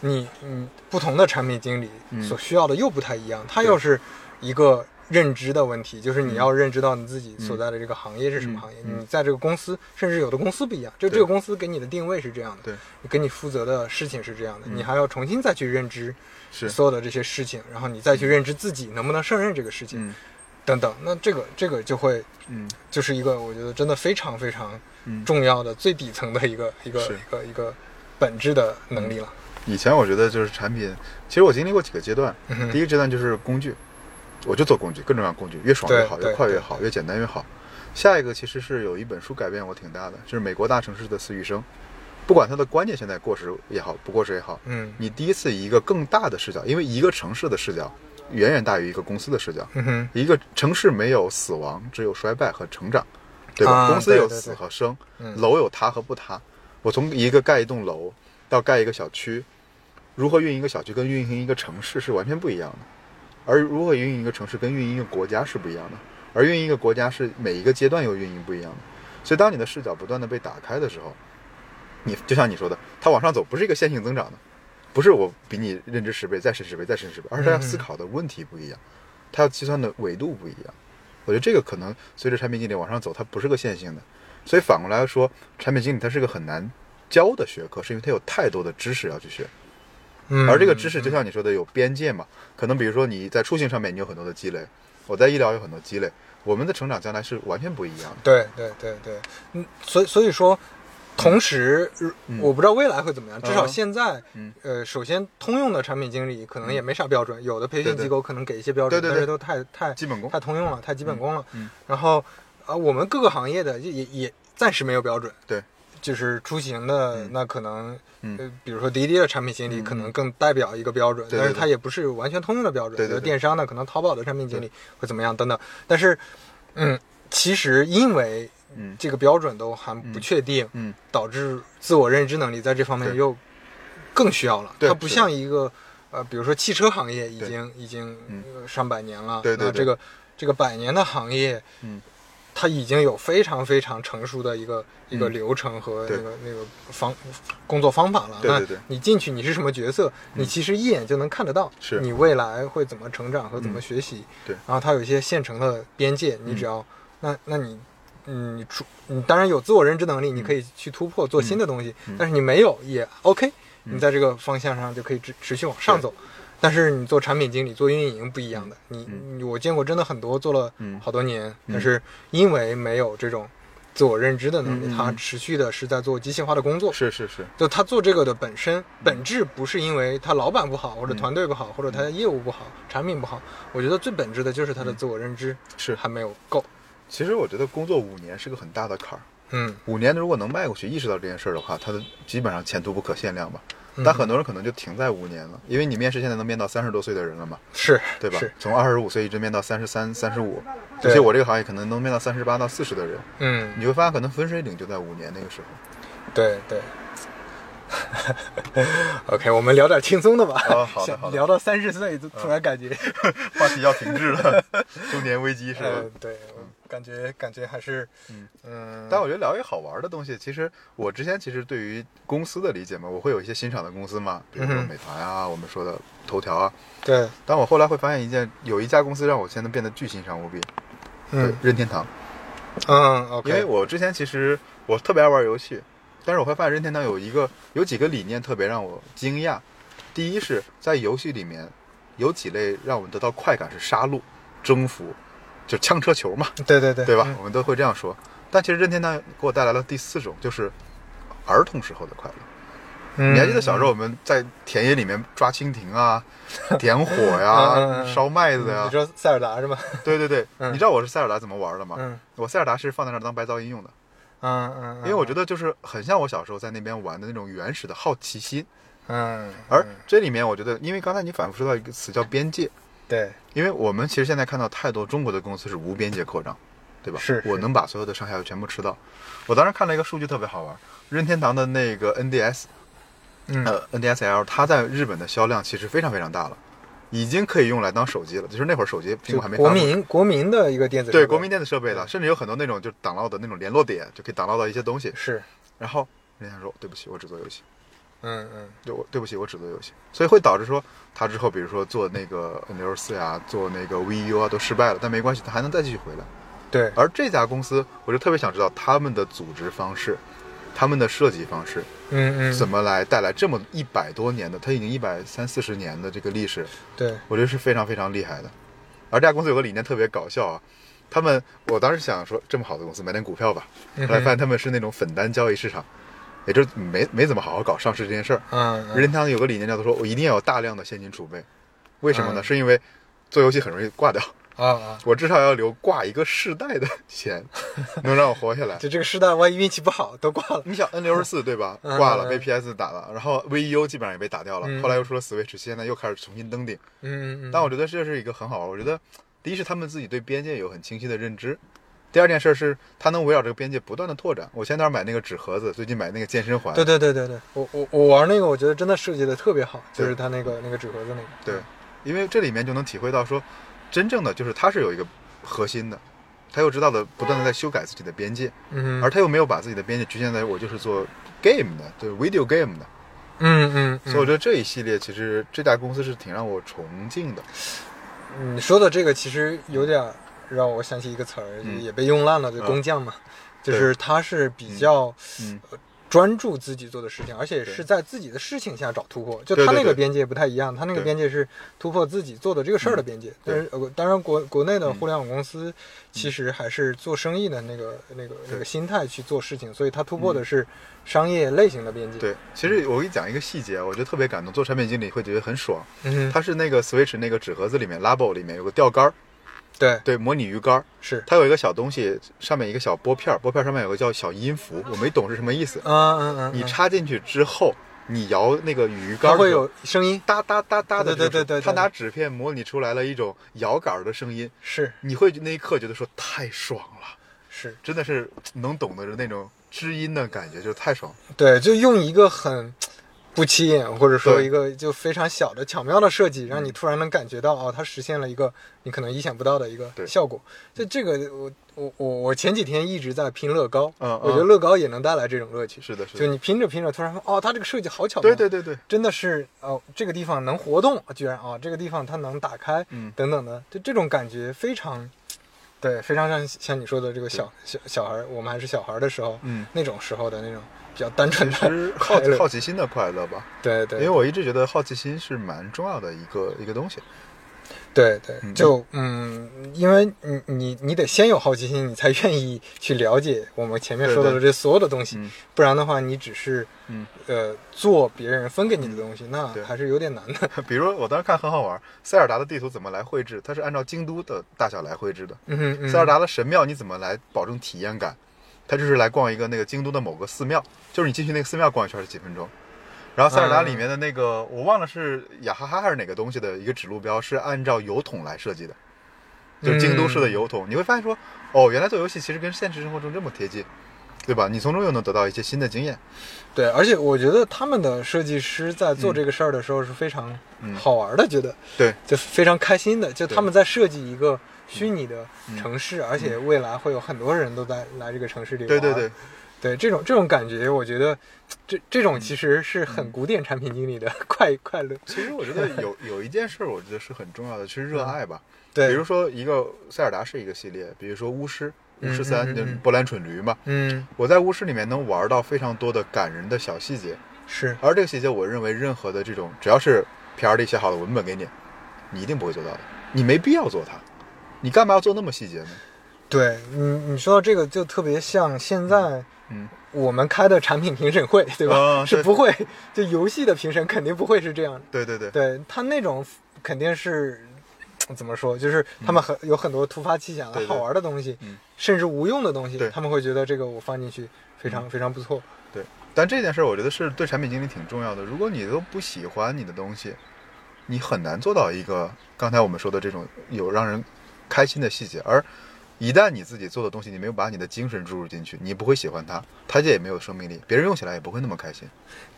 Speaker 2: 你你不同的产品经理
Speaker 1: 嗯
Speaker 2: 所需要的又不太一样。他要是一个认知的问题，就是你要认知到你自己所在的这个行业是什么行业，
Speaker 1: 嗯嗯嗯
Speaker 2: 你在这个公司，甚至有的公司不一样，就这
Speaker 1: 对
Speaker 2: 个公司给你的定位是这样的，
Speaker 1: 对，嗯
Speaker 2: 给你负责的事情是这样的，你还要重新再去认知
Speaker 1: 是，
Speaker 2: 所有的这些事情，然后你再去认知自己能不能胜任这个事情，
Speaker 1: 嗯
Speaker 2: 等等。那这个这个就会
Speaker 1: 嗯
Speaker 2: 就是一个我觉得真的非常非常
Speaker 1: 嗯。
Speaker 2: 重要的最底层的一个一个
Speaker 1: 是
Speaker 2: 一个一个本质的能力了。
Speaker 1: 以前我觉得就是产品，其实我经历过几个阶段。
Speaker 2: 嗯哼
Speaker 1: 第一个阶段就是工具，我就做工具，各种各样的工具，越爽越好，
Speaker 2: 对
Speaker 1: 越快越好，越简单越好。下一个其实是有一本书改变我挺大的，就是美国大城市的死与生。不管它的观念现在过时也好，不过时也好，
Speaker 2: 嗯
Speaker 1: 你第一次以一个更大的视角，因为一个城市的视角远远大于一个公司的视角。
Speaker 2: 嗯哼，
Speaker 1: 一个城市没有死亡，只有衰败和成长，对吧？
Speaker 2: 啊
Speaker 1: 公司有
Speaker 2: 对对
Speaker 1: 死
Speaker 2: 对
Speaker 1: 和生，
Speaker 2: 嗯
Speaker 1: 楼有塌和不塌。我从一个盖一栋楼到盖一个小区，如何运营一个小区跟运营一个城市是完全不一样的，而如何运营一个城市跟运营一个国家是不一样的，而运营一个国家是每一个阶段又运营不一样的。所以，当你的视角不断的被打开的时候，你就像你说的，它往上走不是一个线性增长的，不是我比你认知十倍再深十倍再深十倍，而
Speaker 2: 嗯
Speaker 1: 是它要思考的问题不一样，它要计算的维度不一样。我觉得这个可能随着产品经理往上走，它不是个线性的。所以反过来说，产品经理它是个很难教的学科，是因为它有太多的知识要去学，
Speaker 2: 嗯
Speaker 1: 而这个知识就像你说的有边界嘛，可能比如说你在出行上面你有很多的积累，我在医疗有很多积累，我们的成长将来是完全不一样的。
Speaker 2: 对对对对，嗯，所以所以说，同时、我不知道未来会怎么样，至少
Speaker 1: 嗯
Speaker 2: 现在，
Speaker 1: 嗯
Speaker 2: 呃，首先通用的产品经理可能也没啥标准，有的培训
Speaker 1: 对对
Speaker 2: 机构可能给一些标准，
Speaker 1: 对对对
Speaker 2: 但是都太太
Speaker 1: 基本功
Speaker 2: 太通用了，太基本功了。
Speaker 1: 嗯嗯
Speaker 2: 然后啊、呃我们各个行业的也也也暂时没有标准。
Speaker 1: 对。
Speaker 2: 就是出行的，
Speaker 1: 嗯
Speaker 2: 那可能，
Speaker 1: 嗯
Speaker 2: 呃，比如说滴滴的产品经理可能更代表一个标准，
Speaker 1: 对对
Speaker 2: 但是
Speaker 1: 对
Speaker 2: 它也不是完全通用的标准。
Speaker 1: 对对
Speaker 2: 比如
Speaker 1: 对
Speaker 2: 电商的可能淘宝的产品经理会怎么样等等，但是，嗯，其实因为
Speaker 1: 嗯
Speaker 2: 这个标准都还不确定，
Speaker 1: 嗯嗯
Speaker 2: 导致自我认知能力在这方面
Speaker 1: 对
Speaker 2: 又更需要了。
Speaker 1: 对
Speaker 2: 它不
Speaker 1: 是的
Speaker 2: 像一个呃，比如说汽车行业已
Speaker 1: 对
Speaker 2: 经已经、
Speaker 1: 嗯
Speaker 2: 呃上百年了，
Speaker 1: 对对
Speaker 2: 那
Speaker 1: 对
Speaker 2: 这个这个百年的行业，
Speaker 1: 嗯，
Speaker 2: 它已经有非常非常成熟的一个、一个
Speaker 1: 嗯
Speaker 2: 流程和那
Speaker 1: 对
Speaker 2: 个那个方工作方法了。
Speaker 1: 对对对嗯
Speaker 2: 那你进去你是什么角色，你其实一眼就能看得到，
Speaker 1: 是
Speaker 2: 你未来会怎么成长和怎么
Speaker 1: 嗯
Speaker 2: 学习。
Speaker 1: 对
Speaker 2: 然后它有一些现成的边界，你只要、那那你。嗯，你出你当然有自我认知能力，你可以去突破做新的东西，
Speaker 1: 嗯
Speaker 2: 但是你没有也 OK，、你在这个方向上就可以持持续往上走。但是你做产品经理、做运营不一样的，你、
Speaker 1: 嗯
Speaker 2: 你我见过真的很多做了
Speaker 1: 嗯
Speaker 2: 好多年，但是因为没有这种自我认知的能力，
Speaker 1: 嗯嗯嗯
Speaker 2: 他持续的是在做机械化的工作。
Speaker 1: 是是是，
Speaker 2: 就他做这个的本身
Speaker 1: 嗯
Speaker 2: 本质不是因为他老板不好，或者团队不好，或
Speaker 1: 嗯
Speaker 2: 者他的业务不好、产品不好。我觉得最本质的就是他的自我认知
Speaker 1: 是
Speaker 2: 还没有够。
Speaker 1: 其实我觉得工作五年是个很大的坎儿。
Speaker 2: 嗯，
Speaker 1: 五年如果能迈过去，意识到这件事儿的话，他的基本上前途不可限量吧。
Speaker 2: 嗯
Speaker 1: 但很多人可能就停在五年了，因为你面试现在能面到三十多岁的人了嘛，
Speaker 2: 是，
Speaker 1: 对吧
Speaker 2: 是，？
Speaker 1: 从二十五岁一直面到三十三、三十五，
Speaker 2: 对
Speaker 1: 有些我这个行业可能能面到三十八到四十的人，
Speaker 2: 嗯，
Speaker 1: 你会发现可能分水岭就在五年那个时候。
Speaker 2: 对对。OK，我们聊点轻松的吧。
Speaker 1: 啊好的
Speaker 2: 想
Speaker 1: 好的
Speaker 2: 聊到三十岁，就突然感觉。
Speaker 1: 话题要停滞了， 中年危机是吧？
Speaker 2: 呃，对，我感觉感觉还是，
Speaker 1: 嗯
Speaker 2: 嗯，
Speaker 1: 但我觉得聊一个好玩的东西，其实我之前其实对于公司的理解嘛，我会有一些欣赏的公司嘛，比如说
Speaker 2: 嗯哼
Speaker 1: 美团啊，我们说的头条啊。
Speaker 2: 对，
Speaker 1: 但我后来会发现一件，有一家公司让我现在变得巨欣赏无比，对
Speaker 2: 嗯
Speaker 1: 任天堂。
Speaker 2: 嗯，OK，
Speaker 1: 因为我之前其实我特别爱玩游戏，但是我会发现任天堂有一个有几个理念特别让我惊讶。第一是在游戏里面有几类让我们得到快感是杀戮、征服， 就枪车球嘛，
Speaker 2: 对对对，
Speaker 1: 对吧？
Speaker 2: 嗯
Speaker 1: 我们都会这样说。但其实任天堂给我带来了第四种，就是儿童时候的快乐。
Speaker 2: 嗯
Speaker 1: 你还记得小时候我们在田野里面抓蜻蜓啊、 点火呀、
Speaker 2: 嗯嗯嗯
Speaker 1: 烧麦子
Speaker 2: 嗯
Speaker 1: 呀、
Speaker 2: 你说塞尔达是吧？
Speaker 1: 对对对，
Speaker 2: 嗯
Speaker 1: 你知道我是塞尔达怎么玩的吗？
Speaker 2: 嗯
Speaker 1: 我塞尔达是放在那儿当白噪音用的，
Speaker 2: 嗯嗯，
Speaker 1: 因为我觉
Speaker 2: 得，
Speaker 1: 得就是很像我小时候在那边玩的那种原始的好奇心。
Speaker 2: 嗯，
Speaker 1: 而
Speaker 2: 嗯
Speaker 1: 这里面，我觉得，因为刚才你反复说到一个词叫边界，
Speaker 2: 对，
Speaker 1: 因为我们其实现在看到太多中国的公司是无边界扩张，对吧？
Speaker 2: 是是
Speaker 1: 我能把所有的上下游全部吃到。我当时看了一个数据特别好玩，任天堂的那个 NDS，
Speaker 2: 嗯
Speaker 1: 呃，NDSL，它在日本的销量其实非常非常大了，已经可以用来当手机了。就是那会儿手机苹
Speaker 2: 就
Speaker 1: 果还没发
Speaker 2: 国
Speaker 1: 布
Speaker 2: 民国民的一个电子设
Speaker 1: 对
Speaker 2: 备
Speaker 1: 国民电子设备了，甚至有很多那种就是挡到的那种联络点，就可以挡到到一些东西。
Speaker 2: 是，
Speaker 1: 然后人家说对不起，我只做游戏，
Speaker 2: 嗯嗯
Speaker 1: 对我对不起，我只做游戏，所以会导致说他之后比如说做那个 N 六四呀，做那个 VU 啊都失败了，但没关系，他还能再继续回来。
Speaker 2: 对，
Speaker 1: 而这家公司，我就特别想知道他们的组织方式。他们的设计方式
Speaker 2: 嗯嗯，
Speaker 1: 怎么来带来这么一百多年的，它已经一百三四十年的这个历史，
Speaker 2: 对，
Speaker 1: 我觉得是非常非常厉害的。而这家公司有个理念特别搞笑啊，他们我当时想说这么好的公司买点股票吧，
Speaker 2: 嗯
Speaker 1: 后来发现他们是那种粉单交易市场，也就是没没怎么好好搞上市这件事儿。
Speaker 2: 嗯
Speaker 1: 任
Speaker 2: 嗯
Speaker 1: 天堂有个理念叫做说我一定要有大量的现金储备，为什么呢？
Speaker 2: 嗯
Speaker 1: 是因为做游戏很容易挂掉，
Speaker 2: 啊啊，
Speaker 1: 我至少要留挂一个世代的 钱，能让我活下来。
Speaker 2: 就这个时代，万一运气不好都挂 了，
Speaker 1: 你想 N 六十四对吧？
Speaker 2: 嗯
Speaker 1: 挂了，
Speaker 2: 嗯
Speaker 1: 被 PS 打了，然后 VU 基本上也被打掉了，
Speaker 2: 嗯
Speaker 1: 后来又出了 Switch，现在又开始重新登顶。
Speaker 2: 嗯嗯嗯，
Speaker 1: 但我觉得这是一个很好玩。我觉得，第一是他们自己对边界有很清晰的认知，第二件事是他能围绕这个边界不断的拓展。我前段买那个纸盒子，最近买那个健身环，
Speaker 2: 对对对对对，我我我玩那个，我觉得真的设计的特别好，就
Speaker 1: 对
Speaker 2: 是它那个那个纸盒子那个，
Speaker 1: 对，因为这里面就能体会到说，真正的就是他是有一个核心的，他又知道的不断的在修改自己的边界，
Speaker 2: 嗯，
Speaker 1: 而他又没有把自己的边界局限在我就是做 game 的，就是 video game 的。
Speaker 2: 嗯嗯，嗯
Speaker 1: 所以我觉得这一系列其实这家公司是挺让我崇敬的。
Speaker 2: 你说的这个其实有点儿让我想起一个词儿，
Speaker 1: 嗯
Speaker 2: 也被用烂了，就
Speaker 1: 啊
Speaker 2: 工匠嘛，就是他是比较
Speaker 1: 嗯，
Speaker 2: 专注自己做的事情，而且
Speaker 1: 对
Speaker 2: 是在自己的事情下找突破。就
Speaker 1: 对
Speaker 2: 他
Speaker 1: 对
Speaker 2: 那个
Speaker 1: 对
Speaker 2: 边界不太一样，他那个
Speaker 1: 对
Speaker 2: 边界是突破自己做的这个事儿的边界。但是呃当然国国内的
Speaker 1: 嗯
Speaker 2: 互联网公司其实还是做生意的那个那个那个
Speaker 1: 对嗯
Speaker 2: 心态去做事情，所以他突破的是商业类型的边界。，
Speaker 1: 对，其实我给你讲一个细节，我觉得特别感动。做产品经理会觉得很爽，
Speaker 2: 嗯，
Speaker 1: 它是那个 Switch 那个纸盒子里面 Labo 里面有个钓竿儿，
Speaker 2: 对
Speaker 1: 对，模拟鱼竿儿，
Speaker 2: 是，
Speaker 1: 它有一个小东西，上面一个小拨片儿，拨片儿上面有个叫小音符，我没懂是什么意思。
Speaker 2: 嗯嗯嗯，
Speaker 1: 你
Speaker 2: 嗯
Speaker 1: 插进去之后，你摇那个鱼竿
Speaker 2: 它
Speaker 1: 儿的
Speaker 2: 会
Speaker 1: 时候，
Speaker 2: 有声音，
Speaker 1: 哒哒哒哒的这
Speaker 2: 对
Speaker 1: 种声音，
Speaker 2: 对对对对
Speaker 1: 他拿纸片模拟出来了一种摇杆儿的声音，
Speaker 2: 是
Speaker 1: 你会那一刻觉得说太爽了，
Speaker 2: 是
Speaker 1: 真的是能懂得那种知音的感觉，就是太爽了。
Speaker 2: 对，就用一个很不起眼，或者说
Speaker 1: 对
Speaker 2: 一个就非常小的巧妙的设计，让你突然能感觉到哦，它实现了一个你可能意想不到的一个
Speaker 1: 对
Speaker 2: 效果。就这个，我我我我前几天一直在拼乐高，
Speaker 1: 嗯
Speaker 2: 我觉得
Speaker 1: 嗯
Speaker 2: 乐高也能带来这种乐趣。
Speaker 1: 是的，是
Speaker 2: 就
Speaker 1: 的，
Speaker 2: 你拼着拼着，突然发现哦，它这个设计好巧妙，
Speaker 1: 对对对对，
Speaker 2: 真的是哦，这个地方能活动，居然哦，这个地方它能打开，
Speaker 1: 嗯
Speaker 2: 等等的，就这种感觉非常，对，非常像像你说的这个小小小孩儿，我们还是小孩儿的时候，
Speaker 1: 嗯
Speaker 2: 那种时候的那种比较单纯
Speaker 1: 其实
Speaker 2: 的
Speaker 1: 好
Speaker 2: 快乐，
Speaker 1: 好奇心的快乐吧，
Speaker 2: 对
Speaker 1: 因
Speaker 2: 对
Speaker 1: 为我一直觉得好奇心是蛮重要的一个一个东西。
Speaker 2: 对对，
Speaker 1: 嗯
Speaker 2: 就嗯，因为你你你得先有好奇心，你才愿意去了解我们前面
Speaker 1: 对
Speaker 2: 说到的
Speaker 1: 对
Speaker 2: 这所有的东西，
Speaker 1: 嗯
Speaker 2: 不然的话，你只是
Speaker 1: 嗯，
Speaker 2: 呃做别人分给你的东西，那
Speaker 1: 对
Speaker 2: 还是有点难 的。
Speaker 1: 比如我当时看很好玩，塞尔达的地图怎么来绘制，它是按照京都的大小来绘制的。
Speaker 2: 嗯哼嗯，
Speaker 1: 塞尔达的神庙你怎么来保证体验感？它就是来逛一个那个京都的某个寺庙，就是你进去那个寺庙逛一圈是几分钟。然后塞尔达里面的那个、我忘了是雅哈哈还是哪个东西的一个指路标是按照油桶来设计的，就是京都市
Speaker 2: 嗯
Speaker 1: 的油桶。你会发现说，哦，原来做游戏其实跟现实生活中这么贴近，对吧？你从中又能得到一些新的经验。
Speaker 2: 对，而且我觉得他们的设计师在做这个事儿的时候是非常
Speaker 1: 嗯
Speaker 2: 好玩的，觉得
Speaker 1: 对，
Speaker 2: 就非常开心的，就
Speaker 1: 对嗯
Speaker 2: 他们在设计一个虚拟的城市，而且未来会有很多人都在来这个城市里玩。
Speaker 1: 对对对，
Speaker 2: 对，这种这种感觉，我觉得这这种其实是很古典产品经理的 快快乐。
Speaker 1: 嗯其实我觉得有有一件事，我觉得是很重要的，其实热爱吧。
Speaker 2: 嗯对，
Speaker 1: 比如说一个塞尔达是一个系列，比如说巫师，巫师
Speaker 2: 嗯
Speaker 1: 三
Speaker 2: 嗯
Speaker 1: 就是
Speaker 2: 嗯
Speaker 1: 波兰蠢驴嘛。
Speaker 2: 嗯，
Speaker 1: 我在巫师里面能玩到非常多的感人的小细节，
Speaker 2: 是
Speaker 1: 而这个细节，我认为任何的这种只要是 PR 里写好的文本给你，你一定不会做到的，你没必要做它，你干嘛要做那么细节呢？
Speaker 2: 对你你说到这个就特别像现在。
Speaker 1: 嗯，
Speaker 2: 我们开的产品评审会，对吧？
Speaker 1: 啊
Speaker 2: 是
Speaker 1: 对
Speaker 2: 不会，就游戏的评审肯定不会是这样的。
Speaker 1: 对对对，
Speaker 2: 对他那种肯定是怎么说，就是他们很、有很多突发奇想的
Speaker 1: 嗯对对
Speaker 2: 好玩的东西，
Speaker 1: 嗯
Speaker 2: 甚至无用的东西
Speaker 1: 对，嗯
Speaker 2: 他们会觉得这个我放进去非常、非常不错。
Speaker 1: 对，但这件事儿我觉得是对产品经理挺重要的。如果你都不喜欢你的东西，你很难做到一个刚才我们说的这种有让人开心的细节。而一旦你自己做的东西，你没有把你的精神注入进去，你不会喜欢它，它也没有生命力，别人用起来也不会那么开心。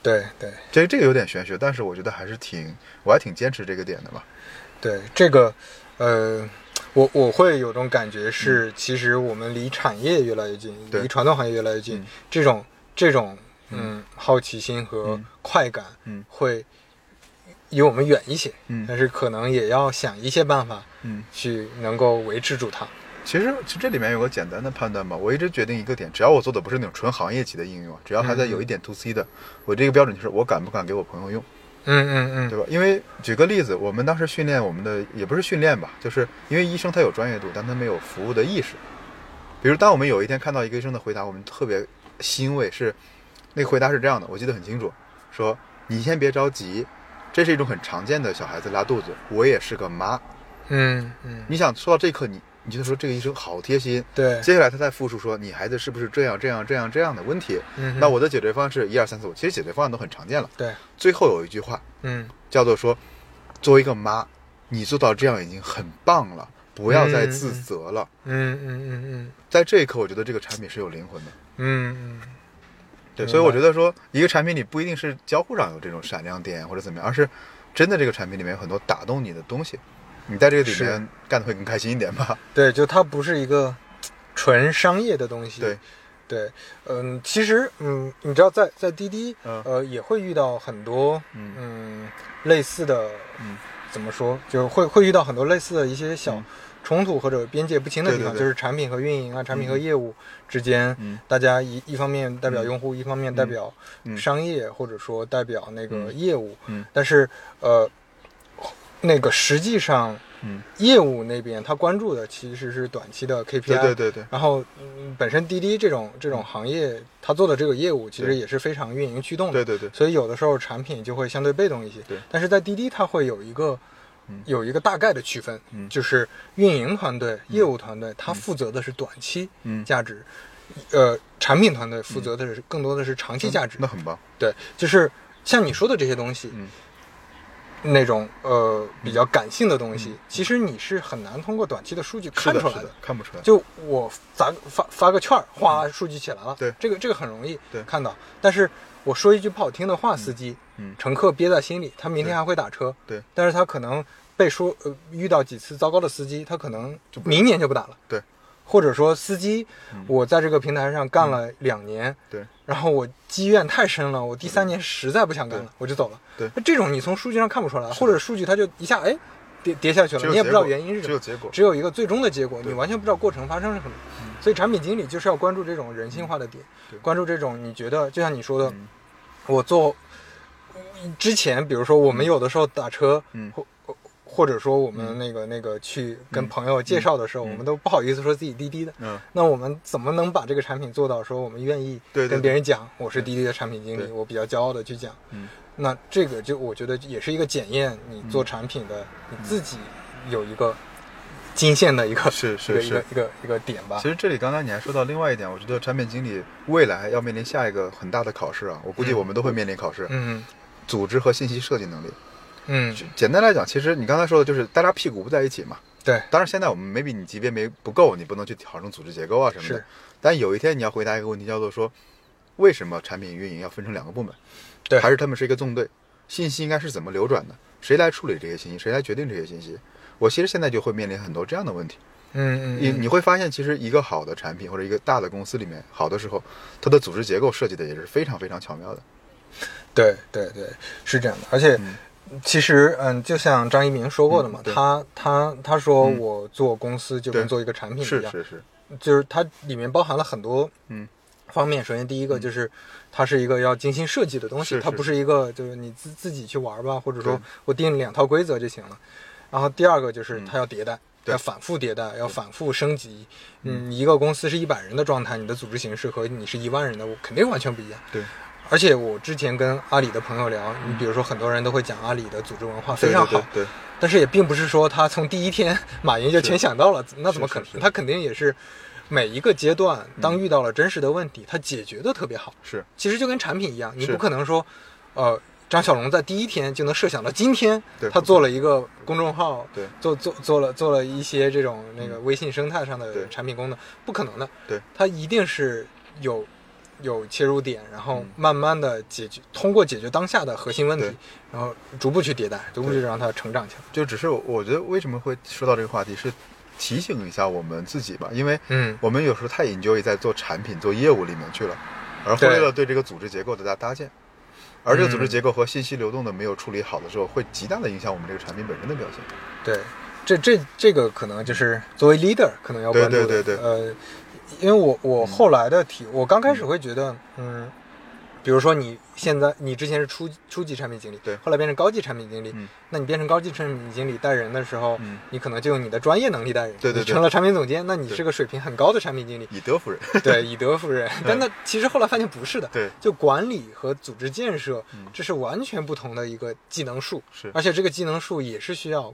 Speaker 2: 对对
Speaker 1: 这这个有点玄学，但是我觉得还是挺，我还挺坚持这个点的吧。
Speaker 2: 对，这个呃，我我会有种感觉是，其实我们离产业越来越近，
Speaker 1: 嗯对
Speaker 2: 离传统行业越来越近，
Speaker 1: 嗯
Speaker 2: 这种这种嗯好奇心和
Speaker 1: 嗯
Speaker 2: 快感
Speaker 1: 嗯
Speaker 2: 会离我们远一些，
Speaker 1: 嗯
Speaker 2: 但是可能也要想一些办法
Speaker 1: 嗯，
Speaker 2: 去能够维持住它。
Speaker 1: 其实其实这里面有个简单的判断吧，我一直决定一个点，只要我做的不是那种纯行业级的应用啊，只要还在有一点 to C 的，我这个标准就是我敢不敢给我朋友用。
Speaker 2: 嗯嗯嗯，
Speaker 1: 对吧？因为举个例子，我们当时训练我们的也不是训练吧，就是因为医生他有专业度，但他没有服务的意识。比如，当我们有一天看到一个医生的回答，我们特别欣慰是，那个回答是这样的，我记得很清楚，说你先别着急，这是一种很常见的小孩子拉肚子，我也是个妈。
Speaker 2: 嗯，嗯，
Speaker 1: 你想说到这一刻，你你就说这个医生好贴心。
Speaker 2: 对，
Speaker 1: 接下来他再复述说你孩子是不是这样这样这样这样的问题，
Speaker 2: 嗯哼
Speaker 1: 那我的解决方案是一二三四五，其实解决方案都很常见了。
Speaker 2: 对，
Speaker 1: 最后有一句话，
Speaker 2: 嗯，
Speaker 1: 叫做说，作为一个妈，你做到这样已经很棒了，不要再自责了。
Speaker 2: 嗯嗯嗯
Speaker 1: 在这一刻，我觉得这个产品是有灵魂的。
Speaker 2: 嗯嗯嗯，
Speaker 1: 对，
Speaker 2: 明白
Speaker 1: 所以我觉得说，一个产品里不一定是交互上有这种闪亮点或者怎么样，而是真的这个产品里面有很多打动你的东西，你在这个里面干的会更开心一点吧？
Speaker 2: 对，就它不是一个纯商业的东西。
Speaker 1: 对，
Speaker 2: 对，嗯，其实，嗯，你知道在，在滴滴，
Speaker 1: 嗯
Speaker 2: 呃，也会遇到很多，
Speaker 1: 嗯
Speaker 2: 嗯，类似的，
Speaker 1: 嗯，
Speaker 2: 怎么说，就是会会遇到很多类似的一些小
Speaker 1: 嗯
Speaker 2: 冲突或者边界不清的地
Speaker 1: 对
Speaker 2: 方，
Speaker 1: 对对
Speaker 2: 就是产品和运营啊，产品和业务之间，
Speaker 1: 嗯
Speaker 2: 大家一一方面代表用户，一方面代表
Speaker 1: 嗯
Speaker 2: 商业，或者说代表那个
Speaker 1: 嗯
Speaker 2: 业务，
Speaker 1: 嗯
Speaker 2: 但是呃，那个实际上
Speaker 1: 嗯，
Speaker 2: 业务那边他关注的其实是短期的 KPI，
Speaker 1: 对对对对，
Speaker 2: 然后，嗯，本身滴滴这种这种行业，它做的这个业务其实
Speaker 1: 对
Speaker 2: 也是非常运营驱动的，
Speaker 1: 对对对，
Speaker 2: 所以有的时候产品就会相对被动一些。
Speaker 1: 对
Speaker 2: 但是在滴滴它会有一个
Speaker 1: 嗯
Speaker 2: 有一个大概的区分，
Speaker 1: 嗯
Speaker 2: 就是运营团队、业务团队，它负责的是短期
Speaker 1: 嗯
Speaker 2: 价值，呃，产品团队负责的是
Speaker 1: 嗯
Speaker 2: 更多的是长期价值。
Speaker 1: 那很棒。
Speaker 2: 对，就是像你说的这些东西，
Speaker 1: 嗯
Speaker 2: 那种呃比较感性的东西，其实你是很难通过短期的数据
Speaker 1: 是
Speaker 2: 看
Speaker 1: 的，
Speaker 2: 出来
Speaker 1: 是的，看不出来。
Speaker 2: 就我砸发发个券儿，哗，数据起来
Speaker 1: 嗯
Speaker 2: 了。
Speaker 1: 对
Speaker 2: 这个这个很容易
Speaker 1: 对
Speaker 2: 看到。但是我说一句不好听的话，司机，
Speaker 1: 嗯
Speaker 2: 乘客憋在心里，他明
Speaker 1: 对
Speaker 2: 天还会打车。
Speaker 1: 对
Speaker 2: 但是他可能被说呃遇到几次糟糕的司机，他可能
Speaker 1: 就不打
Speaker 2: 明年就不打了。
Speaker 1: 对
Speaker 2: 或者说司机
Speaker 1: 嗯，
Speaker 2: 我在这个平台上干了两年，
Speaker 1: 对，
Speaker 2: 然后我积怨太深了，我第三年实在不想干了
Speaker 1: 对，
Speaker 2: 我就走了。
Speaker 1: 对
Speaker 2: 那这种你从数据上看不出来，或者数据它就一下哎跌跌下去
Speaker 1: 只
Speaker 2: 了，
Speaker 1: 有
Speaker 2: 你也不
Speaker 1: 结
Speaker 2: 知道
Speaker 1: 果
Speaker 2: 原因是什
Speaker 1: 只
Speaker 2: 么
Speaker 1: 有。结果。
Speaker 2: 只有一个最终的结果，
Speaker 1: 对嗯
Speaker 2: 你完全不知道过程发生是什么。所以产品经理就是要关注这种人性化的点
Speaker 1: 对，
Speaker 2: 关注这种你觉得就像你说的
Speaker 1: 嗯，
Speaker 2: 我做之前，比如说我们有的时候打车，
Speaker 1: 嗯
Speaker 2: 或或者说我们那个那个去跟朋友介绍的时候，
Speaker 1: 嗯嗯
Speaker 2: 我们都不好意思说自己滴滴的。
Speaker 1: 嗯，
Speaker 2: 那我们怎么能把这个产品做到说我们愿意
Speaker 1: 对对对
Speaker 2: 跟别人讲我是滴滴的产品经理，
Speaker 1: 对
Speaker 2: 我比较骄傲的去讲
Speaker 1: 嗯。
Speaker 2: 那这个就我觉得也是一个检验你做产品的
Speaker 1: 嗯
Speaker 2: 你自己有一个金线的一个
Speaker 1: 是
Speaker 2: 一
Speaker 1: 是
Speaker 2: 个
Speaker 1: 是
Speaker 2: 一个一个一个点吧
Speaker 1: 其。实这里刚才你还说到另外一点，我觉得产品经理未来要面临下一个很大的考试啊，我估计
Speaker 2: 嗯
Speaker 1: 我们都会面临考试，
Speaker 2: 嗯
Speaker 1: 组织和信息设计能力。
Speaker 2: 嗯，
Speaker 1: 简单来讲，其实你刚才说的就是大家屁股不在一起嘛。
Speaker 2: 对，
Speaker 1: 当然，现在我们 maybe 你级别没不够，你不能去调整组织结构啊什么的
Speaker 2: 是。
Speaker 1: 但有一天你要回答一个问题，叫做说，为什么产品运营要分成两个部门？
Speaker 2: 对
Speaker 1: 还是他们是一个纵队？信息应该是怎么流转的？谁来处理这些信息？谁来决定这些信息？我其实现在就会面临很多这样的问题。
Speaker 2: 嗯嗯
Speaker 1: 你
Speaker 2: 嗯，
Speaker 1: 你会发现，其实一个好的产品或者一个大的公司里面，好的时候，它的组织结构设计的也是非常非常巧妙的。
Speaker 2: 对对对，是这样的。而且其实嗯，就像张一鸣说过的嘛
Speaker 1: 嗯，对
Speaker 2: 他他他说
Speaker 1: 嗯
Speaker 2: 我做公司就跟
Speaker 1: 对
Speaker 2: 做一个产品一
Speaker 1: 是
Speaker 2: 样，
Speaker 1: 是是，
Speaker 2: 就是它里面包含了很多
Speaker 1: 嗯
Speaker 2: 方面。首先，第一个就是它是一个要精心设计的东西，
Speaker 1: 是
Speaker 2: 它
Speaker 1: 是
Speaker 2: 不是一个就是你自自己去玩吧，或者说
Speaker 1: 对
Speaker 2: 我定两套规则就行了。然后第二个就是
Speaker 1: 嗯
Speaker 2: 它要迭代，
Speaker 1: 对
Speaker 2: 要反复迭代，要反复升级。嗯，一个公司是一百人的状态，你的组织形式和你是一万人的，我肯定完全不一样。
Speaker 1: 对，
Speaker 2: 而且我之前跟阿里的朋友聊，你比如说很多人都会讲阿里的组织文化
Speaker 1: 嗯
Speaker 2: 非
Speaker 1: 对
Speaker 2: 常好，
Speaker 1: 对对对，
Speaker 2: 但是也并不是说他从第一天马云就全想到了，那怎么可
Speaker 1: 是是
Speaker 2: 能？他肯定也是每一个阶段，当遇到了真实的问题，他解决的特别好。
Speaker 1: 是
Speaker 2: 其实就跟产品一样，你
Speaker 1: 是
Speaker 2: 不可能说，呃，张小龙在第一天就能设想到今天
Speaker 1: 对
Speaker 2: 他做了一个公众号，
Speaker 1: 对
Speaker 2: 做做做了做了一些这种那个微信生态上的
Speaker 1: 对
Speaker 2: 产品功能，不可能的。
Speaker 1: 嗯对，
Speaker 2: 他一定是有有切入点，然后
Speaker 1: 嗯
Speaker 2: 慢慢的解决，通过解决当下的核心问题
Speaker 1: 对，
Speaker 2: 然后逐步去迭代，逐步
Speaker 1: 对
Speaker 2: 去让它成长起来。
Speaker 1: 就只是我觉得为什么会说到这个话题，是提醒一下我们自己吧，因为
Speaker 2: 嗯，
Speaker 1: 我们有时候太 enjoy 在做产品、做业务里面去了，而忽略了对这个组织结构的搭搭建。而这个组
Speaker 2: 嗯
Speaker 1: 织结构和信息流动的没有处理好的时候，会极大的影响我们这个产品本身的表现。
Speaker 2: 对，这这这个可能就是作为 leader 可能要
Speaker 1: 对
Speaker 2: 关注的。
Speaker 1: 对嗯对对
Speaker 2: 呃，因为我我后来的体，我刚开始会觉得，嗯，比如说你现在你之前是初初级产品经理，
Speaker 1: 对
Speaker 2: 后来变成高级产品经理，
Speaker 1: 嗯
Speaker 2: 那你变成高级产品经理带人的时候，
Speaker 1: 嗯
Speaker 2: 你可能就用你的专业能力带人，
Speaker 1: 对对对
Speaker 2: 你成了产品总监，那你
Speaker 1: 对
Speaker 2: 是个水平很高的产品 经理，
Speaker 1: 以德服人，
Speaker 2: 对，以德服人。但那其实后来发现不是的，
Speaker 1: 对
Speaker 2: 就管理和组织建设
Speaker 1: 嗯，
Speaker 2: 这是完全不同的一个技能树，
Speaker 1: 是
Speaker 2: 而且这个技能树也是需要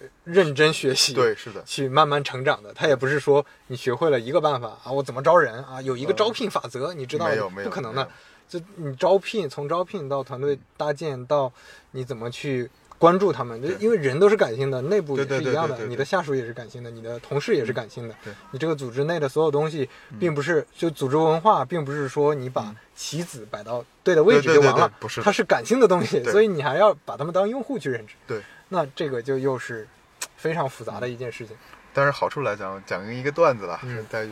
Speaker 2: 呃认真学习，
Speaker 1: 对，，是的，
Speaker 2: 去慢慢成长的。它也不是说你学会了一个办法啊，我怎么招人啊，有一个招聘法则，你知道
Speaker 1: 没有没有
Speaker 2: 不可能
Speaker 1: 没
Speaker 2: 的
Speaker 1: 有。
Speaker 2: 就你招聘，从招聘到团队搭建，到你怎么去关注他们，就
Speaker 1: 对
Speaker 2: 因为人都是感性的，内部也
Speaker 1: 对
Speaker 2: 是
Speaker 1: 对对
Speaker 2: 一样的
Speaker 1: 对对，对嗯
Speaker 2: 你的下属也是感性的，你的同事也是感性的
Speaker 1: 对。嗯
Speaker 2: 你这个组织内的所有东西，并不是就组织文化，并不是说你把棋子摆到对的位置
Speaker 1: 对对
Speaker 2: 就
Speaker 1: 对
Speaker 2: 完了
Speaker 1: 对，不是的
Speaker 2: 它是感性的东西，
Speaker 1: 对
Speaker 2: 所以你还要把他们当用户去认知。
Speaker 1: 对。
Speaker 2: 那这个就又是嘖非常复杂的一件事情。
Speaker 1: 但是好处来讲，讲一个段子啦，
Speaker 2: 嗯
Speaker 1: 是在于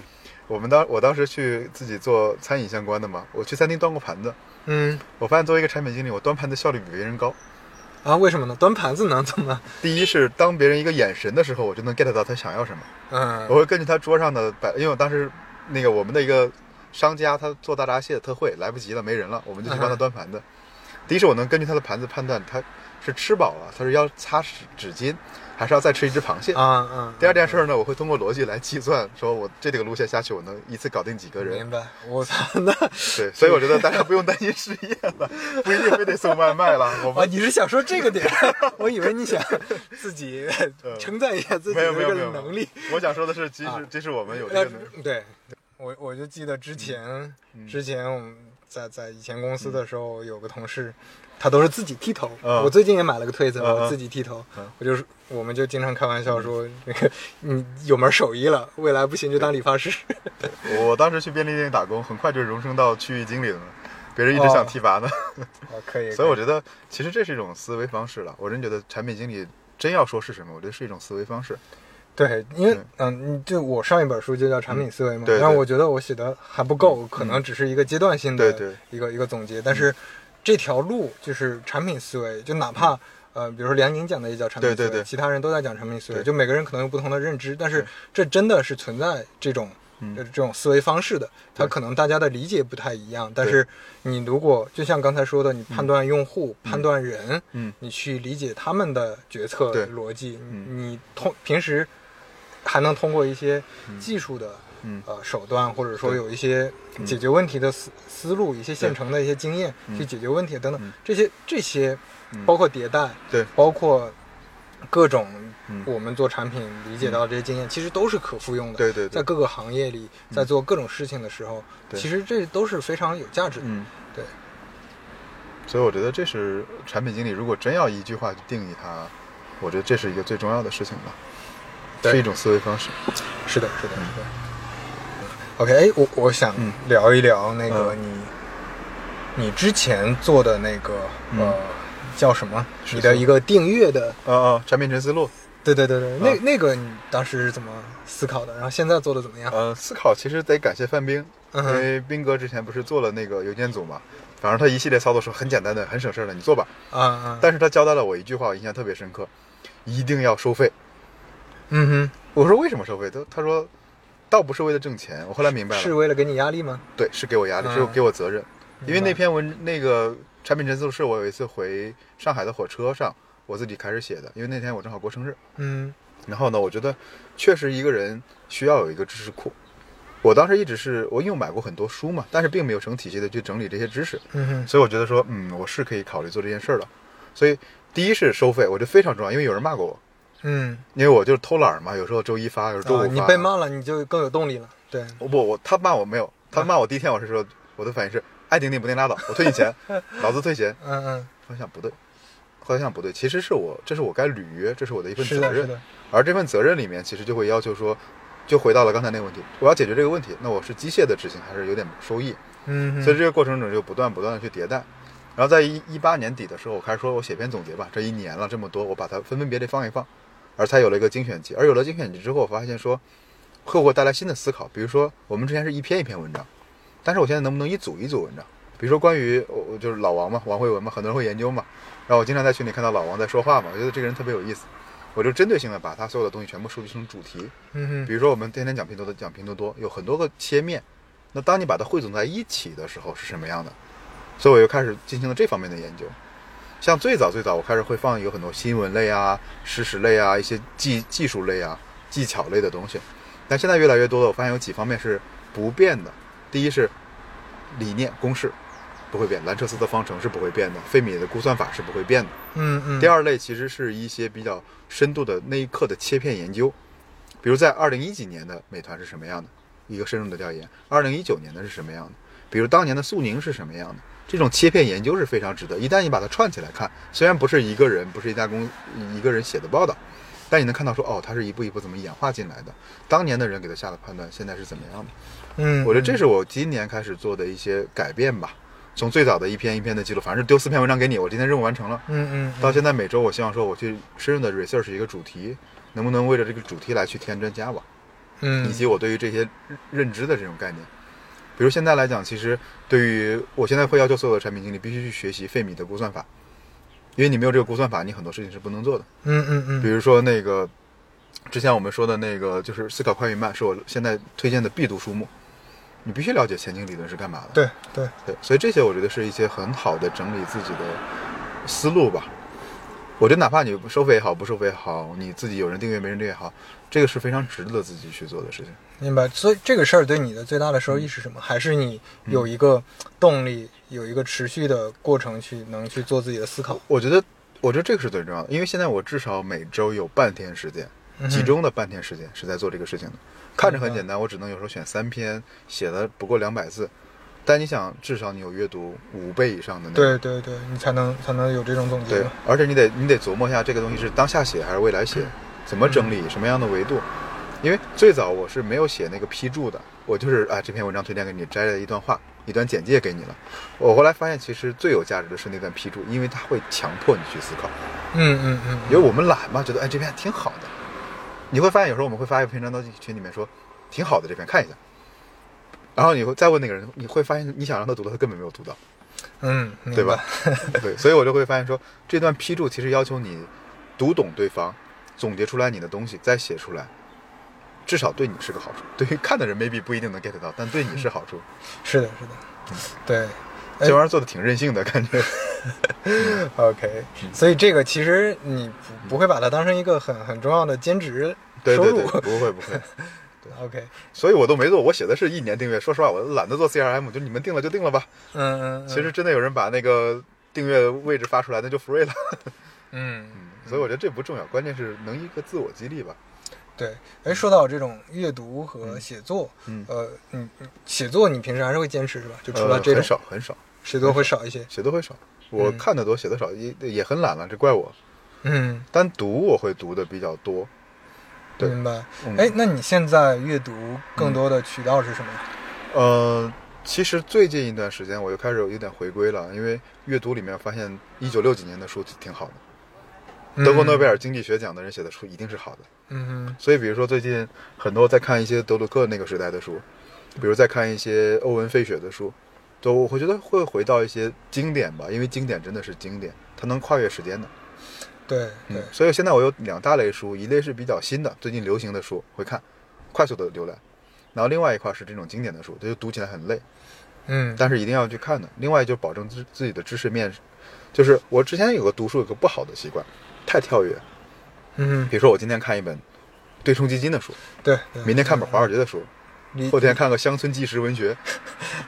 Speaker 1: 我们当我当时去自己做餐饮相关的嘛，我去餐厅端过盘子，
Speaker 2: 嗯
Speaker 1: 我发现作为一个产品经理，我端盘子效率比别人高。
Speaker 2: 啊，为什么呢？端盘子能怎么？
Speaker 1: 第一是当别人一个眼神的时候，我就能 get 到他想要什么，我
Speaker 2: 嗯
Speaker 1: 会根据他桌上的摆，因为我当时那个我们的一个商家他做大闸蟹特惠，来不及了，没人了，我们就去帮他端盘子。第一是我能根据他的盘子判断他是吃饱了，他是要擦纸纸巾，还是要再吃一只螃蟹
Speaker 2: 啊。啊，
Speaker 1: 第二件事儿呢，我会通过逻辑来计算，说我这个路线下去，我能一次搞定几个人
Speaker 2: 嗯明。白。我操， 那
Speaker 1: 对，所以我觉得大家不用担心失业了，不一定非得送外卖了。我
Speaker 2: 啊，
Speaker 1: 们
Speaker 2: 你是想说这个点？ 我以为你想 自己称赞一下自
Speaker 1: 嗯
Speaker 2: 己
Speaker 1: 没
Speaker 2: 的
Speaker 1: 有没
Speaker 2: 这
Speaker 1: 有
Speaker 2: 个
Speaker 1: 没有
Speaker 2: 能力。，
Speaker 1: 我想说的是，即使
Speaker 2: 啊
Speaker 1: 即使我们有这个能力，嗯
Speaker 2: 呃对，我我就记得之前之前我们在在以前公司的时候，有个同事，他都是自己剃头。
Speaker 1: 嗯
Speaker 2: 我最近也买了个推子，
Speaker 1: 嗯嗯
Speaker 2: 我自己剃头
Speaker 1: 嗯。
Speaker 2: 我就是我们就经常开玩笑说，那个你有门手艺了，未来不行就当理发师。
Speaker 1: 我当时去便利店打工，很快就荣升到区域经理了，别人一直想提拔呢。
Speaker 2: 啊，可以。
Speaker 1: 哦所以我觉得，其实这是一种思维方式了。我真觉得产品经理真要说是什么，我觉得是一种思维方式。
Speaker 2: 对，因为
Speaker 1: 对
Speaker 2: 嗯，你就我上一本书就叫《产品思维》
Speaker 1: 嗯
Speaker 2: 嘛，
Speaker 1: 对对嗯
Speaker 2: 但是我觉得我写的还不够，可能只是一个阶段性的
Speaker 1: 对嗯对
Speaker 2: 一个一个总结，但是这条路就是产品思维，就哪怕。呃，比如说梁宁讲的也叫产品思维，
Speaker 1: 嗯对对对
Speaker 2: 其他人都在讲产品思维，
Speaker 1: 对
Speaker 2: 就每个人可能有不同的认知，但是
Speaker 1: 对
Speaker 2: 这真的是存在这种、
Speaker 1: 嗯
Speaker 2: 呃这种思维方式的，它
Speaker 1: 对
Speaker 2: 可能大家的理解不太一样，但是你如果就像刚才说的，你判断用户、判断人，
Speaker 1: 嗯
Speaker 2: 你去理解他们的决策
Speaker 1: 对
Speaker 2: 逻辑，
Speaker 1: 嗯
Speaker 2: 你通平时还能通过一些技术的、
Speaker 1: 嗯
Speaker 2: 呃手段，或者说
Speaker 1: 对
Speaker 2: 有一些解决问题的思、思路，一些现成的一些经验
Speaker 1: 嗯
Speaker 2: 去解决问题等等，
Speaker 1: 嗯
Speaker 2: 这些这些
Speaker 1: 嗯
Speaker 2: 包括迭代，
Speaker 1: 对
Speaker 2: 包括各种
Speaker 1: 嗯
Speaker 2: 我们做产品理解到的这些经验，其实都是可复用的。
Speaker 1: 对对
Speaker 2: 在
Speaker 1: 对，
Speaker 2: 各个行业里，在做各种事情的时候，
Speaker 1: 对
Speaker 2: 其实这都是非常有价值的。
Speaker 1: 嗯，
Speaker 2: 对。
Speaker 1: 所以我觉得这是产品经理，如果真要一句话去定义它，我觉得这是一个最重要的事情吧，
Speaker 2: 对
Speaker 1: 是一种思维方式。
Speaker 2: 是的，是的，是的。OK，哎，我我想
Speaker 1: 嗯
Speaker 2: 聊一聊那个你，你之前做的那个呃叫什么？
Speaker 1: 嗯是
Speaker 2: 你的一个订阅的，
Speaker 1: 啊啊，产品陈思路，
Speaker 2: 对对对对，那
Speaker 1: 啊
Speaker 2: 那个你当时是怎么思考的？然后现在做的怎么样？
Speaker 1: 呃，思考其实得感谢范冰，
Speaker 2: 嗯
Speaker 1: 因
Speaker 2: 哼
Speaker 1: 为斌哥之前不是做了那个邮件组嘛，反正他一系列操作是很简单的，很省事儿的，你做吧。
Speaker 2: 啊啊，
Speaker 1: 但是他交代了我一句话，我印象特别深刻，一定要收费。
Speaker 2: 嗯
Speaker 1: 我说为什么收费？他他说，倒不是为了挣钱。我后来明白
Speaker 2: 哼，
Speaker 1: 了，
Speaker 2: 是为了给你压力吗？
Speaker 1: 对，是给我压力，
Speaker 2: 嗯
Speaker 1: 是给我责任。因为
Speaker 2: 明白
Speaker 1: 那篇文那个产品陈述是我有一次回上海的火车上，我自己开始写的。因为那天我正好过生日，
Speaker 2: 嗯
Speaker 1: 然后呢，我觉得确实一个人需要有一个知识库。我当时一直是我因为我买过很多书嘛，但是并没有成体系的去整理这些知识，
Speaker 2: 嗯哼，
Speaker 1: 所以我觉得说，嗯，我是可以考虑做这件事儿的。所以第一是收费，我觉得非常重要，因为有人骂过我，
Speaker 2: 嗯，
Speaker 1: 因为我就是偷懒儿嘛，有时候周一发，有时候周
Speaker 2: 啊
Speaker 1: 五发。
Speaker 2: 你被骂了，你就更有动力了。对，
Speaker 1: 我不，我他骂我没有，他骂我第一天我是说，我的反应是爱顶顶不顶拉倒，我退你钱，老子退钱。
Speaker 2: 嗯嗯，
Speaker 1: 我想不对，后来想不对，其实是我，这是我该履约，这是我的一份
Speaker 2: 是
Speaker 1: 责
Speaker 2: 的，是
Speaker 1: 任。
Speaker 2: 的，
Speaker 1: 而这份责任里面，其实就会要求说，就回到了刚才那个问题，我要解决这个问题，那我是机械的执行还是有点收益？
Speaker 2: 嗯哼，
Speaker 1: 所以这个过程中就不断不断的去迭代。然后在一一八年底的时候，我开始说我写篇总结吧，这一年了这么多，我把它分分别别放一放，而才有了一个精选集。而有了精选集之后，我发现说会给我带来新的思考，比如说我们之前是一篇一篇文章，但是我现在能不能一组一组文章？比如说关于我我就是老王嘛，王慧文嘛，很多人会研究嘛，然后我经常在群里看到老王在说话嘛，我觉得这个人特别有意思，我就针对性的把他所有的东西全部收集成主题，
Speaker 2: 嗯
Speaker 1: 比
Speaker 2: 哼，
Speaker 1: 如说我们天天讲拼多多，讲拼多多有很多个切面，那当你把它汇总在一起的时候是什么样的？所以我又开始进行了这方面的研究。像最早最早，我开始会放有很多新闻类啊、实时类啊、一些技技术类啊、技巧类的东西，但现在越来越多的，我发现有几方面是不变的。第一是理念公式不会变，兰彻斯的方程是不会变的，费米的估算法是不会变的。
Speaker 2: 嗯嗯，
Speaker 1: 第二类其实是一些比较深度的那一刻的切片研究，比如在二零一几年的美团是什么样的一个深入的调研，二零一九年的是什么样的，比如当年的苏宁是什么样的，这种切片研究是非常值得。一旦你把它串起来看，虽然不是一个人，不是一家公一个人写的报道，但你能看到说哦，它是一步一步怎么演化进来的，当年的人给他下的判断，现在是怎么样的。
Speaker 2: 嗯，
Speaker 1: 我觉得这是我今年开始做的一些改变吧。从最早的一篇一篇的记录，反正是丢四篇文章给你，我今天任务完成了。
Speaker 2: 嗯，嗯嗯，
Speaker 1: 到现在每周，我希望说我去深入的 research 一个主题，能不能为了这个主题来去添砖加瓦，
Speaker 2: 嗯，
Speaker 1: 以及我对于这些认知的这种概念。比如现在来讲，其实对于我现在会要求所有的产品经理必须去学习费米的估算法，因为你没有这个估算法，你很多事情是不能做的。
Speaker 2: 嗯嗯嗯，
Speaker 1: 比如说那个之前我们说的那个，就是《思考快与慢》，是我现在推荐的必读书目。你必须了解前景理论是干嘛的。
Speaker 2: 对对，
Speaker 1: 对，所以这些我觉得是一些很好的整理自己的思路吧。我觉得哪怕你收费也好，不收费也好，你自己有人订阅没人订阅也好，这个是非常值得自己去做的事情。
Speaker 2: 明白。所以这个事儿对你的最大的收
Speaker 1: 嗯
Speaker 2: 益是什么？还是你有一个动力，有一个持续的过程去能去做自己的思考？
Speaker 1: 我觉得，我觉得这个是最重要的，因为现在我至少每周有半天时间，
Speaker 2: 嗯
Speaker 1: 集中的半天时间是在做这个事情的。看着很简单，我只能有时候选三篇，写的不过两百字，但你想，至少你有阅读五倍以上的那个
Speaker 2: 对对对，你才能才能有这种总结
Speaker 1: 对。，而且你得你得琢磨一下这个东西是当下写还是未来写，怎么整理，什么样的维度。因为最早我是没有写那个批注的，我就是啊这篇文章推荐给你摘了一段话，一段简介给你了。我后来发现，其实最有价值的是那段批注，因为它会强迫你去思考。
Speaker 2: 嗯嗯嗯，
Speaker 1: 因为我们懒嘛，觉得哎这篇挺好的，你会发现有时候我们会发一篇文章到群里面说挺好的这篇看一下，然后你会再问那个人，你会发现你想让他读到，他根本没有读到。
Speaker 2: 嗯，明
Speaker 1: 对
Speaker 2: 白
Speaker 1: 吧？？ 对，所以我就会发现说，这段批注其实要求你读懂对方，总结出来你的东西，再写出来，至少对你是个好处。对于看的人，maybe 不一定能 get 到，但对你是好处。
Speaker 2: 是的，是的，
Speaker 1: 嗯
Speaker 2: 对。哎
Speaker 1: 这玩意儿做的挺任性的感觉。
Speaker 2: OK，所以这个其实你不不会把它当成一个很很重要的兼职
Speaker 1: 对
Speaker 2: 收
Speaker 1: 对
Speaker 2: 入
Speaker 1: 对，。不会不会。
Speaker 2: OK，
Speaker 1: 所以我都没做，我写的是一年订阅。说实话，我懒得做 CRM，就你们定了就定了吧。
Speaker 2: 嗯嗯，嗯
Speaker 1: 其实真的有人把那个订阅位置发出来，那就 free 了。
Speaker 2: 嗯，
Speaker 1: 所以我觉得这不重要，关键是能一个自我激励吧。
Speaker 2: 对。哎，说到这种阅读和写作，
Speaker 1: 嗯
Speaker 2: 呃，你你写作你平时还是会坚持是吧？就除了
Speaker 1: 呃
Speaker 2: 这
Speaker 1: 很
Speaker 2: 种
Speaker 1: 少很少。
Speaker 2: 写作会少一些。
Speaker 1: 写的会少，我
Speaker 2: 嗯
Speaker 1: 看的多，写的少，也也很懒了，这怪我。
Speaker 2: 嗯，
Speaker 1: 单读我会读的比较多，对
Speaker 2: 明白。
Speaker 1: 嗯
Speaker 2: 哎，那你现在阅读更多的渠道是什么呀？
Speaker 1: 呃，其实最近一段时间我又开始有点回归了，因为阅读里面发现一九六几年的书挺好的，
Speaker 2: 嗯
Speaker 1: 德国诺贝。尔经济学奖的人写的书一定是好的，
Speaker 2: 嗯嗯
Speaker 1: 所以比如说最近很多在看一些德鲁克那个时代的书，比如在看一些欧文费雪的书，就我会觉得会回到一些经典吧，因为经典真的是经典，它能跨越时间的。
Speaker 2: 对对
Speaker 1: 嗯，，所以现在我有两大类书，一类是比较新的，最近流行的书会看，快速的浏览，然后另外一块是这种经典的书，这就读起来很累，
Speaker 2: 嗯，
Speaker 1: 但是一定要去看的。另外就保证自自己的知识面，就是我之前有个读书有个不好的习惯，太跳跃。
Speaker 2: 嗯
Speaker 1: 比如说我今天看一本对冲基金的书，
Speaker 2: 对，对嗯
Speaker 1: 明天看本华尔街的书，
Speaker 2: 理
Speaker 1: 后天看个乡村纪实文学。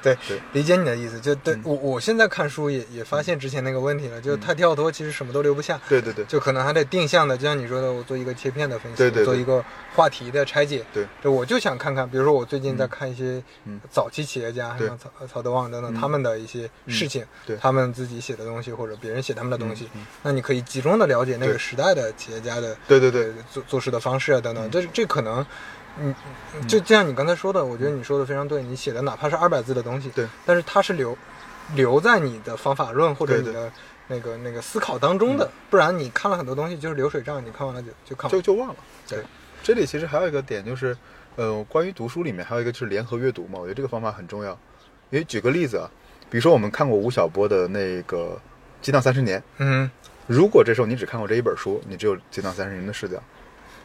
Speaker 2: 对
Speaker 1: 对
Speaker 2: 理解你的意思，就
Speaker 1: 嗯
Speaker 2: 对我我现在看书也也发现之前那个问题了，就太跳脱，其实什么都留不下，
Speaker 1: 对对对
Speaker 2: 就可能还得定向的，就像你说的，我做一个切片的分析，
Speaker 1: 对对对
Speaker 2: 做一个话题的拆解，
Speaker 1: 对，
Speaker 2: 对，我就想看看，比如说我最近在看一些
Speaker 1: 嗯
Speaker 2: 早期企业家，
Speaker 1: 对
Speaker 2: 像曹曹德旺等
Speaker 1: 嗯
Speaker 2: 等他们的一些事情，
Speaker 1: 对
Speaker 2: 他们自己写的东西或者别人写他们的东西
Speaker 1: 嗯嗯，
Speaker 2: 那你可以集中的了解那个
Speaker 1: 对
Speaker 2: 时代的企业家的
Speaker 1: 对对对，
Speaker 2: 做做事的方式啊等等，这这可能，嗯，就就像你刚才说的，我觉得你说的非常对，你写的哪怕是二百字的东西，
Speaker 1: 对，
Speaker 2: 但是它是留留在你的方法论或者
Speaker 1: 对嗯
Speaker 2: 你
Speaker 1: 对
Speaker 2: 的那个那个思考当中的，不然你看了很多东西就是流水账，你看完了就就看完
Speaker 1: 就
Speaker 2: 了，
Speaker 1: 就忘了。
Speaker 2: 哦对，
Speaker 1: 这里其实还有一个点就是，呃，关于读书里面还有一个就是联合阅读嘛，我觉得这个方法很重要。因为举个例子啊，比如说我们看过吴晓波的那个《激荡三十年》，
Speaker 2: 嗯，
Speaker 1: 如果这时候你只看过这一本书，你只有《激荡三十年》的视角。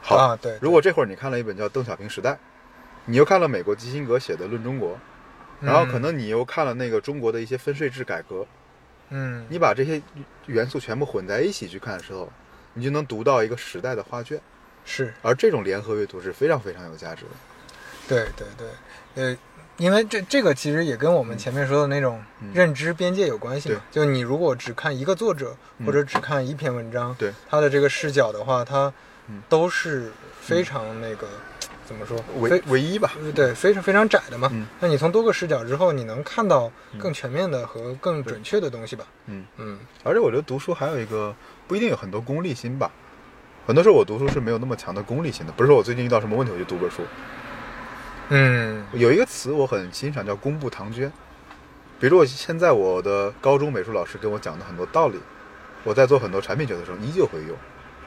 Speaker 1: 好，
Speaker 2: 啊对，
Speaker 1: 如果这会儿你看了一本叫《邓小平时代》，你又看了美国基辛格写的《论中国》，然后可能你又看了那个中国的一些分税制改革，
Speaker 2: 嗯，
Speaker 1: 你把这些元素全部混在一起去看的时候，你就能读到一个时代的画卷。
Speaker 2: 是
Speaker 1: 而这种联合阅读是非常非常有价值的。
Speaker 2: 对对对，呃，因为这这个其实也跟我们前面说的那种
Speaker 1: 嗯
Speaker 2: 认知边界有关系嘛。就你如果只看一个作者、或者只看一篇文章，
Speaker 1: 嗯对
Speaker 2: 他的这个视角的话，他
Speaker 1: 嗯
Speaker 2: 都是非常那个、怎么说
Speaker 1: 唯
Speaker 2: 非
Speaker 1: 唯一吧，
Speaker 2: 呃对非常非常窄的嘛。
Speaker 1: 嗯
Speaker 2: 那你从多个视角之后，你能看到更全面的和更准确的东西吧？
Speaker 1: 嗯，
Speaker 2: 嗯
Speaker 1: 而且我觉得读书还有一个不一定有很多功利心吧，很多时候我读书是没有那么强的功利心的，不是说我最近遇到什么问题我就读本书。
Speaker 2: 嗯
Speaker 1: 有一个词我很欣赏叫工部唐娟，比如我现在我的高中美术老师跟我讲的很多道理，我在做很多产品学的时候依旧会用，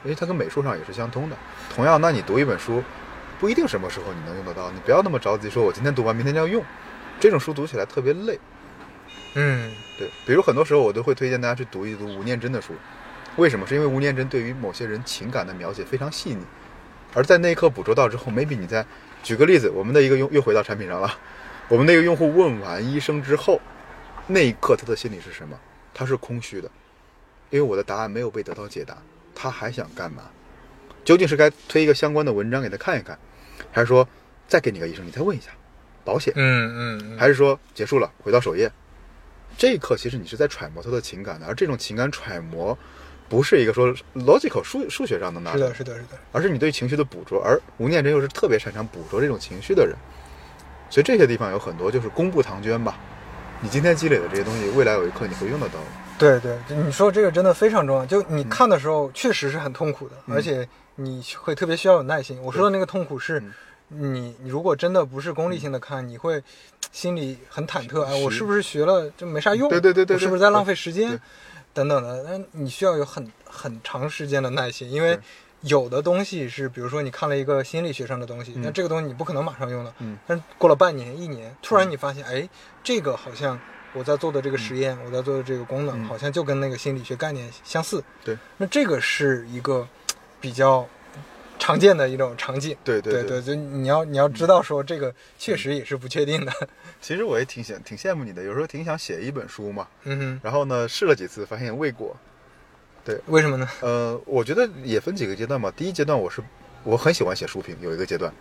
Speaker 1: 因为它跟美术上也是相通的。同样，那你读一本书，不一定什么时候你能用得到，你不要那么着急说我今天读完明天就要用，这种书读起来特别累。
Speaker 2: 嗯
Speaker 1: 对，比如很多时候我都会推荐大家去读一读吴念真的书，为什么？是因为吴念真对于某些人情感的描写非常细腻，而在那一刻捕捉到之后，maybe 你在举个例子，我们的一个用又回到产品上了，我们那个用户问完医生之后，那一刻他的心里是什么？他是空虚的，因为我的答案没有被得到解答，他还想干嘛？究竟是该推一个相关的文章给他看一看，还是说再给你个医生，你再问一下，保险？
Speaker 2: 嗯嗯嗯，
Speaker 1: 还是说结束了，回到首页？这一刻其实你是在揣摩他的情感的，而这种情感揣摩，不是一个说 logical 数数学上能拿
Speaker 2: 是
Speaker 1: 到
Speaker 2: 的，是的，是的，
Speaker 1: 而是你对情绪的捕捉。而吴念真又是特别擅长捕捉这种情绪的人，所以这些地方有很多就是公布唐娟吧，你今天积累的这些东西，未来有一刻你会用得到。
Speaker 2: 对对，你说这个真的非常重要。就你看的时候，确实是很痛苦的，而且你会特别需要有耐心。我说的那个痛苦是
Speaker 1: 嗯，
Speaker 2: 你你如果真的不是功利性的看，你会心里很忐忑，哎，
Speaker 1: 是
Speaker 2: 我是不是学了就没啥用？
Speaker 1: 对对对对
Speaker 2: 我是不是
Speaker 1: 对
Speaker 2: 在浪费时
Speaker 1: 对
Speaker 2: 间？等等的，但你需要有很很长时间的耐心，因为
Speaker 1: 是
Speaker 2: 有的东西是，比如说你看了一个心理学上的东西，
Speaker 1: 嗯
Speaker 2: 那这个东西你不可能马上用的，
Speaker 1: 嗯
Speaker 2: 但是过了半年、一年，突然你发现，哎，这个好像我在做的这个实验，我在做的这个功能，
Speaker 1: 嗯
Speaker 2: 好像就跟那个心理学概念相似。
Speaker 1: 对，
Speaker 2: 那这个是一个比较常见的一种场景。
Speaker 1: 对
Speaker 2: 对
Speaker 1: 对
Speaker 2: 就你要你要知道说这个确实也是不确定的。
Speaker 1: 其实我也挺想挺羡慕你的，有时候挺想写一本书嘛。
Speaker 2: 嗯哼，
Speaker 1: 然后呢，试了几次，发现未果。
Speaker 2: 为什么呢？
Speaker 1: 呃，我觉得也分几个阶段吧。第一阶段我是我很喜欢写书评，有一个阶段，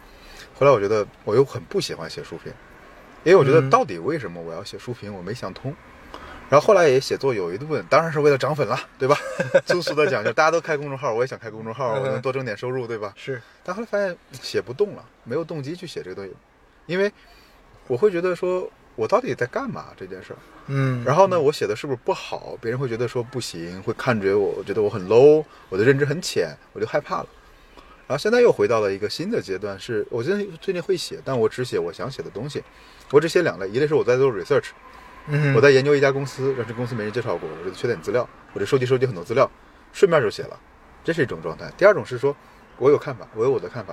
Speaker 1: 后来我觉得我又很不喜欢写书评，因为我觉得
Speaker 2: 嗯
Speaker 1: 到底为什么我要写书评，我没想通。然后后来也写作有一部分当然是为了涨粉啦，对吧？粗俗的讲，就是大家都开公众号，我也想开公众号，我能多挣点收入，对 吧？
Speaker 2: 是，
Speaker 1: 但后来发现写不动了，没有动机去写这个东西，因为我会觉得说我到底在干嘛这件事儿。
Speaker 2: 嗯，
Speaker 1: 然后呢，我写的是不是不好？别人会觉得说不行，会看着我，我觉得我很 low，我的认知很浅，我就害怕了。然后现在又回到了一个新的阶段，是我最近最近会写，但我只写我想写的东西。我只写两类，一类是我在做 research，
Speaker 2: 嗯，
Speaker 1: 我在研究一家公司，让这公司没人介绍过，我就缺点资料，我就收集收集很多资料，顺便就写了，这是一种状态。第二种是说，我有看法，我有我的看法，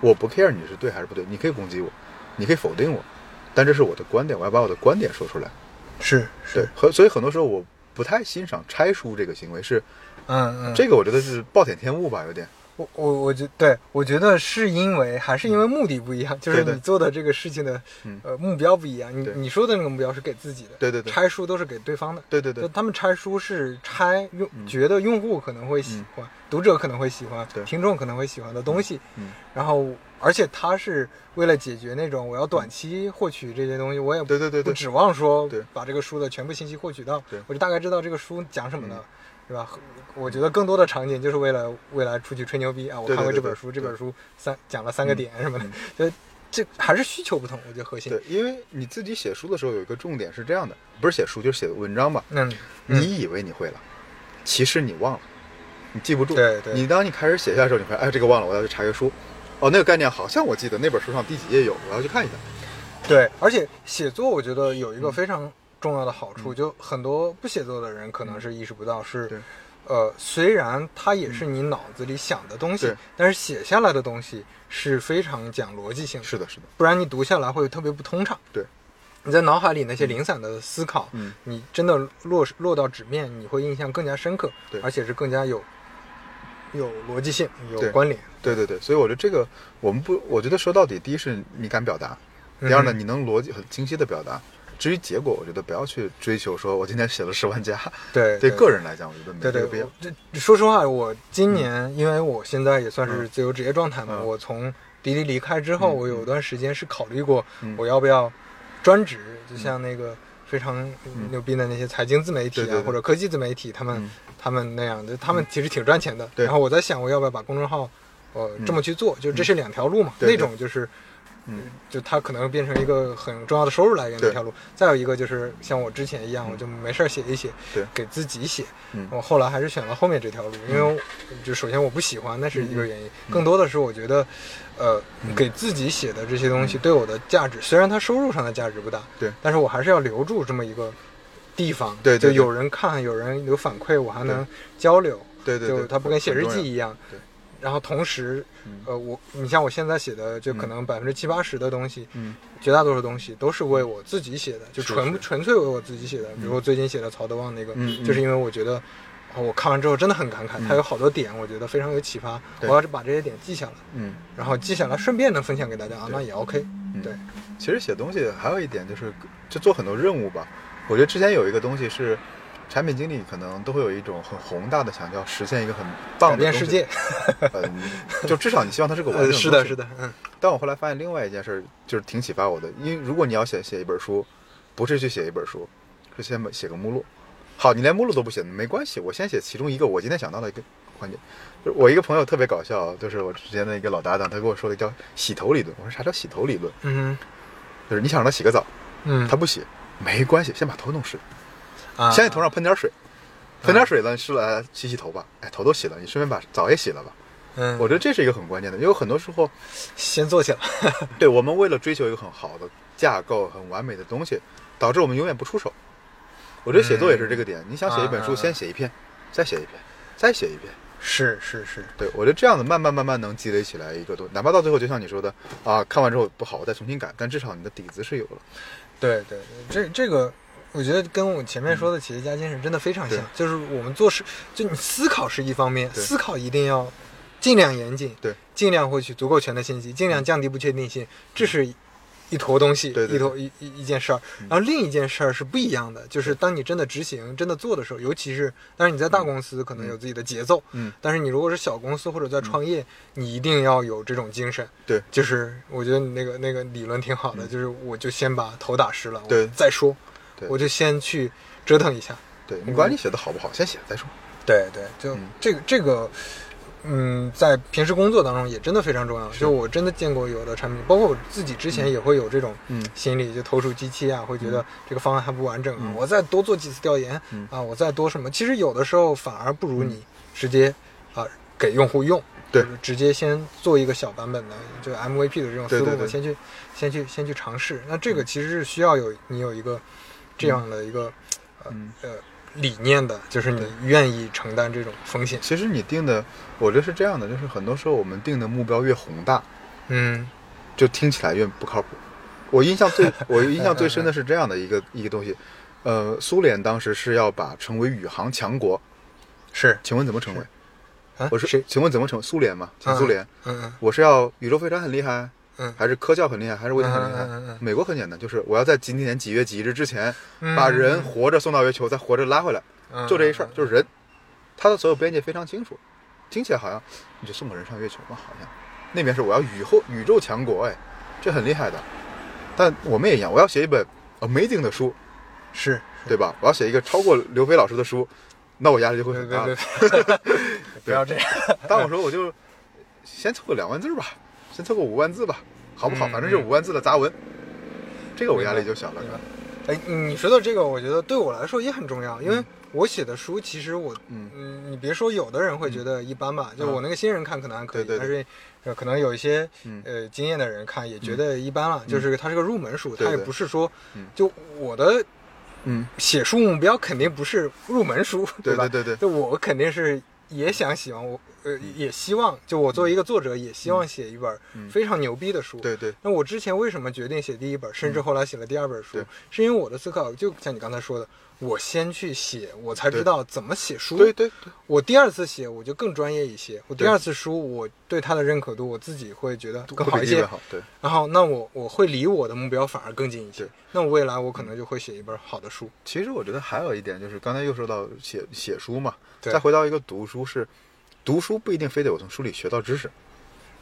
Speaker 1: 我不 care 你是对还是不对，你可以攻击我，你可以否定我，但这是我的观点，我要把我的观点说出来。
Speaker 2: 是
Speaker 1: 对
Speaker 2: 是，，
Speaker 1: 和所以很多时候我不太欣赏拆书这个行为，是
Speaker 2: 嗯嗯，
Speaker 1: 这个我觉得是暴殄天物吧，有点。
Speaker 2: 我我我觉对，我觉得是因为还是因为目的不一样，就是
Speaker 1: 嗯对对
Speaker 2: 你做的这个事情的
Speaker 1: 嗯
Speaker 2: 呃目标不一样。你
Speaker 1: 对
Speaker 2: 你说的那个目标是给自己的，
Speaker 1: 对对对
Speaker 2: 拆书都是给对方的。
Speaker 1: 对对对
Speaker 2: 就，他们拆书是拆用
Speaker 1: 嗯
Speaker 2: 觉得用户可能会喜欢，读者可能会喜欢
Speaker 1: 对，
Speaker 2: 听众可能会喜欢的东西。
Speaker 1: 嗯，
Speaker 2: 然后，而且他是为了解决那种我要短期获取这些东西，我也
Speaker 1: 对对对
Speaker 2: 不
Speaker 1: 对，
Speaker 2: 指望说
Speaker 1: 对
Speaker 2: 把这个书的全部信息获取到
Speaker 1: 对，
Speaker 2: 我就大概知道这个书讲什么的
Speaker 1: 嗯，
Speaker 2: 是吧？和我觉得更多的场景就是为了未来出去吹牛逼啊！我
Speaker 1: 对对
Speaker 2: 看过
Speaker 1: 对
Speaker 2: 这本
Speaker 1: 对
Speaker 2: 书，
Speaker 1: 对嗯
Speaker 2: 这本书三讲了三个点什么的，就这还是需求不同，我觉得核心
Speaker 1: 对。，因为你自己写书的时候有一个重点是这样的，不是写书就是写文章吧？
Speaker 2: 嗯，嗯
Speaker 1: 你以为你会了，其实你忘了，你记不住。
Speaker 2: 对对
Speaker 1: 你当你开始写下的时候，你发现哎这个忘了，我要去查个书。哦，那个概念好像我记得那本书上第几页有，我要去看一下。
Speaker 2: 对，而且写作我觉得
Speaker 1: 嗯
Speaker 2: 有一个非常重要的好处，就很多不写作的人可能是意识不到是
Speaker 1: 对。嗯
Speaker 2: 呃，虽然它也是你脑子里想的东西，
Speaker 1: 对
Speaker 2: 但是写下来的东西是非常讲逻辑性的，
Speaker 1: 是的，是的，
Speaker 2: 不然你读下来会特别不通畅。
Speaker 1: 对，
Speaker 2: 你在脑海里那些零散的思考，
Speaker 1: 嗯
Speaker 2: 你真的落落到纸面，你会印象更加深刻，
Speaker 1: 对
Speaker 2: 而且是更加有有逻辑性、
Speaker 1: 对
Speaker 2: 有关联。
Speaker 1: 对对对。所以我觉得这个我们不，我觉得说到底，第一是你敢表达，第二呢，
Speaker 2: 嗯
Speaker 1: 你能逻辑很清晰的表达。至于结果，我觉得不要去追求，说我今天写了十万 加。
Speaker 2: 对
Speaker 1: 对个人来讲，我觉得没这
Speaker 2: 对对
Speaker 1: 个必要。，
Speaker 2: 我这说实话，我今年因为我现在也算是自由职业状态嘛，
Speaker 1: 嗯
Speaker 2: 我从滴滴离开之后，
Speaker 1: 嗯
Speaker 2: 我有段时间是考虑过
Speaker 1: 嗯
Speaker 2: 我要不要专职，就像那个非常牛逼的那些财经自媒体啊，
Speaker 1: 嗯对对对
Speaker 2: 或者科技自媒体，他们、
Speaker 1: 嗯
Speaker 2: 他们那样的，他们其实挺赚钱的。
Speaker 1: 对嗯
Speaker 2: 然后我在想，我要不要把公众号呃这么去做？就这是两条路嘛，
Speaker 1: 对对
Speaker 2: 那种就是。
Speaker 1: 嗯
Speaker 2: 就它可能变成一个很重要的收入来源
Speaker 1: 对嗯
Speaker 2: 的一条路。再有一个就是像我之前一样，我就没事儿写一写，
Speaker 1: 对
Speaker 2: 给自己写。
Speaker 1: 嗯
Speaker 2: 我后来还是选了后面这条路，因为我就首先我不喜欢，那是一
Speaker 1: 嗯
Speaker 2: 个原因。更多的是我觉得，呃，给自己写的这些东西对我的价值，虽然它收入上的价值不大，
Speaker 1: 对
Speaker 2: 但是我还是要留住这么一个地方，
Speaker 1: 对对
Speaker 2: 就有人看，有人有反馈，我还能交流。
Speaker 1: 对对对，
Speaker 2: 就它不跟写日记
Speaker 1: 很重要。
Speaker 2: 一样。
Speaker 1: 对。
Speaker 2: 然后同时
Speaker 1: 嗯，
Speaker 2: 呃，我你像我现在写的，就可能百分之七八十的东西，
Speaker 1: 嗯
Speaker 2: 绝大多数东西都是为我自己写的，就是纯
Speaker 1: 是
Speaker 2: 纯粹为我自己写的。比如我最近写的曹德旺那个，
Speaker 1: 嗯嗯
Speaker 2: 就是因为我觉得。哦我看完之后真的很感慨，他有好多点，我觉得非常有启发。我
Speaker 1: 对
Speaker 2: 要是把这些点记下来，
Speaker 1: 嗯，
Speaker 2: 然后记下来，顺便能分享给大家啊，
Speaker 1: 对嗯
Speaker 2: 那也 OK。对，
Speaker 1: 其实写东西还有一点就是，就做很多任务吧。我觉得之前有一个东西是，产品经理可能都会有一种很宏大的想要实现一个很棒
Speaker 2: 改
Speaker 1: 的
Speaker 2: 变
Speaker 1: 东
Speaker 2: 世
Speaker 1: 西。
Speaker 2: 界，
Speaker 1: 嗯，就至少你希望它是 个完整的。
Speaker 2: 呃，是的，是。的，嗯，
Speaker 1: 但我后来发现另外一件事儿，就是挺启发我的，因为如果你要写写一本书，不是去写一本书，是先写个目录。好，你连目录都不写，没关系，我先写其中一个我今天想到的一个环节。就是我一个朋友特别搞笑，啊就是我之前的一个老搭档，他跟我说了一个叫洗头理论。我说啥叫洗头理论？
Speaker 2: 嗯
Speaker 1: 就是你想让他洗个澡，
Speaker 2: 嗯，
Speaker 1: 他不洗，没关系，先把头弄湿，
Speaker 2: 啊，
Speaker 1: 先给头上喷点水，喷点水呢湿了洗洗头吧，哎，头都洗了，你顺便把澡也洗了吧。
Speaker 2: 嗯，
Speaker 1: 我觉得这是一个很关键的，因为很多时候，
Speaker 2: 先做起来，
Speaker 1: 对我们为了追求一个很好的架构、很完美的东西，导致我们永远不出手。我觉得写作也是这个点，你想写一本
Speaker 2: 啊
Speaker 1: 书，
Speaker 2: 啊
Speaker 1: 先写一篇，再写一篇，再写一篇。
Speaker 2: 是是是，
Speaker 1: 对我觉得这样子慢慢慢慢能积累起来一个东西，哪怕到最后就像你说的啊，看完之后不好，我再重新改，但至少你的底子是有了。嗯
Speaker 2: 对对，对这这个我觉得跟我前面说的企业家精神真的非常像
Speaker 1: 对，
Speaker 2: 就是我们做事，就你思考是一方面，
Speaker 1: 对
Speaker 2: 思考一定要尽量严谨，
Speaker 1: 对，
Speaker 2: 尽量获取足够全的信息，尽量降低不确定性，这是一坨东西，
Speaker 1: 嗯对对嗯
Speaker 2: 一坨一一一件事儿。然后另一件事儿是不一样的，就是当你真的执行、真的做的时候，尤其是，当然你在大公司可能有自己的节奏，
Speaker 1: 嗯，
Speaker 2: 但是你如果是小公司或者在创业，你一定要有这种精神。
Speaker 1: 对，嗯
Speaker 2: 就是我觉得你那个那个理论挺好的，就是我就先把头打湿了，我
Speaker 1: 对
Speaker 2: 再说，
Speaker 1: 对
Speaker 2: 我就先去折腾一下。
Speaker 1: 对你管你写的好不好，先写再说。
Speaker 2: 对对，就
Speaker 1: 嗯
Speaker 2: 这个这个，嗯，在平时工作当中也真的非常重要。就我真的见过有的产品，包括我自己之前也会有这种
Speaker 1: 嗯
Speaker 2: 心理，就投鼠忌器啊，会觉得这个方案还不完整啊
Speaker 1: 嗯，
Speaker 2: 我再多做几次调研
Speaker 1: 嗯
Speaker 2: 啊，我再多什么。其实有的时候反而不如你直接啊给用户用。
Speaker 1: 对
Speaker 2: 就是直接先做一个小版本的，就 MVP 的这种思路，
Speaker 1: 对对对
Speaker 2: 我先去先去先去尝试。那这个其实是需要有你有一个这样的一个、
Speaker 1: 嗯
Speaker 2: 呃呃理念的，就是你愿意承担这种风险。
Speaker 1: 其实你定的，我觉得是这样的，就是很多时候我们定的目标越宏大，
Speaker 2: 嗯
Speaker 1: 就听起来越不靠谱。我印象 最我印象最深的是这样的一个一个东西，呃，苏联当时是要把成为宇航强国，，
Speaker 2: 是
Speaker 1: 请问怎么成为？
Speaker 2: 啊，
Speaker 1: 我是
Speaker 2: 谁？
Speaker 1: 请问怎么成？苏联嘛，前苏联，
Speaker 2: 嗯嗯
Speaker 1: 我是要宇宙飞船很厉害，
Speaker 2: 嗯
Speaker 1: 还是科教很厉害，还是卫星很厉害？
Speaker 2: 嗯嗯嗯嗯
Speaker 1: 美国很简单，就是我要在今天几月几日之前
Speaker 2: 嗯
Speaker 1: 把人活着送到月球，再活着拉回来，
Speaker 2: 嗯，
Speaker 1: 就这一事儿，
Speaker 2: 嗯
Speaker 1: 就是人，他的所有边界非常清楚。听起来好像你就送个人上月球嘛，好像那边是我要宇后宇宙强国，哎，这很厉害的。但我们也一样，我要写一本 amazing 的书，
Speaker 2: 是，
Speaker 1: 对吧？我要写一个超过刘飞老师的书，那我压力就会
Speaker 2: 对
Speaker 1: 很
Speaker 2: 对
Speaker 1: 大。
Speaker 2: 对， 不要这样，
Speaker 1: 但我说我就先凑个两万字吧，先凑个五万字吧，好不好？
Speaker 2: 嗯
Speaker 1: 反正就五万字的杂文，这个我压力
Speaker 2: 明白
Speaker 1: 就小了
Speaker 2: 明。白哎，你说到这个，我觉得对我来说也很重要，因为我写的书，其实我，
Speaker 1: 嗯啊
Speaker 2: 嗯，你别说，有的人会觉得一般吧，就我那个新人看可能还可以，
Speaker 1: 对对
Speaker 2: 但
Speaker 1: 对
Speaker 2: 是呃，可能有一些
Speaker 1: 嗯
Speaker 2: 呃经验的人看也觉得一般了，就是它是个入门书，
Speaker 1: 对
Speaker 2: 它也
Speaker 1: 对
Speaker 2: 不是说
Speaker 1: 嗯，
Speaker 2: 就我的
Speaker 1: 嗯，
Speaker 2: 写书目标肯定不是入门书，
Speaker 1: 对
Speaker 2: 吧？
Speaker 1: 对对对
Speaker 2: 就我肯定是也想喜欢我，呃，也希望就我作为一个作者，也希望写一本
Speaker 1: 嗯
Speaker 2: 非常牛逼的书。
Speaker 1: 对对，
Speaker 2: 那我之前为什么决定写第一本，甚至后来写了第二本书
Speaker 1: 嗯对，
Speaker 2: 是因为我的思考，就像你刚才说的，我先去写，我才知
Speaker 1: 对
Speaker 2: 道怎么写书。
Speaker 1: 对对对，
Speaker 2: 我第二次写，我就更专业一些。我第
Speaker 1: 对
Speaker 2: 二次书，我对它的认可度，我自己会觉得更
Speaker 1: 会
Speaker 2: 好
Speaker 1: 比
Speaker 2: 一
Speaker 1: 第一
Speaker 2: 些
Speaker 1: 本。好，对。
Speaker 2: 然后，那我我会离我的目标反而更近一些
Speaker 1: 对。
Speaker 2: 那我未来我可能就会写一本好的书。
Speaker 1: 其实我觉得还有一点就是，刚才又说到写写书嘛，
Speaker 2: 对
Speaker 1: 再回到一个读书是，读书不一定非得我从书里学到知识。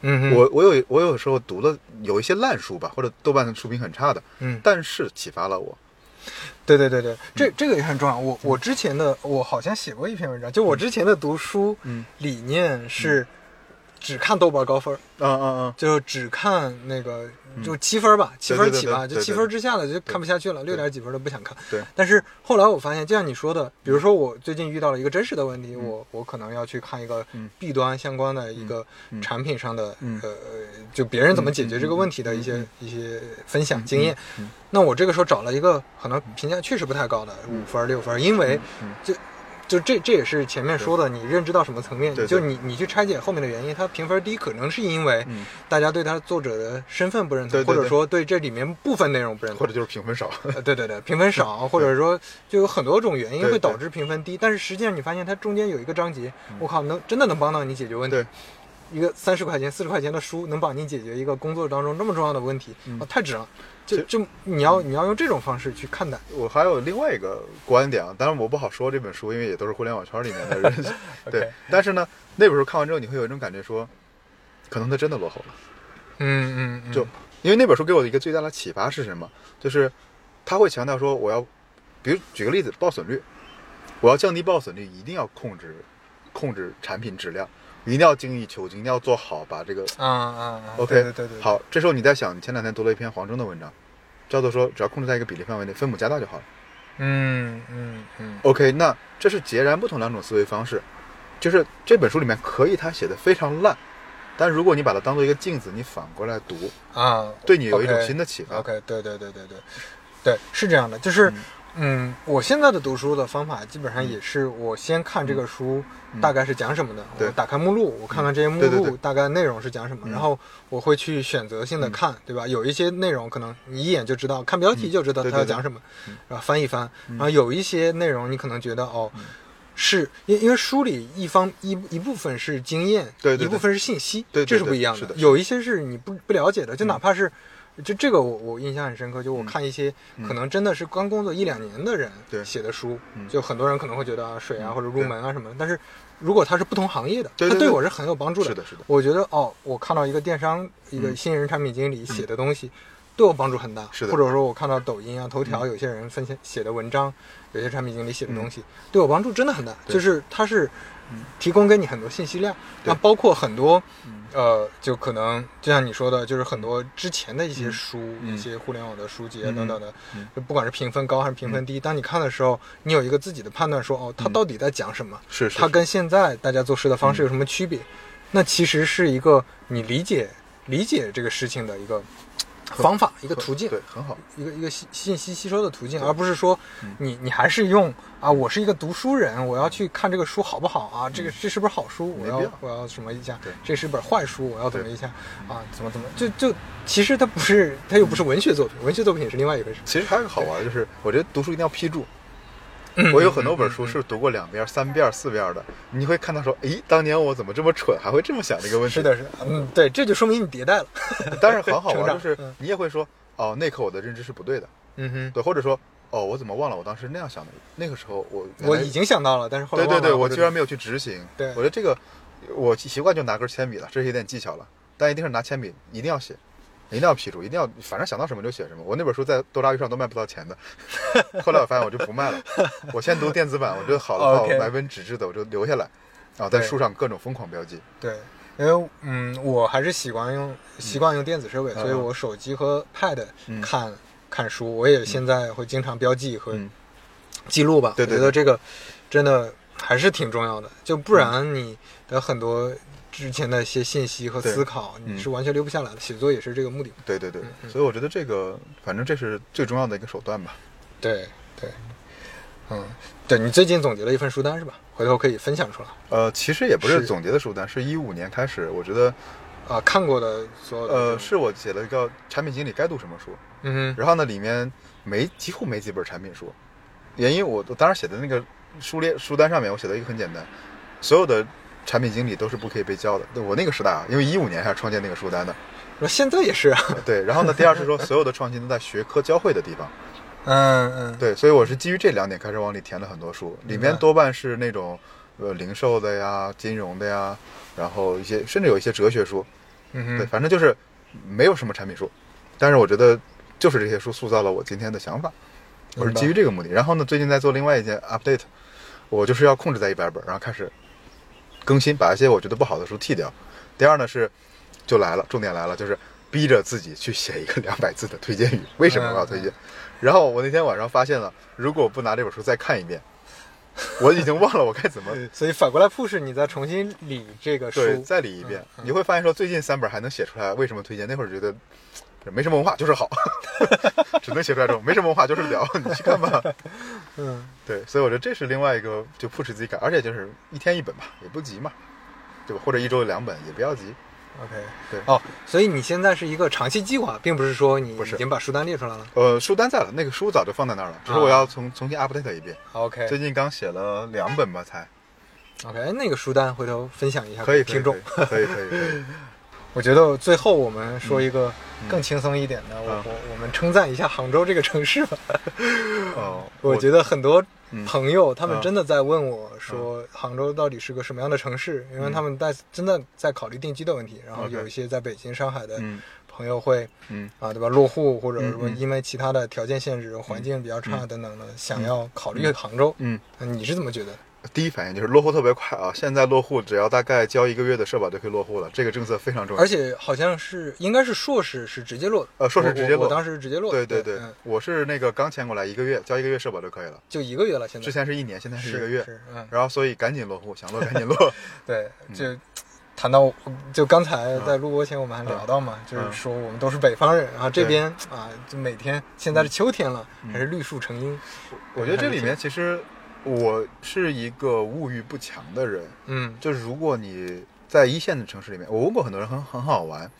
Speaker 2: 嗯哼，
Speaker 1: 我我有我有时候读了有一些烂书吧，或者豆瓣的书评很差的，
Speaker 2: 嗯
Speaker 1: 但是启发了我。
Speaker 2: 对对对
Speaker 1: 嗯
Speaker 2: 对，这这个也很重要。我我之前的我好像写过一篇文章，就我之前的读书
Speaker 1: 嗯
Speaker 2: 理念是只看豆瓣高分儿，
Speaker 1: 嗯嗯
Speaker 2: 就只看那个就七分儿吧，七分儿起
Speaker 1: 对对对
Speaker 2: 吧，
Speaker 1: 对
Speaker 2: 就七分儿之下的就看不下去了，
Speaker 1: 对
Speaker 2: 六点几分儿的不想看。
Speaker 1: 对
Speaker 2: 但是后来我发现，就像你说的，比如说我最近遇到了一个真实的问题，我我可能要去看一个
Speaker 1: 嗯
Speaker 2: 弊端相关的一个
Speaker 1: 嗯
Speaker 2: 产品上的、
Speaker 1: 嗯
Speaker 2: 呃呃，就别人怎么解决这个问题的一些、一些分享经验。
Speaker 1: 嗯
Speaker 2: 那我这个时候找了一个可能评价确实不太高的五分儿六分儿，因为
Speaker 1: 嗯
Speaker 2: 就。就这，这也是前面说的，你认知到什么层面，
Speaker 1: 对对
Speaker 2: 就你你去拆解后面的原因，它评分低可能是因为
Speaker 1: 嗯
Speaker 2: 大家对他作者的身份不认同，
Speaker 1: 对对
Speaker 2: 或者
Speaker 1: 对
Speaker 2: 说对这里面部分内容不
Speaker 1: 嗯，
Speaker 2: 认同
Speaker 1: 或者，就是评分少。
Speaker 2: 呃对对对，评分少，或者说就有很多种原因
Speaker 1: 对嗯
Speaker 2: 会导致评分低。但是实际上你发现它中间有一个章节，我靠，能真的能帮到你解决问题
Speaker 1: 对。
Speaker 2: 一个三十块钱、四十块钱的书，能帮你解决一个工作当中那么重要的问题，
Speaker 1: 嗯
Speaker 2: 啊，太值了！
Speaker 1: 其
Speaker 2: 就
Speaker 1: 实嗯
Speaker 2: 就你要你要用这种方式去看待，
Speaker 1: 我还有另外一个观点啊，当然我不好说这本书，因为也都是互联网圈里面的 人。对
Speaker 2: OK，
Speaker 1: 但是呢，那本书看完之后，你会有一种感觉说，可能他真的落后了。
Speaker 2: 嗯嗯嗯，
Speaker 1: 就因为那本书给我的一个最大的启发是什么？就是他会强调说，我要，比如举个例子，报损率，我要降低报损率，一定要控制控制产品质量，一定要精益求精，一定要做好，把这个
Speaker 2: 啊啊啊
Speaker 1: OK
Speaker 2: 对对对对，，
Speaker 1: 好。这时候你在想，你前两天读了一篇黄峥的文章，叫做说只要控制在一个比例范围内，分母加大就好了。
Speaker 2: 嗯嗯嗯
Speaker 1: OK，那这是截然不同两种思维方式，就是这本书里面可以它写的非常烂，但如果你把它当做一个镜子，你反过来读，
Speaker 2: 啊，
Speaker 1: 对你有一种
Speaker 2: OK
Speaker 1: 新的启发。
Speaker 2: OK，对对对对对，对是这样的，就是嗯我现在的读书的方法基本
Speaker 1: 嗯
Speaker 2: 上也是我先看这个书大概是讲什么的，
Speaker 1: 对嗯
Speaker 2: 我打开目录，我看看这些目
Speaker 1: 对对嗯
Speaker 2: 录
Speaker 1: 对
Speaker 2: 大概内容是讲什么，然后我会去选择性的看，对吧？有一些内容可能你一眼就知道，看标题就知
Speaker 1: 嗯
Speaker 2: 道
Speaker 1: 对对
Speaker 2: 它要
Speaker 1: 对嗯
Speaker 2: 讲什么，然后翻一翻，然后有一些内容你可能觉得哦。
Speaker 1: 嗯
Speaker 2: 是因因为书里一方一一部分是经验，
Speaker 1: 对对
Speaker 2: 一部
Speaker 1: 对
Speaker 2: 分是信息，
Speaker 1: 对对
Speaker 2: 这是
Speaker 1: 对
Speaker 2: 不一样
Speaker 1: 是的
Speaker 2: 有一些是你不不了解的，就哪怕是，就这个我我印象很深刻，就我看一些可能真的是刚工作一两年的人
Speaker 1: 嗯对
Speaker 2: 写的书，
Speaker 1: 嗯
Speaker 2: 就很多人可能会觉得啊水啊或者入
Speaker 1: 对
Speaker 2: 门啊什么的，但是如果他是不同行业的，
Speaker 1: 对对
Speaker 2: 他对
Speaker 1: 对
Speaker 2: 我是很有帮助
Speaker 1: 是的是的
Speaker 2: 我觉得哦，我看到一个电商一个新人产品经理写的东西。对我帮助很大，
Speaker 1: 嗯是的嗯
Speaker 2: 或者说我看到抖音啊、头条有些人分享写的文章，有些产品经理写的东西，对我帮助真的很大。
Speaker 1: 对
Speaker 2: 就是它是提供给你很多信息量，那
Speaker 1: 对嗯
Speaker 2: 包括很多呃，就可能就像你说的，就是很多之前的一些书、
Speaker 1: 嗯
Speaker 2: 一些互联网的书籍啊
Speaker 1: 嗯
Speaker 2: 等等的，
Speaker 1: 嗯
Speaker 2: 就不管是评分高还是评分低，当你看的时候，你有一个自己的判断说，哦，它到底在讲什么？
Speaker 1: 嗯是是，
Speaker 2: 它
Speaker 1: 是嗯
Speaker 2: 跟现在大家做事的方式有什么区别？那其实是一个你理解理解这个事情的一个方法，一个途径。
Speaker 1: 对很好，
Speaker 2: 一个一个信信息吸收的途径，
Speaker 1: 对嗯
Speaker 2: 而不是说你你还是用啊，我是一个读书人，我要去看这个书好不好啊？这个这是不是好书？我
Speaker 1: 嗯没
Speaker 2: 要
Speaker 1: 必要
Speaker 2: 我要什么一下
Speaker 1: 对？
Speaker 2: 这是本坏书，我要怎么一下啊？怎么怎么？就就其实它不是，它又不是文学作品，文学作品是另外一回事。
Speaker 1: 其实还有一个好玩的就是，我觉得读书一定要批注。
Speaker 2: 嗯
Speaker 1: 我有很多本书是读过两遍、三遍、四遍的，你会看到说，诶，当年我怎么这么蠢，还会这么想这个问题？
Speaker 2: 是的，是的，嗯，对，这就说明你迭代了。
Speaker 1: 但是很好
Speaker 2: 成
Speaker 1: 玩，
Speaker 2: 长
Speaker 1: 就是
Speaker 2: 嗯
Speaker 1: 你也会说，哦，那一刻我的认知是不对的，
Speaker 2: 嗯哼，
Speaker 1: 对，或者说，哦，我怎么忘了我当时那样想的？那个时候我原
Speaker 2: 我
Speaker 1: 来
Speaker 2: 已经想到了，但是后来
Speaker 1: 对对
Speaker 2: 忘了
Speaker 1: 对，我
Speaker 2: 就
Speaker 1: 居然没有去执行。
Speaker 2: 对
Speaker 1: 我觉得这个我习惯就拿根铅笔了，这是有点技巧了，但一定是拿铅笔，一定要写，一定要批注，一定要，反正想到什么就写什么。我那本书在多拉鱼上都卖不到钱的，后来我发现我就不卖了，我先读电子版，我觉得好的话，
Speaker 2: OK
Speaker 1: 我买本纸质的我就留下来，然后在
Speaker 2: 对
Speaker 1: 书上各种疯狂标记。
Speaker 2: 对，因为嗯，我还是习惯用习惯用电子设备，
Speaker 1: 嗯
Speaker 2: 所以我手机和 Pad
Speaker 1: 嗯
Speaker 2: 看、看书，我也现在会经常标记和
Speaker 1: 嗯
Speaker 2: 记录吧。
Speaker 1: 对对
Speaker 2: 我觉得这个真的还是挺重要的，就不然你的很多之前的一些信息和
Speaker 1: 对
Speaker 2: 思考，
Speaker 1: 嗯
Speaker 2: 你是完全留不下来的。写作也是这个目的。
Speaker 1: 对对对，
Speaker 2: 嗯
Speaker 1: 所以我觉得这个反正这是最重要的一个手段吧。
Speaker 2: 对对，嗯，对你最近总结了一份书单是吧？回头可以分享出来
Speaker 1: 呃，其实也不是
Speaker 2: 是
Speaker 1: 总结的书单，是一五年开始，我觉得
Speaker 2: 啊，看过的所有的
Speaker 1: 呃，
Speaker 2: 这种
Speaker 1: 是我写了一个产品经理该读什么书，
Speaker 2: 嗯哼
Speaker 1: 然后呢，里面没几乎没几本产品书，原因我我当时写的那个书列书单上面，我写的一个很简单，所有的产品经理都是不可以被教的。对我那个时代啊，因为一五年还是创建那个书单的，
Speaker 2: 说现在也是啊，
Speaker 1: 对。然后呢，第二是说所有的创新都在学科交汇的地方，
Speaker 2: 嗯嗯，
Speaker 1: 对。所以我是基于这两点开始往里填了很多书，里面多半是那种呃零售的呀、金融的呀，然后一些甚至有一些哲学书，
Speaker 2: 嗯
Speaker 1: 对，
Speaker 2: 哼，
Speaker 1: 反正就是没有什么产品书，但是我觉得就是这些书塑造了我今天的想法，我是基于这个目的。然后呢，最近在做另外一件 update，我就是要控制在一百本，然后开始更新，把一些我觉得不好的书剔掉。第二呢是，就来了，重点来了，就是逼着自己去写一个两百字的推荐语。为什么我要
Speaker 2: 嗯
Speaker 1: 推荐？然后我那天晚上发现了，如果我不拿这本书再看一遍，我已经忘了我该怎么
Speaker 2: 所以反过来 push 你再重新理这个书，
Speaker 1: 对，
Speaker 2: 嗯
Speaker 1: 再理一遍，你会发现说最近三本还能写出来为什么推荐。那会儿觉得这没什么文化就是好， 只能写出来这种没什么文化就是屌，你去看吧。
Speaker 2: 嗯，
Speaker 1: 对，所以我觉得这是另外一个就 push 自己改，而且就是一天一本吧，也不急嘛，对吧？或者一周两本也不要急。
Speaker 2: OK，
Speaker 1: 对
Speaker 2: 哦，所以你现在是一个长期计划，并不是说你
Speaker 1: 不是
Speaker 2: 已经把书单列出来了。
Speaker 1: 呃，书单在了，那个书早就放在那儿了，只是
Speaker 2: 啊
Speaker 1: 我要重重新 update 一遍。
Speaker 2: OK
Speaker 1: 最近刚写了两本吧，才
Speaker 2: OK，那哎个书单回头分享一下
Speaker 1: 可以可以
Speaker 2: 听众。
Speaker 1: 可以可以可以可 以。
Speaker 2: 我觉得最后我们说一个
Speaker 1: 嗯
Speaker 2: 更轻松一点的，我
Speaker 1: 啊
Speaker 2: 我我们称赞一下杭州这个城市吧。
Speaker 1: 哦，
Speaker 2: 我觉得很多朋友他们
Speaker 1: 啊
Speaker 2: 真的在问我
Speaker 1: 嗯
Speaker 2: 说，杭州到底是个什么样的城市？因为他们在真的在考虑定居的问题，然后
Speaker 1: OK
Speaker 2: 有一些在北京、上海的
Speaker 1: 嗯
Speaker 2: 朋友会
Speaker 1: 嗯
Speaker 2: 啊，对吧？落户或者说
Speaker 1: 嗯嗯
Speaker 2: 因为其他的条件限制、环境比较差等等的，想要考虑杭州。呃
Speaker 1: 嗯。
Speaker 2: 你是怎么觉得？
Speaker 1: 第一反应就是落户特别快啊！现在落户只要大概交一个月的社保就可以落户了，这个政策非常重要
Speaker 2: 而。且好像是应该是硕士是直接落的，
Speaker 1: 呃硕士
Speaker 2: 我
Speaker 1: 直接落
Speaker 2: 我我当时是直接落的，
Speaker 1: 对对对
Speaker 2: 嗯，
Speaker 1: 我是那个刚迁过来一个月，交一个月社保就可以了。
Speaker 2: 就一个月了，现在
Speaker 1: 之前是一年，现在是一个嗯月，
Speaker 2: 是嗯，
Speaker 1: 然后所以赶紧落户，想落赶紧 落。
Speaker 2: 对，就谈到就刚才
Speaker 1: 嗯
Speaker 2: 在录播前我们还聊到嘛，就是说我们都是北方人，然后这边啊，就每天现在
Speaker 1: 嗯
Speaker 2: 是秋天了，还是绿树成荫，
Speaker 1: 我觉得这里面其实我是一个物欲不强的人，
Speaker 2: 嗯
Speaker 1: 就是如果你在一线的城市里面，我问过很多人很很好玩，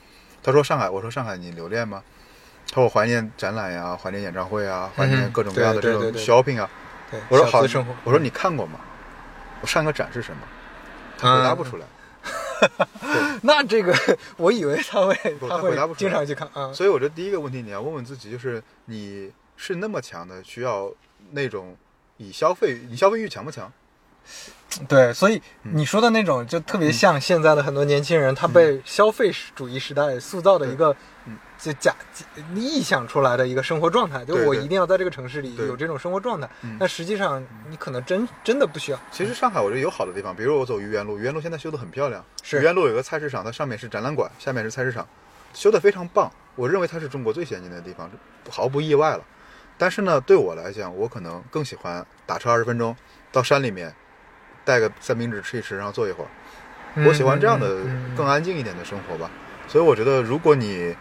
Speaker 1: 他说上海，我说上海你留恋吗？他说我怀念展览呀、怀念演唱会啊，怀念
Speaker 2: 嗯
Speaker 1: 各种各样的
Speaker 2: 对
Speaker 1: 这
Speaker 2: 对
Speaker 1: 种
Speaker 2: 对对
Speaker 1: shopping 啊。
Speaker 2: 对，
Speaker 1: 我说
Speaker 2: 小
Speaker 1: 好
Speaker 2: 资生活，，
Speaker 1: 我说你看过吗？我上一个展是什么？
Speaker 2: 嗯
Speaker 1: 他回答不出来，
Speaker 2: 那这个我以为他会
Speaker 1: 不
Speaker 2: 他
Speaker 1: 他回答不
Speaker 2: 会
Speaker 1: 出来
Speaker 2: 经常去看啊，
Speaker 1: 所以我觉得第一个问题你要问问自己，就是你是那么强的，需要那种以消费，你消费欲强不强？
Speaker 2: 对，所以
Speaker 1: 嗯
Speaker 2: 你说的那种就特别像现在的很多年轻人，他被消费主义时代塑造的一个
Speaker 1: 嗯，
Speaker 2: 就假假臆想出来的一个生活状态，就
Speaker 1: 对
Speaker 2: 我
Speaker 1: 对
Speaker 2: 一定要在这个城市里
Speaker 1: 对
Speaker 2: 有这种生活状态
Speaker 1: 嗯。
Speaker 2: 但实际上你可能真真的不需要。
Speaker 1: 其实上海我觉得有好的地方，比如我走愚园路，愚园路现在修得很漂亮。
Speaker 2: 是
Speaker 1: 愚园路有个菜市场，它上面是展览馆，下面是菜市场，修得非常棒。我认为它是中国最先进的地方，这毫不意外了。但是呢，对我来讲，我可能更喜欢打车二十分钟到山里面，带个三明治吃一吃，然后坐一会儿。我喜欢这样的
Speaker 2: 嗯
Speaker 1: 更安静一点的生活吧。所以我觉得，如果你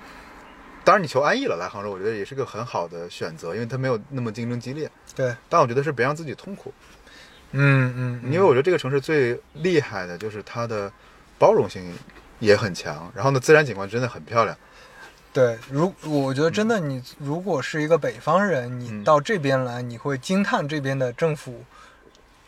Speaker 1: 当然你求安逸了，来杭州，我觉得也是个很好的选择，因为它没有那么竞争激烈。
Speaker 2: 对，
Speaker 1: 但我觉得是别让自己痛苦。
Speaker 2: 嗯嗯，嗯
Speaker 1: 因为我觉得这个城市最厉害的就是它的包容性也很强，然后呢，自然景观真的很漂亮。
Speaker 2: 对，如我觉得真的你如果是一个北方人，你
Speaker 1: 嗯
Speaker 2: 到这边来，你会惊叹这边的政府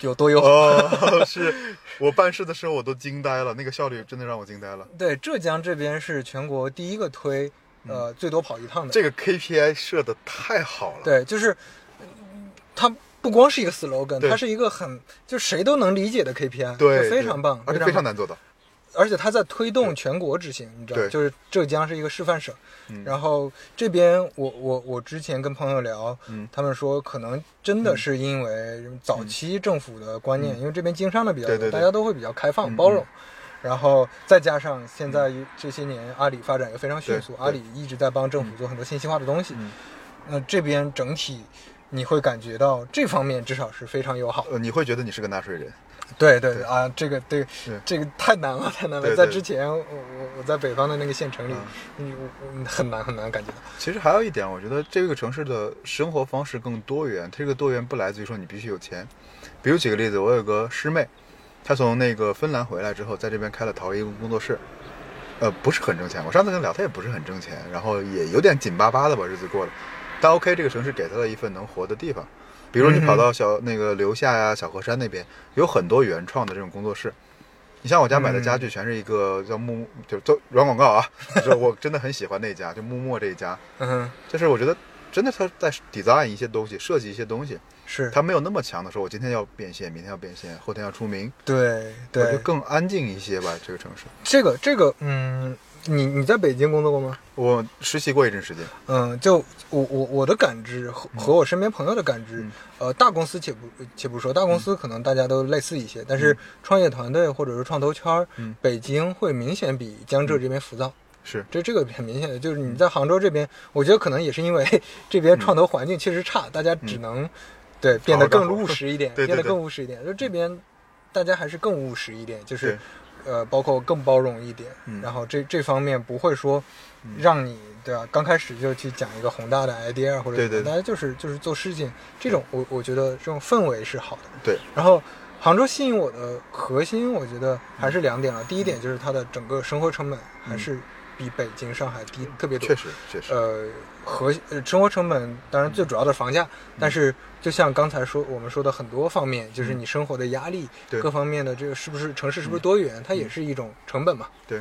Speaker 2: 有多友好。
Speaker 1: 哦，是我办事的时候我都惊呆了，那个效率真的让我惊呆了。
Speaker 2: 对，浙江这边是全国第一个推呃最多跑一趟
Speaker 1: 嗯
Speaker 2: 的。
Speaker 1: 这个 KPI 设的太好了，，
Speaker 2: 对，就是嗯它不光是一个 slogan，
Speaker 1: 对
Speaker 2: 它是一个很就谁都能理解的 KPI，
Speaker 1: 对，
Speaker 2: 就非常棒，
Speaker 1: 而且非常，难做到。
Speaker 2: 而且它在推动全国执行，你知道吗，
Speaker 1: 对
Speaker 2: 就是浙江是一个示范省，
Speaker 1: 嗯
Speaker 2: 然后这边我我我之前跟朋友聊，
Speaker 1: 嗯
Speaker 2: 他们说可能真的是因为早期政府的观念，因为这边经商的比较
Speaker 1: 嗯
Speaker 2: 多，
Speaker 1: 对对对
Speaker 2: 大家都会比较开放
Speaker 1: 嗯
Speaker 2: 包容。然后再加上现在这些年阿里发展也非常迅速，
Speaker 1: 嗯对对
Speaker 2: 阿里一直在帮政府做很多信息化的东西，
Speaker 1: 嗯
Speaker 2: 那这边整体你会感觉到这方面至少是非常友好的。
Speaker 1: 呃，你会觉得你是个纳税人，
Speaker 2: 对对
Speaker 1: 对
Speaker 2: 啊，这个对
Speaker 1: 对
Speaker 2: 这个太难了，太难了。
Speaker 1: 对对
Speaker 2: 在之前，我我我在北方的那个县城里
Speaker 1: 嗯，
Speaker 2: 你我我很难很难感觉到。
Speaker 1: 其实还有一点，我觉得这个城市的生活方式更多元。它这个多元不来自于说你必须有钱，比如举个例子，我有个师妹，她从那个芬兰回来之后，在这边开了陶艺工作室，呃，不是很挣钱。我上次跟她聊，她也不是很挣钱，然后也有点紧巴巴的把日子过了。但 OK，这个城市给她了一份能活的地方。比如你跑到小、那个留下呀、小河山那边，有很多原创的这种工作室。你像我家买的家具，全是一个叫木，就是做软广告啊， 就是我真的很喜欢那家，就木木这一家。
Speaker 2: 嗯，
Speaker 1: 就是我觉得真的他在 design 一些东西，设计一些东西，
Speaker 2: 是，
Speaker 1: 他没有那么强的说，我今天要变现，明天要变现，后天要出名，
Speaker 2: 对
Speaker 1: 我觉得
Speaker 2: 对，
Speaker 1: 更安静一些吧。这个城市，
Speaker 2: 这个这个，嗯，你你在北京工作过吗？
Speaker 1: 我实习过一阵时间，
Speaker 2: 嗯，就我我我的感知和和我身边朋友的感知
Speaker 1: 嗯，
Speaker 2: 呃，大公司且不且不说，大公司可能大家都类似一些，但是创业团队或者是创投圈儿
Speaker 1: 嗯，
Speaker 2: 北京会明显比江浙这边浮躁。
Speaker 1: 是
Speaker 2: 这这个很明显的就是你在杭州这边，我觉得可能也是因为这
Speaker 1: 嗯
Speaker 2: 边创投环境确实差，大家只能对变得更务实一点，
Speaker 1: 对对
Speaker 2: 变得
Speaker 1: 对
Speaker 2: 更务实一点。就这边大家还是更务实一点，就是
Speaker 1: 对
Speaker 2: 呃，包括更包容一点，
Speaker 1: 嗯
Speaker 2: 然后这这方面不会说让你。对啊，刚开始就去讲一个宏大的 idea 啊或者
Speaker 1: 对
Speaker 2: 什么
Speaker 1: 对对
Speaker 2: 大家就是就是做事情，这种我我觉得这种氛围是好的。
Speaker 1: 对，
Speaker 2: 然后杭州吸引我的核心，我觉得还是两点了。第一点就是它的整个生活成本还是比北京、上海低特别多。
Speaker 1: 嗯确，实确实，
Speaker 2: 呃，核呃生活成本当然最主要的是房价，但是呃就像刚才说我们说的很多方面，就是你生活的压力，
Speaker 1: 嗯对嗯
Speaker 2: 各方面的这个是不是城市是不是多元，它也是一种成本嘛。
Speaker 1: 对，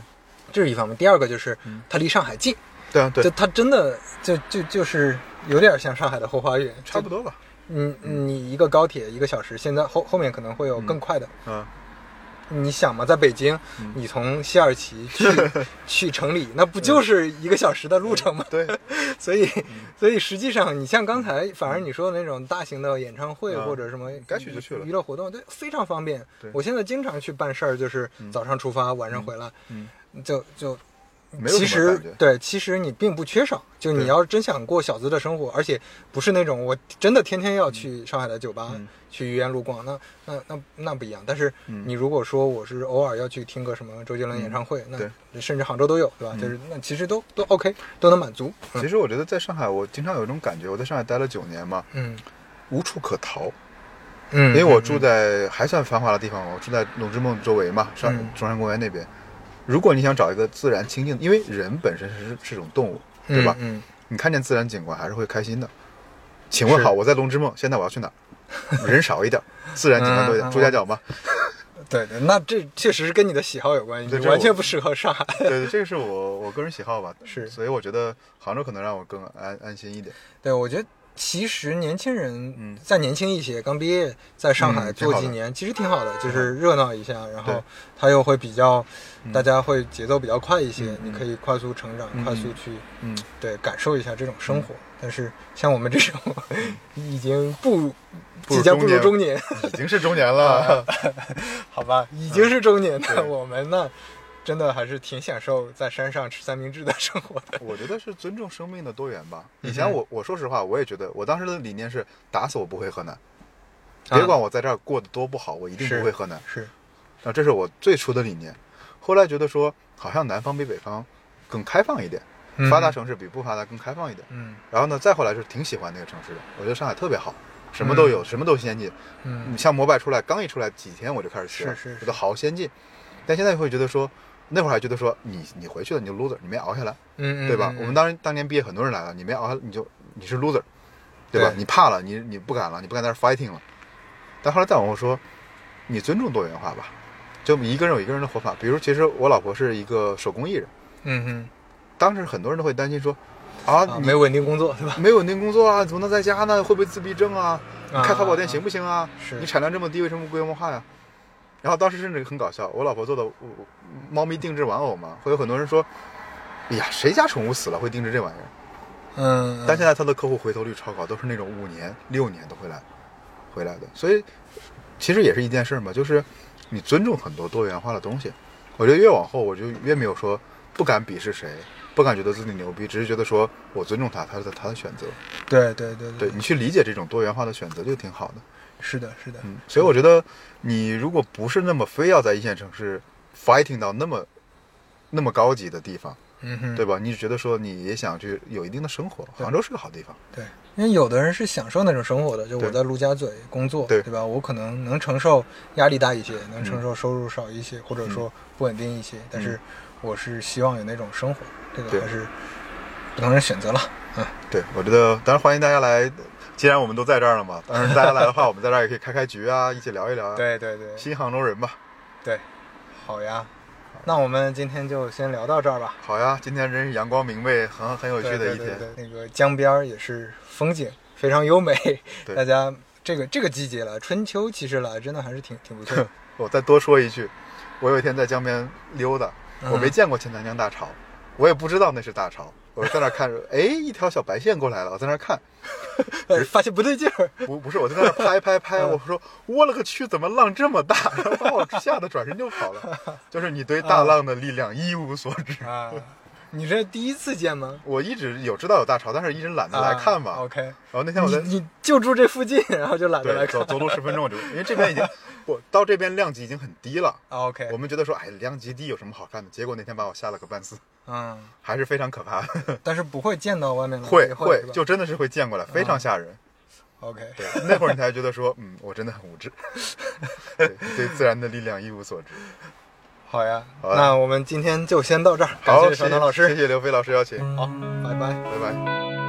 Speaker 2: 这是一方面。第二个就是
Speaker 1: 嗯
Speaker 2: 它离上海近，
Speaker 1: 对啊
Speaker 2: 就
Speaker 1: 对，
Speaker 2: 它真的就就就是有点像上海的后花园，
Speaker 1: 差不
Speaker 2: 就
Speaker 1: 多吧，
Speaker 2: 你你一个高铁一个小时，现在后后面可能会有更快的，
Speaker 1: 嗯，
Speaker 2: 你想嘛，在北京，你从西二旗去去城里，那不就是一个小时的路程吗？
Speaker 1: 对，
Speaker 2: 所以，
Speaker 1: 嗯
Speaker 2: 所以实际上，你像刚才，反而你说的那种大型的演唱会
Speaker 1: 嗯
Speaker 2: 或者什么，
Speaker 1: 该去就去了
Speaker 2: 娱乐活动，对，非常方便
Speaker 1: 对。
Speaker 2: 我现在经常去办事儿，就是早上出发，晚上回来，
Speaker 1: 嗯，
Speaker 2: 就就
Speaker 1: 没有
Speaker 2: 其
Speaker 1: 什么
Speaker 2: 实
Speaker 1: 感觉。
Speaker 2: 对，其实你并不缺少。就你
Speaker 1: 对
Speaker 2: 要真想过小资的生活，而且不是那种我真的天天要去上海的酒吧、
Speaker 1: 嗯
Speaker 2: 去愚园路逛，那那那那不一样。但是
Speaker 1: 嗯
Speaker 2: 你如果说我是偶尔要去听个什么周杰伦演唱会，
Speaker 1: 对嗯
Speaker 2: 那甚至杭州都有，对吧？就是那其实都都 OK，都能满足。嗯
Speaker 1: 其实我觉得在上海，我经常有一种感觉，我在上海待了九年嘛，
Speaker 2: 嗯
Speaker 1: 无处可逃。
Speaker 2: 嗯，
Speaker 1: 因为我住在还算繁华的地方，我住在龙之梦周围嘛，上
Speaker 2: 嗯
Speaker 1: 中山公园那边。如果你想找一个自然清静，因为人本身是是种动物，
Speaker 2: 嗯
Speaker 1: 对吧？
Speaker 2: 嗯，
Speaker 1: 你看见自然景观还是会开心的。请问
Speaker 2: 是
Speaker 1: 好，我在龙之梦，现在我要去哪 儿？人少一点，自然景观多一
Speaker 2: 嗯
Speaker 1: 点，
Speaker 2: 嗯
Speaker 1: 朱家角嘛。
Speaker 2: 对对，那这确实是跟你的喜好有关系，
Speaker 1: 对
Speaker 2: 你
Speaker 1: 这
Speaker 2: 完全
Speaker 1: 我
Speaker 2: 不适合上海。
Speaker 1: 对对，这个是我我个人喜好吧。
Speaker 2: 是
Speaker 1: 所以我觉得杭州可能让我更安安心一点。
Speaker 2: 对，我觉得其实年轻人
Speaker 1: 嗯
Speaker 2: 再年轻一些，刚毕业，在上海
Speaker 1: 嗯
Speaker 2: 做
Speaker 1: 挺好
Speaker 2: 几
Speaker 1: 的
Speaker 2: 年，其实挺好的，就是热闹一下，然后
Speaker 1: 对
Speaker 2: 他又会比较，
Speaker 1: 嗯
Speaker 2: 大家会节奏比较快一些
Speaker 1: 嗯，
Speaker 2: 你
Speaker 1: 嗯
Speaker 2: 可以快速成长，
Speaker 1: 嗯
Speaker 2: 快速去
Speaker 1: 嗯，
Speaker 2: 对感受一下这种生活。但是像我们这种 已经步入
Speaker 1: 步入
Speaker 2: 即将步入中
Speaker 1: 中
Speaker 2: 年，
Speaker 1: 已经是中年 了。
Speaker 2: 嗯好吧，已经是中年的
Speaker 1: 嗯对
Speaker 2: 我们呢，真的还是挺享受在山上吃三明治的生活的。
Speaker 1: 我觉得是尊重生命的多元吧。
Speaker 2: 嗯
Speaker 1: 以前我我说实话，我也觉得我当时的理念是打死我不回河南， 别管我在这儿过得多不好，我一定
Speaker 2: 啊是
Speaker 1: 不回河南。
Speaker 2: 是，
Speaker 1: 啊，这是我最初的理念。后来觉得说，好像南方比北方更开放一点，
Speaker 2: 嗯
Speaker 1: 发达城市比不发达更开放一点。
Speaker 2: 嗯
Speaker 1: 然后呢，再后来是挺喜欢那个城市的，我觉得上海特别好，什么都有，什么都先进。
Speaker 2: 嗯
Speaker 1: 你像摩拜出来刚一出来几天我就开始学了，
Speaker 2: 是是是
Speaker 1: 觉得好先进。但现在会觉得说，那会儿还觉得说你你回去了你就 loser，你没熬下来。
Speaker 2: 嗯，
Speaker 1: 对吧？
Speaker 2: 嗯
Speaker 1: 我
Speaker 2: 嗯
Speaker 1: 们当时当年毕业，很多人来了，你没熬下，你就你是 loser，对吧？
Speaker 2: 对
Speaker 1: 你怕了，你你不敢了，你不敢在这儿 fighting 了。但后来再往后说，你尊重多元化吧，就一个人有一个人的活法。比如，其实我老婆是一个手工艺人，
Speaker 2: 嗯嗯。
Speaker 1: 当时很多人都会担心说，啊，
Speaker 2: 啊，
Speaker 1: 你
Speaker 2: 没有稳定工作，对吧？
Speaker 1: 没有稳定工作啊，怎么能在家呢？会不会自闭症啊？你开淘宝店行
Speaker 2: 啊？
Speaker 1: 不行啊？
Speaker 2: 是
Speaker 1: 你产量这么低，为什么不规模化呀？然后当时甚至很搞笑，我老婆做的我我猫咪定制玩偶嘛，会有很多人说，哎呀，谁家宠物死了会定制这玩意儿？
Speaker 2: 嗯，
Speaker 1: 但现在他的客户回头率超高，都是那种五年、六年都会来回来的，所以其实也是一件事儿嘛，就是你尊重很多多元化的东西。我觉得越往后，我就越没有说不敢鄙视谁，不敢觉得自己牛逼，只是觉得说我尊重他，他的他的选择。
Speaker 2: 对对对
Speaker 1: 对你去理解这种多元化的选择就挺好的。
Speaker 2: 是的，是的，
Speaker 1: 嗯，所以我觉得你如果不是那么非要在一线城市 fighting 到那么那么高级的地方，
Speaker 2: 嗯哼，
Speaker 1: 对吧？你只觉得说你也想去有一定的生活，
Speaker 2: 对
Speaker 1: 杭州是个好地方。
Speaker 2: 对，因为有的人是享受那种生活的，就我
Speaker 1: 对
Speaker 2: 在陆家嘴工作，
Speaker 1: 对嗯
Speaker 2: 吧？我可能能承受压力大一些，能承受收入少一些，或者说不稳定一些，但是我是希望有那种生活，这个
Speaker 1: 嗯对
Speaker 2: 还是不同人选择了。嗯，
Speaker 1: 对，我觉得当然欢迎大家来，既然我们都在这儿了嘛，当然大家来的话，我们在这儿也可以开开局啊，一起聊一聊啊。，
Speaker 2: 对对对
Speaker 1: 新杭州人吧，
Speaker 2: 对，好呀，那我们今天就先聊到这儿吧。
Speaker 1: 好呀，今天真是阳光明媚，很很有趣的一天。
Speaker 2: 对对对对那个江边儿也是风景非常优美，
Speaker 1: 对
Speaker 2: 大家这个这个季节了，春秋其实来真的还是挺挺 不错的。
Speaker 1: 我再多说一句，我有一天在江边溜达，我没
Speaker 2: 嗯
Speaker 1: 见过钱塘江大潮，我也不知道那是大潮，我在那儿看着， 哎，一条小白线过来了，我在那儿看，
Speaker 2: 呃发现不对劲儿，
Speaker 1: 不不是，我就在那儿拍拍
Speaker 2: 嗯
Speaker 1: 拍，我说我勒个去，怎么浪这么大？ 然后把我吓得转身就跑 了，就是你对
Speaker 2: 嗯
Speaker 1: 大浪的力量一无所知。
Speaker 2: 啊，你这第一次见吗？
Speaker 1: 我一直有知道有大潮，但是一直懒得来看嘛。
Speaker 2: 啊、，OK。
Speaker 1: 然后那天我在
Speaker 2: 你你就住这附近，然后就懒得来
Speaker 1: 对
Speaker 2: 看
Speaker 1: 走。走路十分钟我就，因为这边 已经我到这边量级已经很低了，
Speaker 2: 啊 OK，
Speaker 1: 我们觉得说哎量级低有什么好看的？结果那天把我吓了个半死，
Speaker 2: 嗯，
Speaker 1: 还是非常可怕的。
Speaker 2: 但是不会见到外面的
Speaker 1: 会
Speaker 2: 也会
Speaker 1: 会
Speaker 2: 是吧嗯
Speaker 1: 就真的是会见过来，非常吓人。
Speaker 2: OK。
Speaker 1: 对，那会儿你才觉得说 嗯我真的很无知，对对自然的力量一无所知。
Speaker 2: 好呀，
Speaker 1: 好啊
Speaker 2: 那我们今天就先到这儿，感
Speaker 1: 好，
Speaker 2: 谢
Speaker 1: 谢
Speaker 2: 小唐老师，
Speaker 1: 谢谢刘飞老师邀请，
Speaker 2: 好，拜拜。
Speaker 1: 拜拜。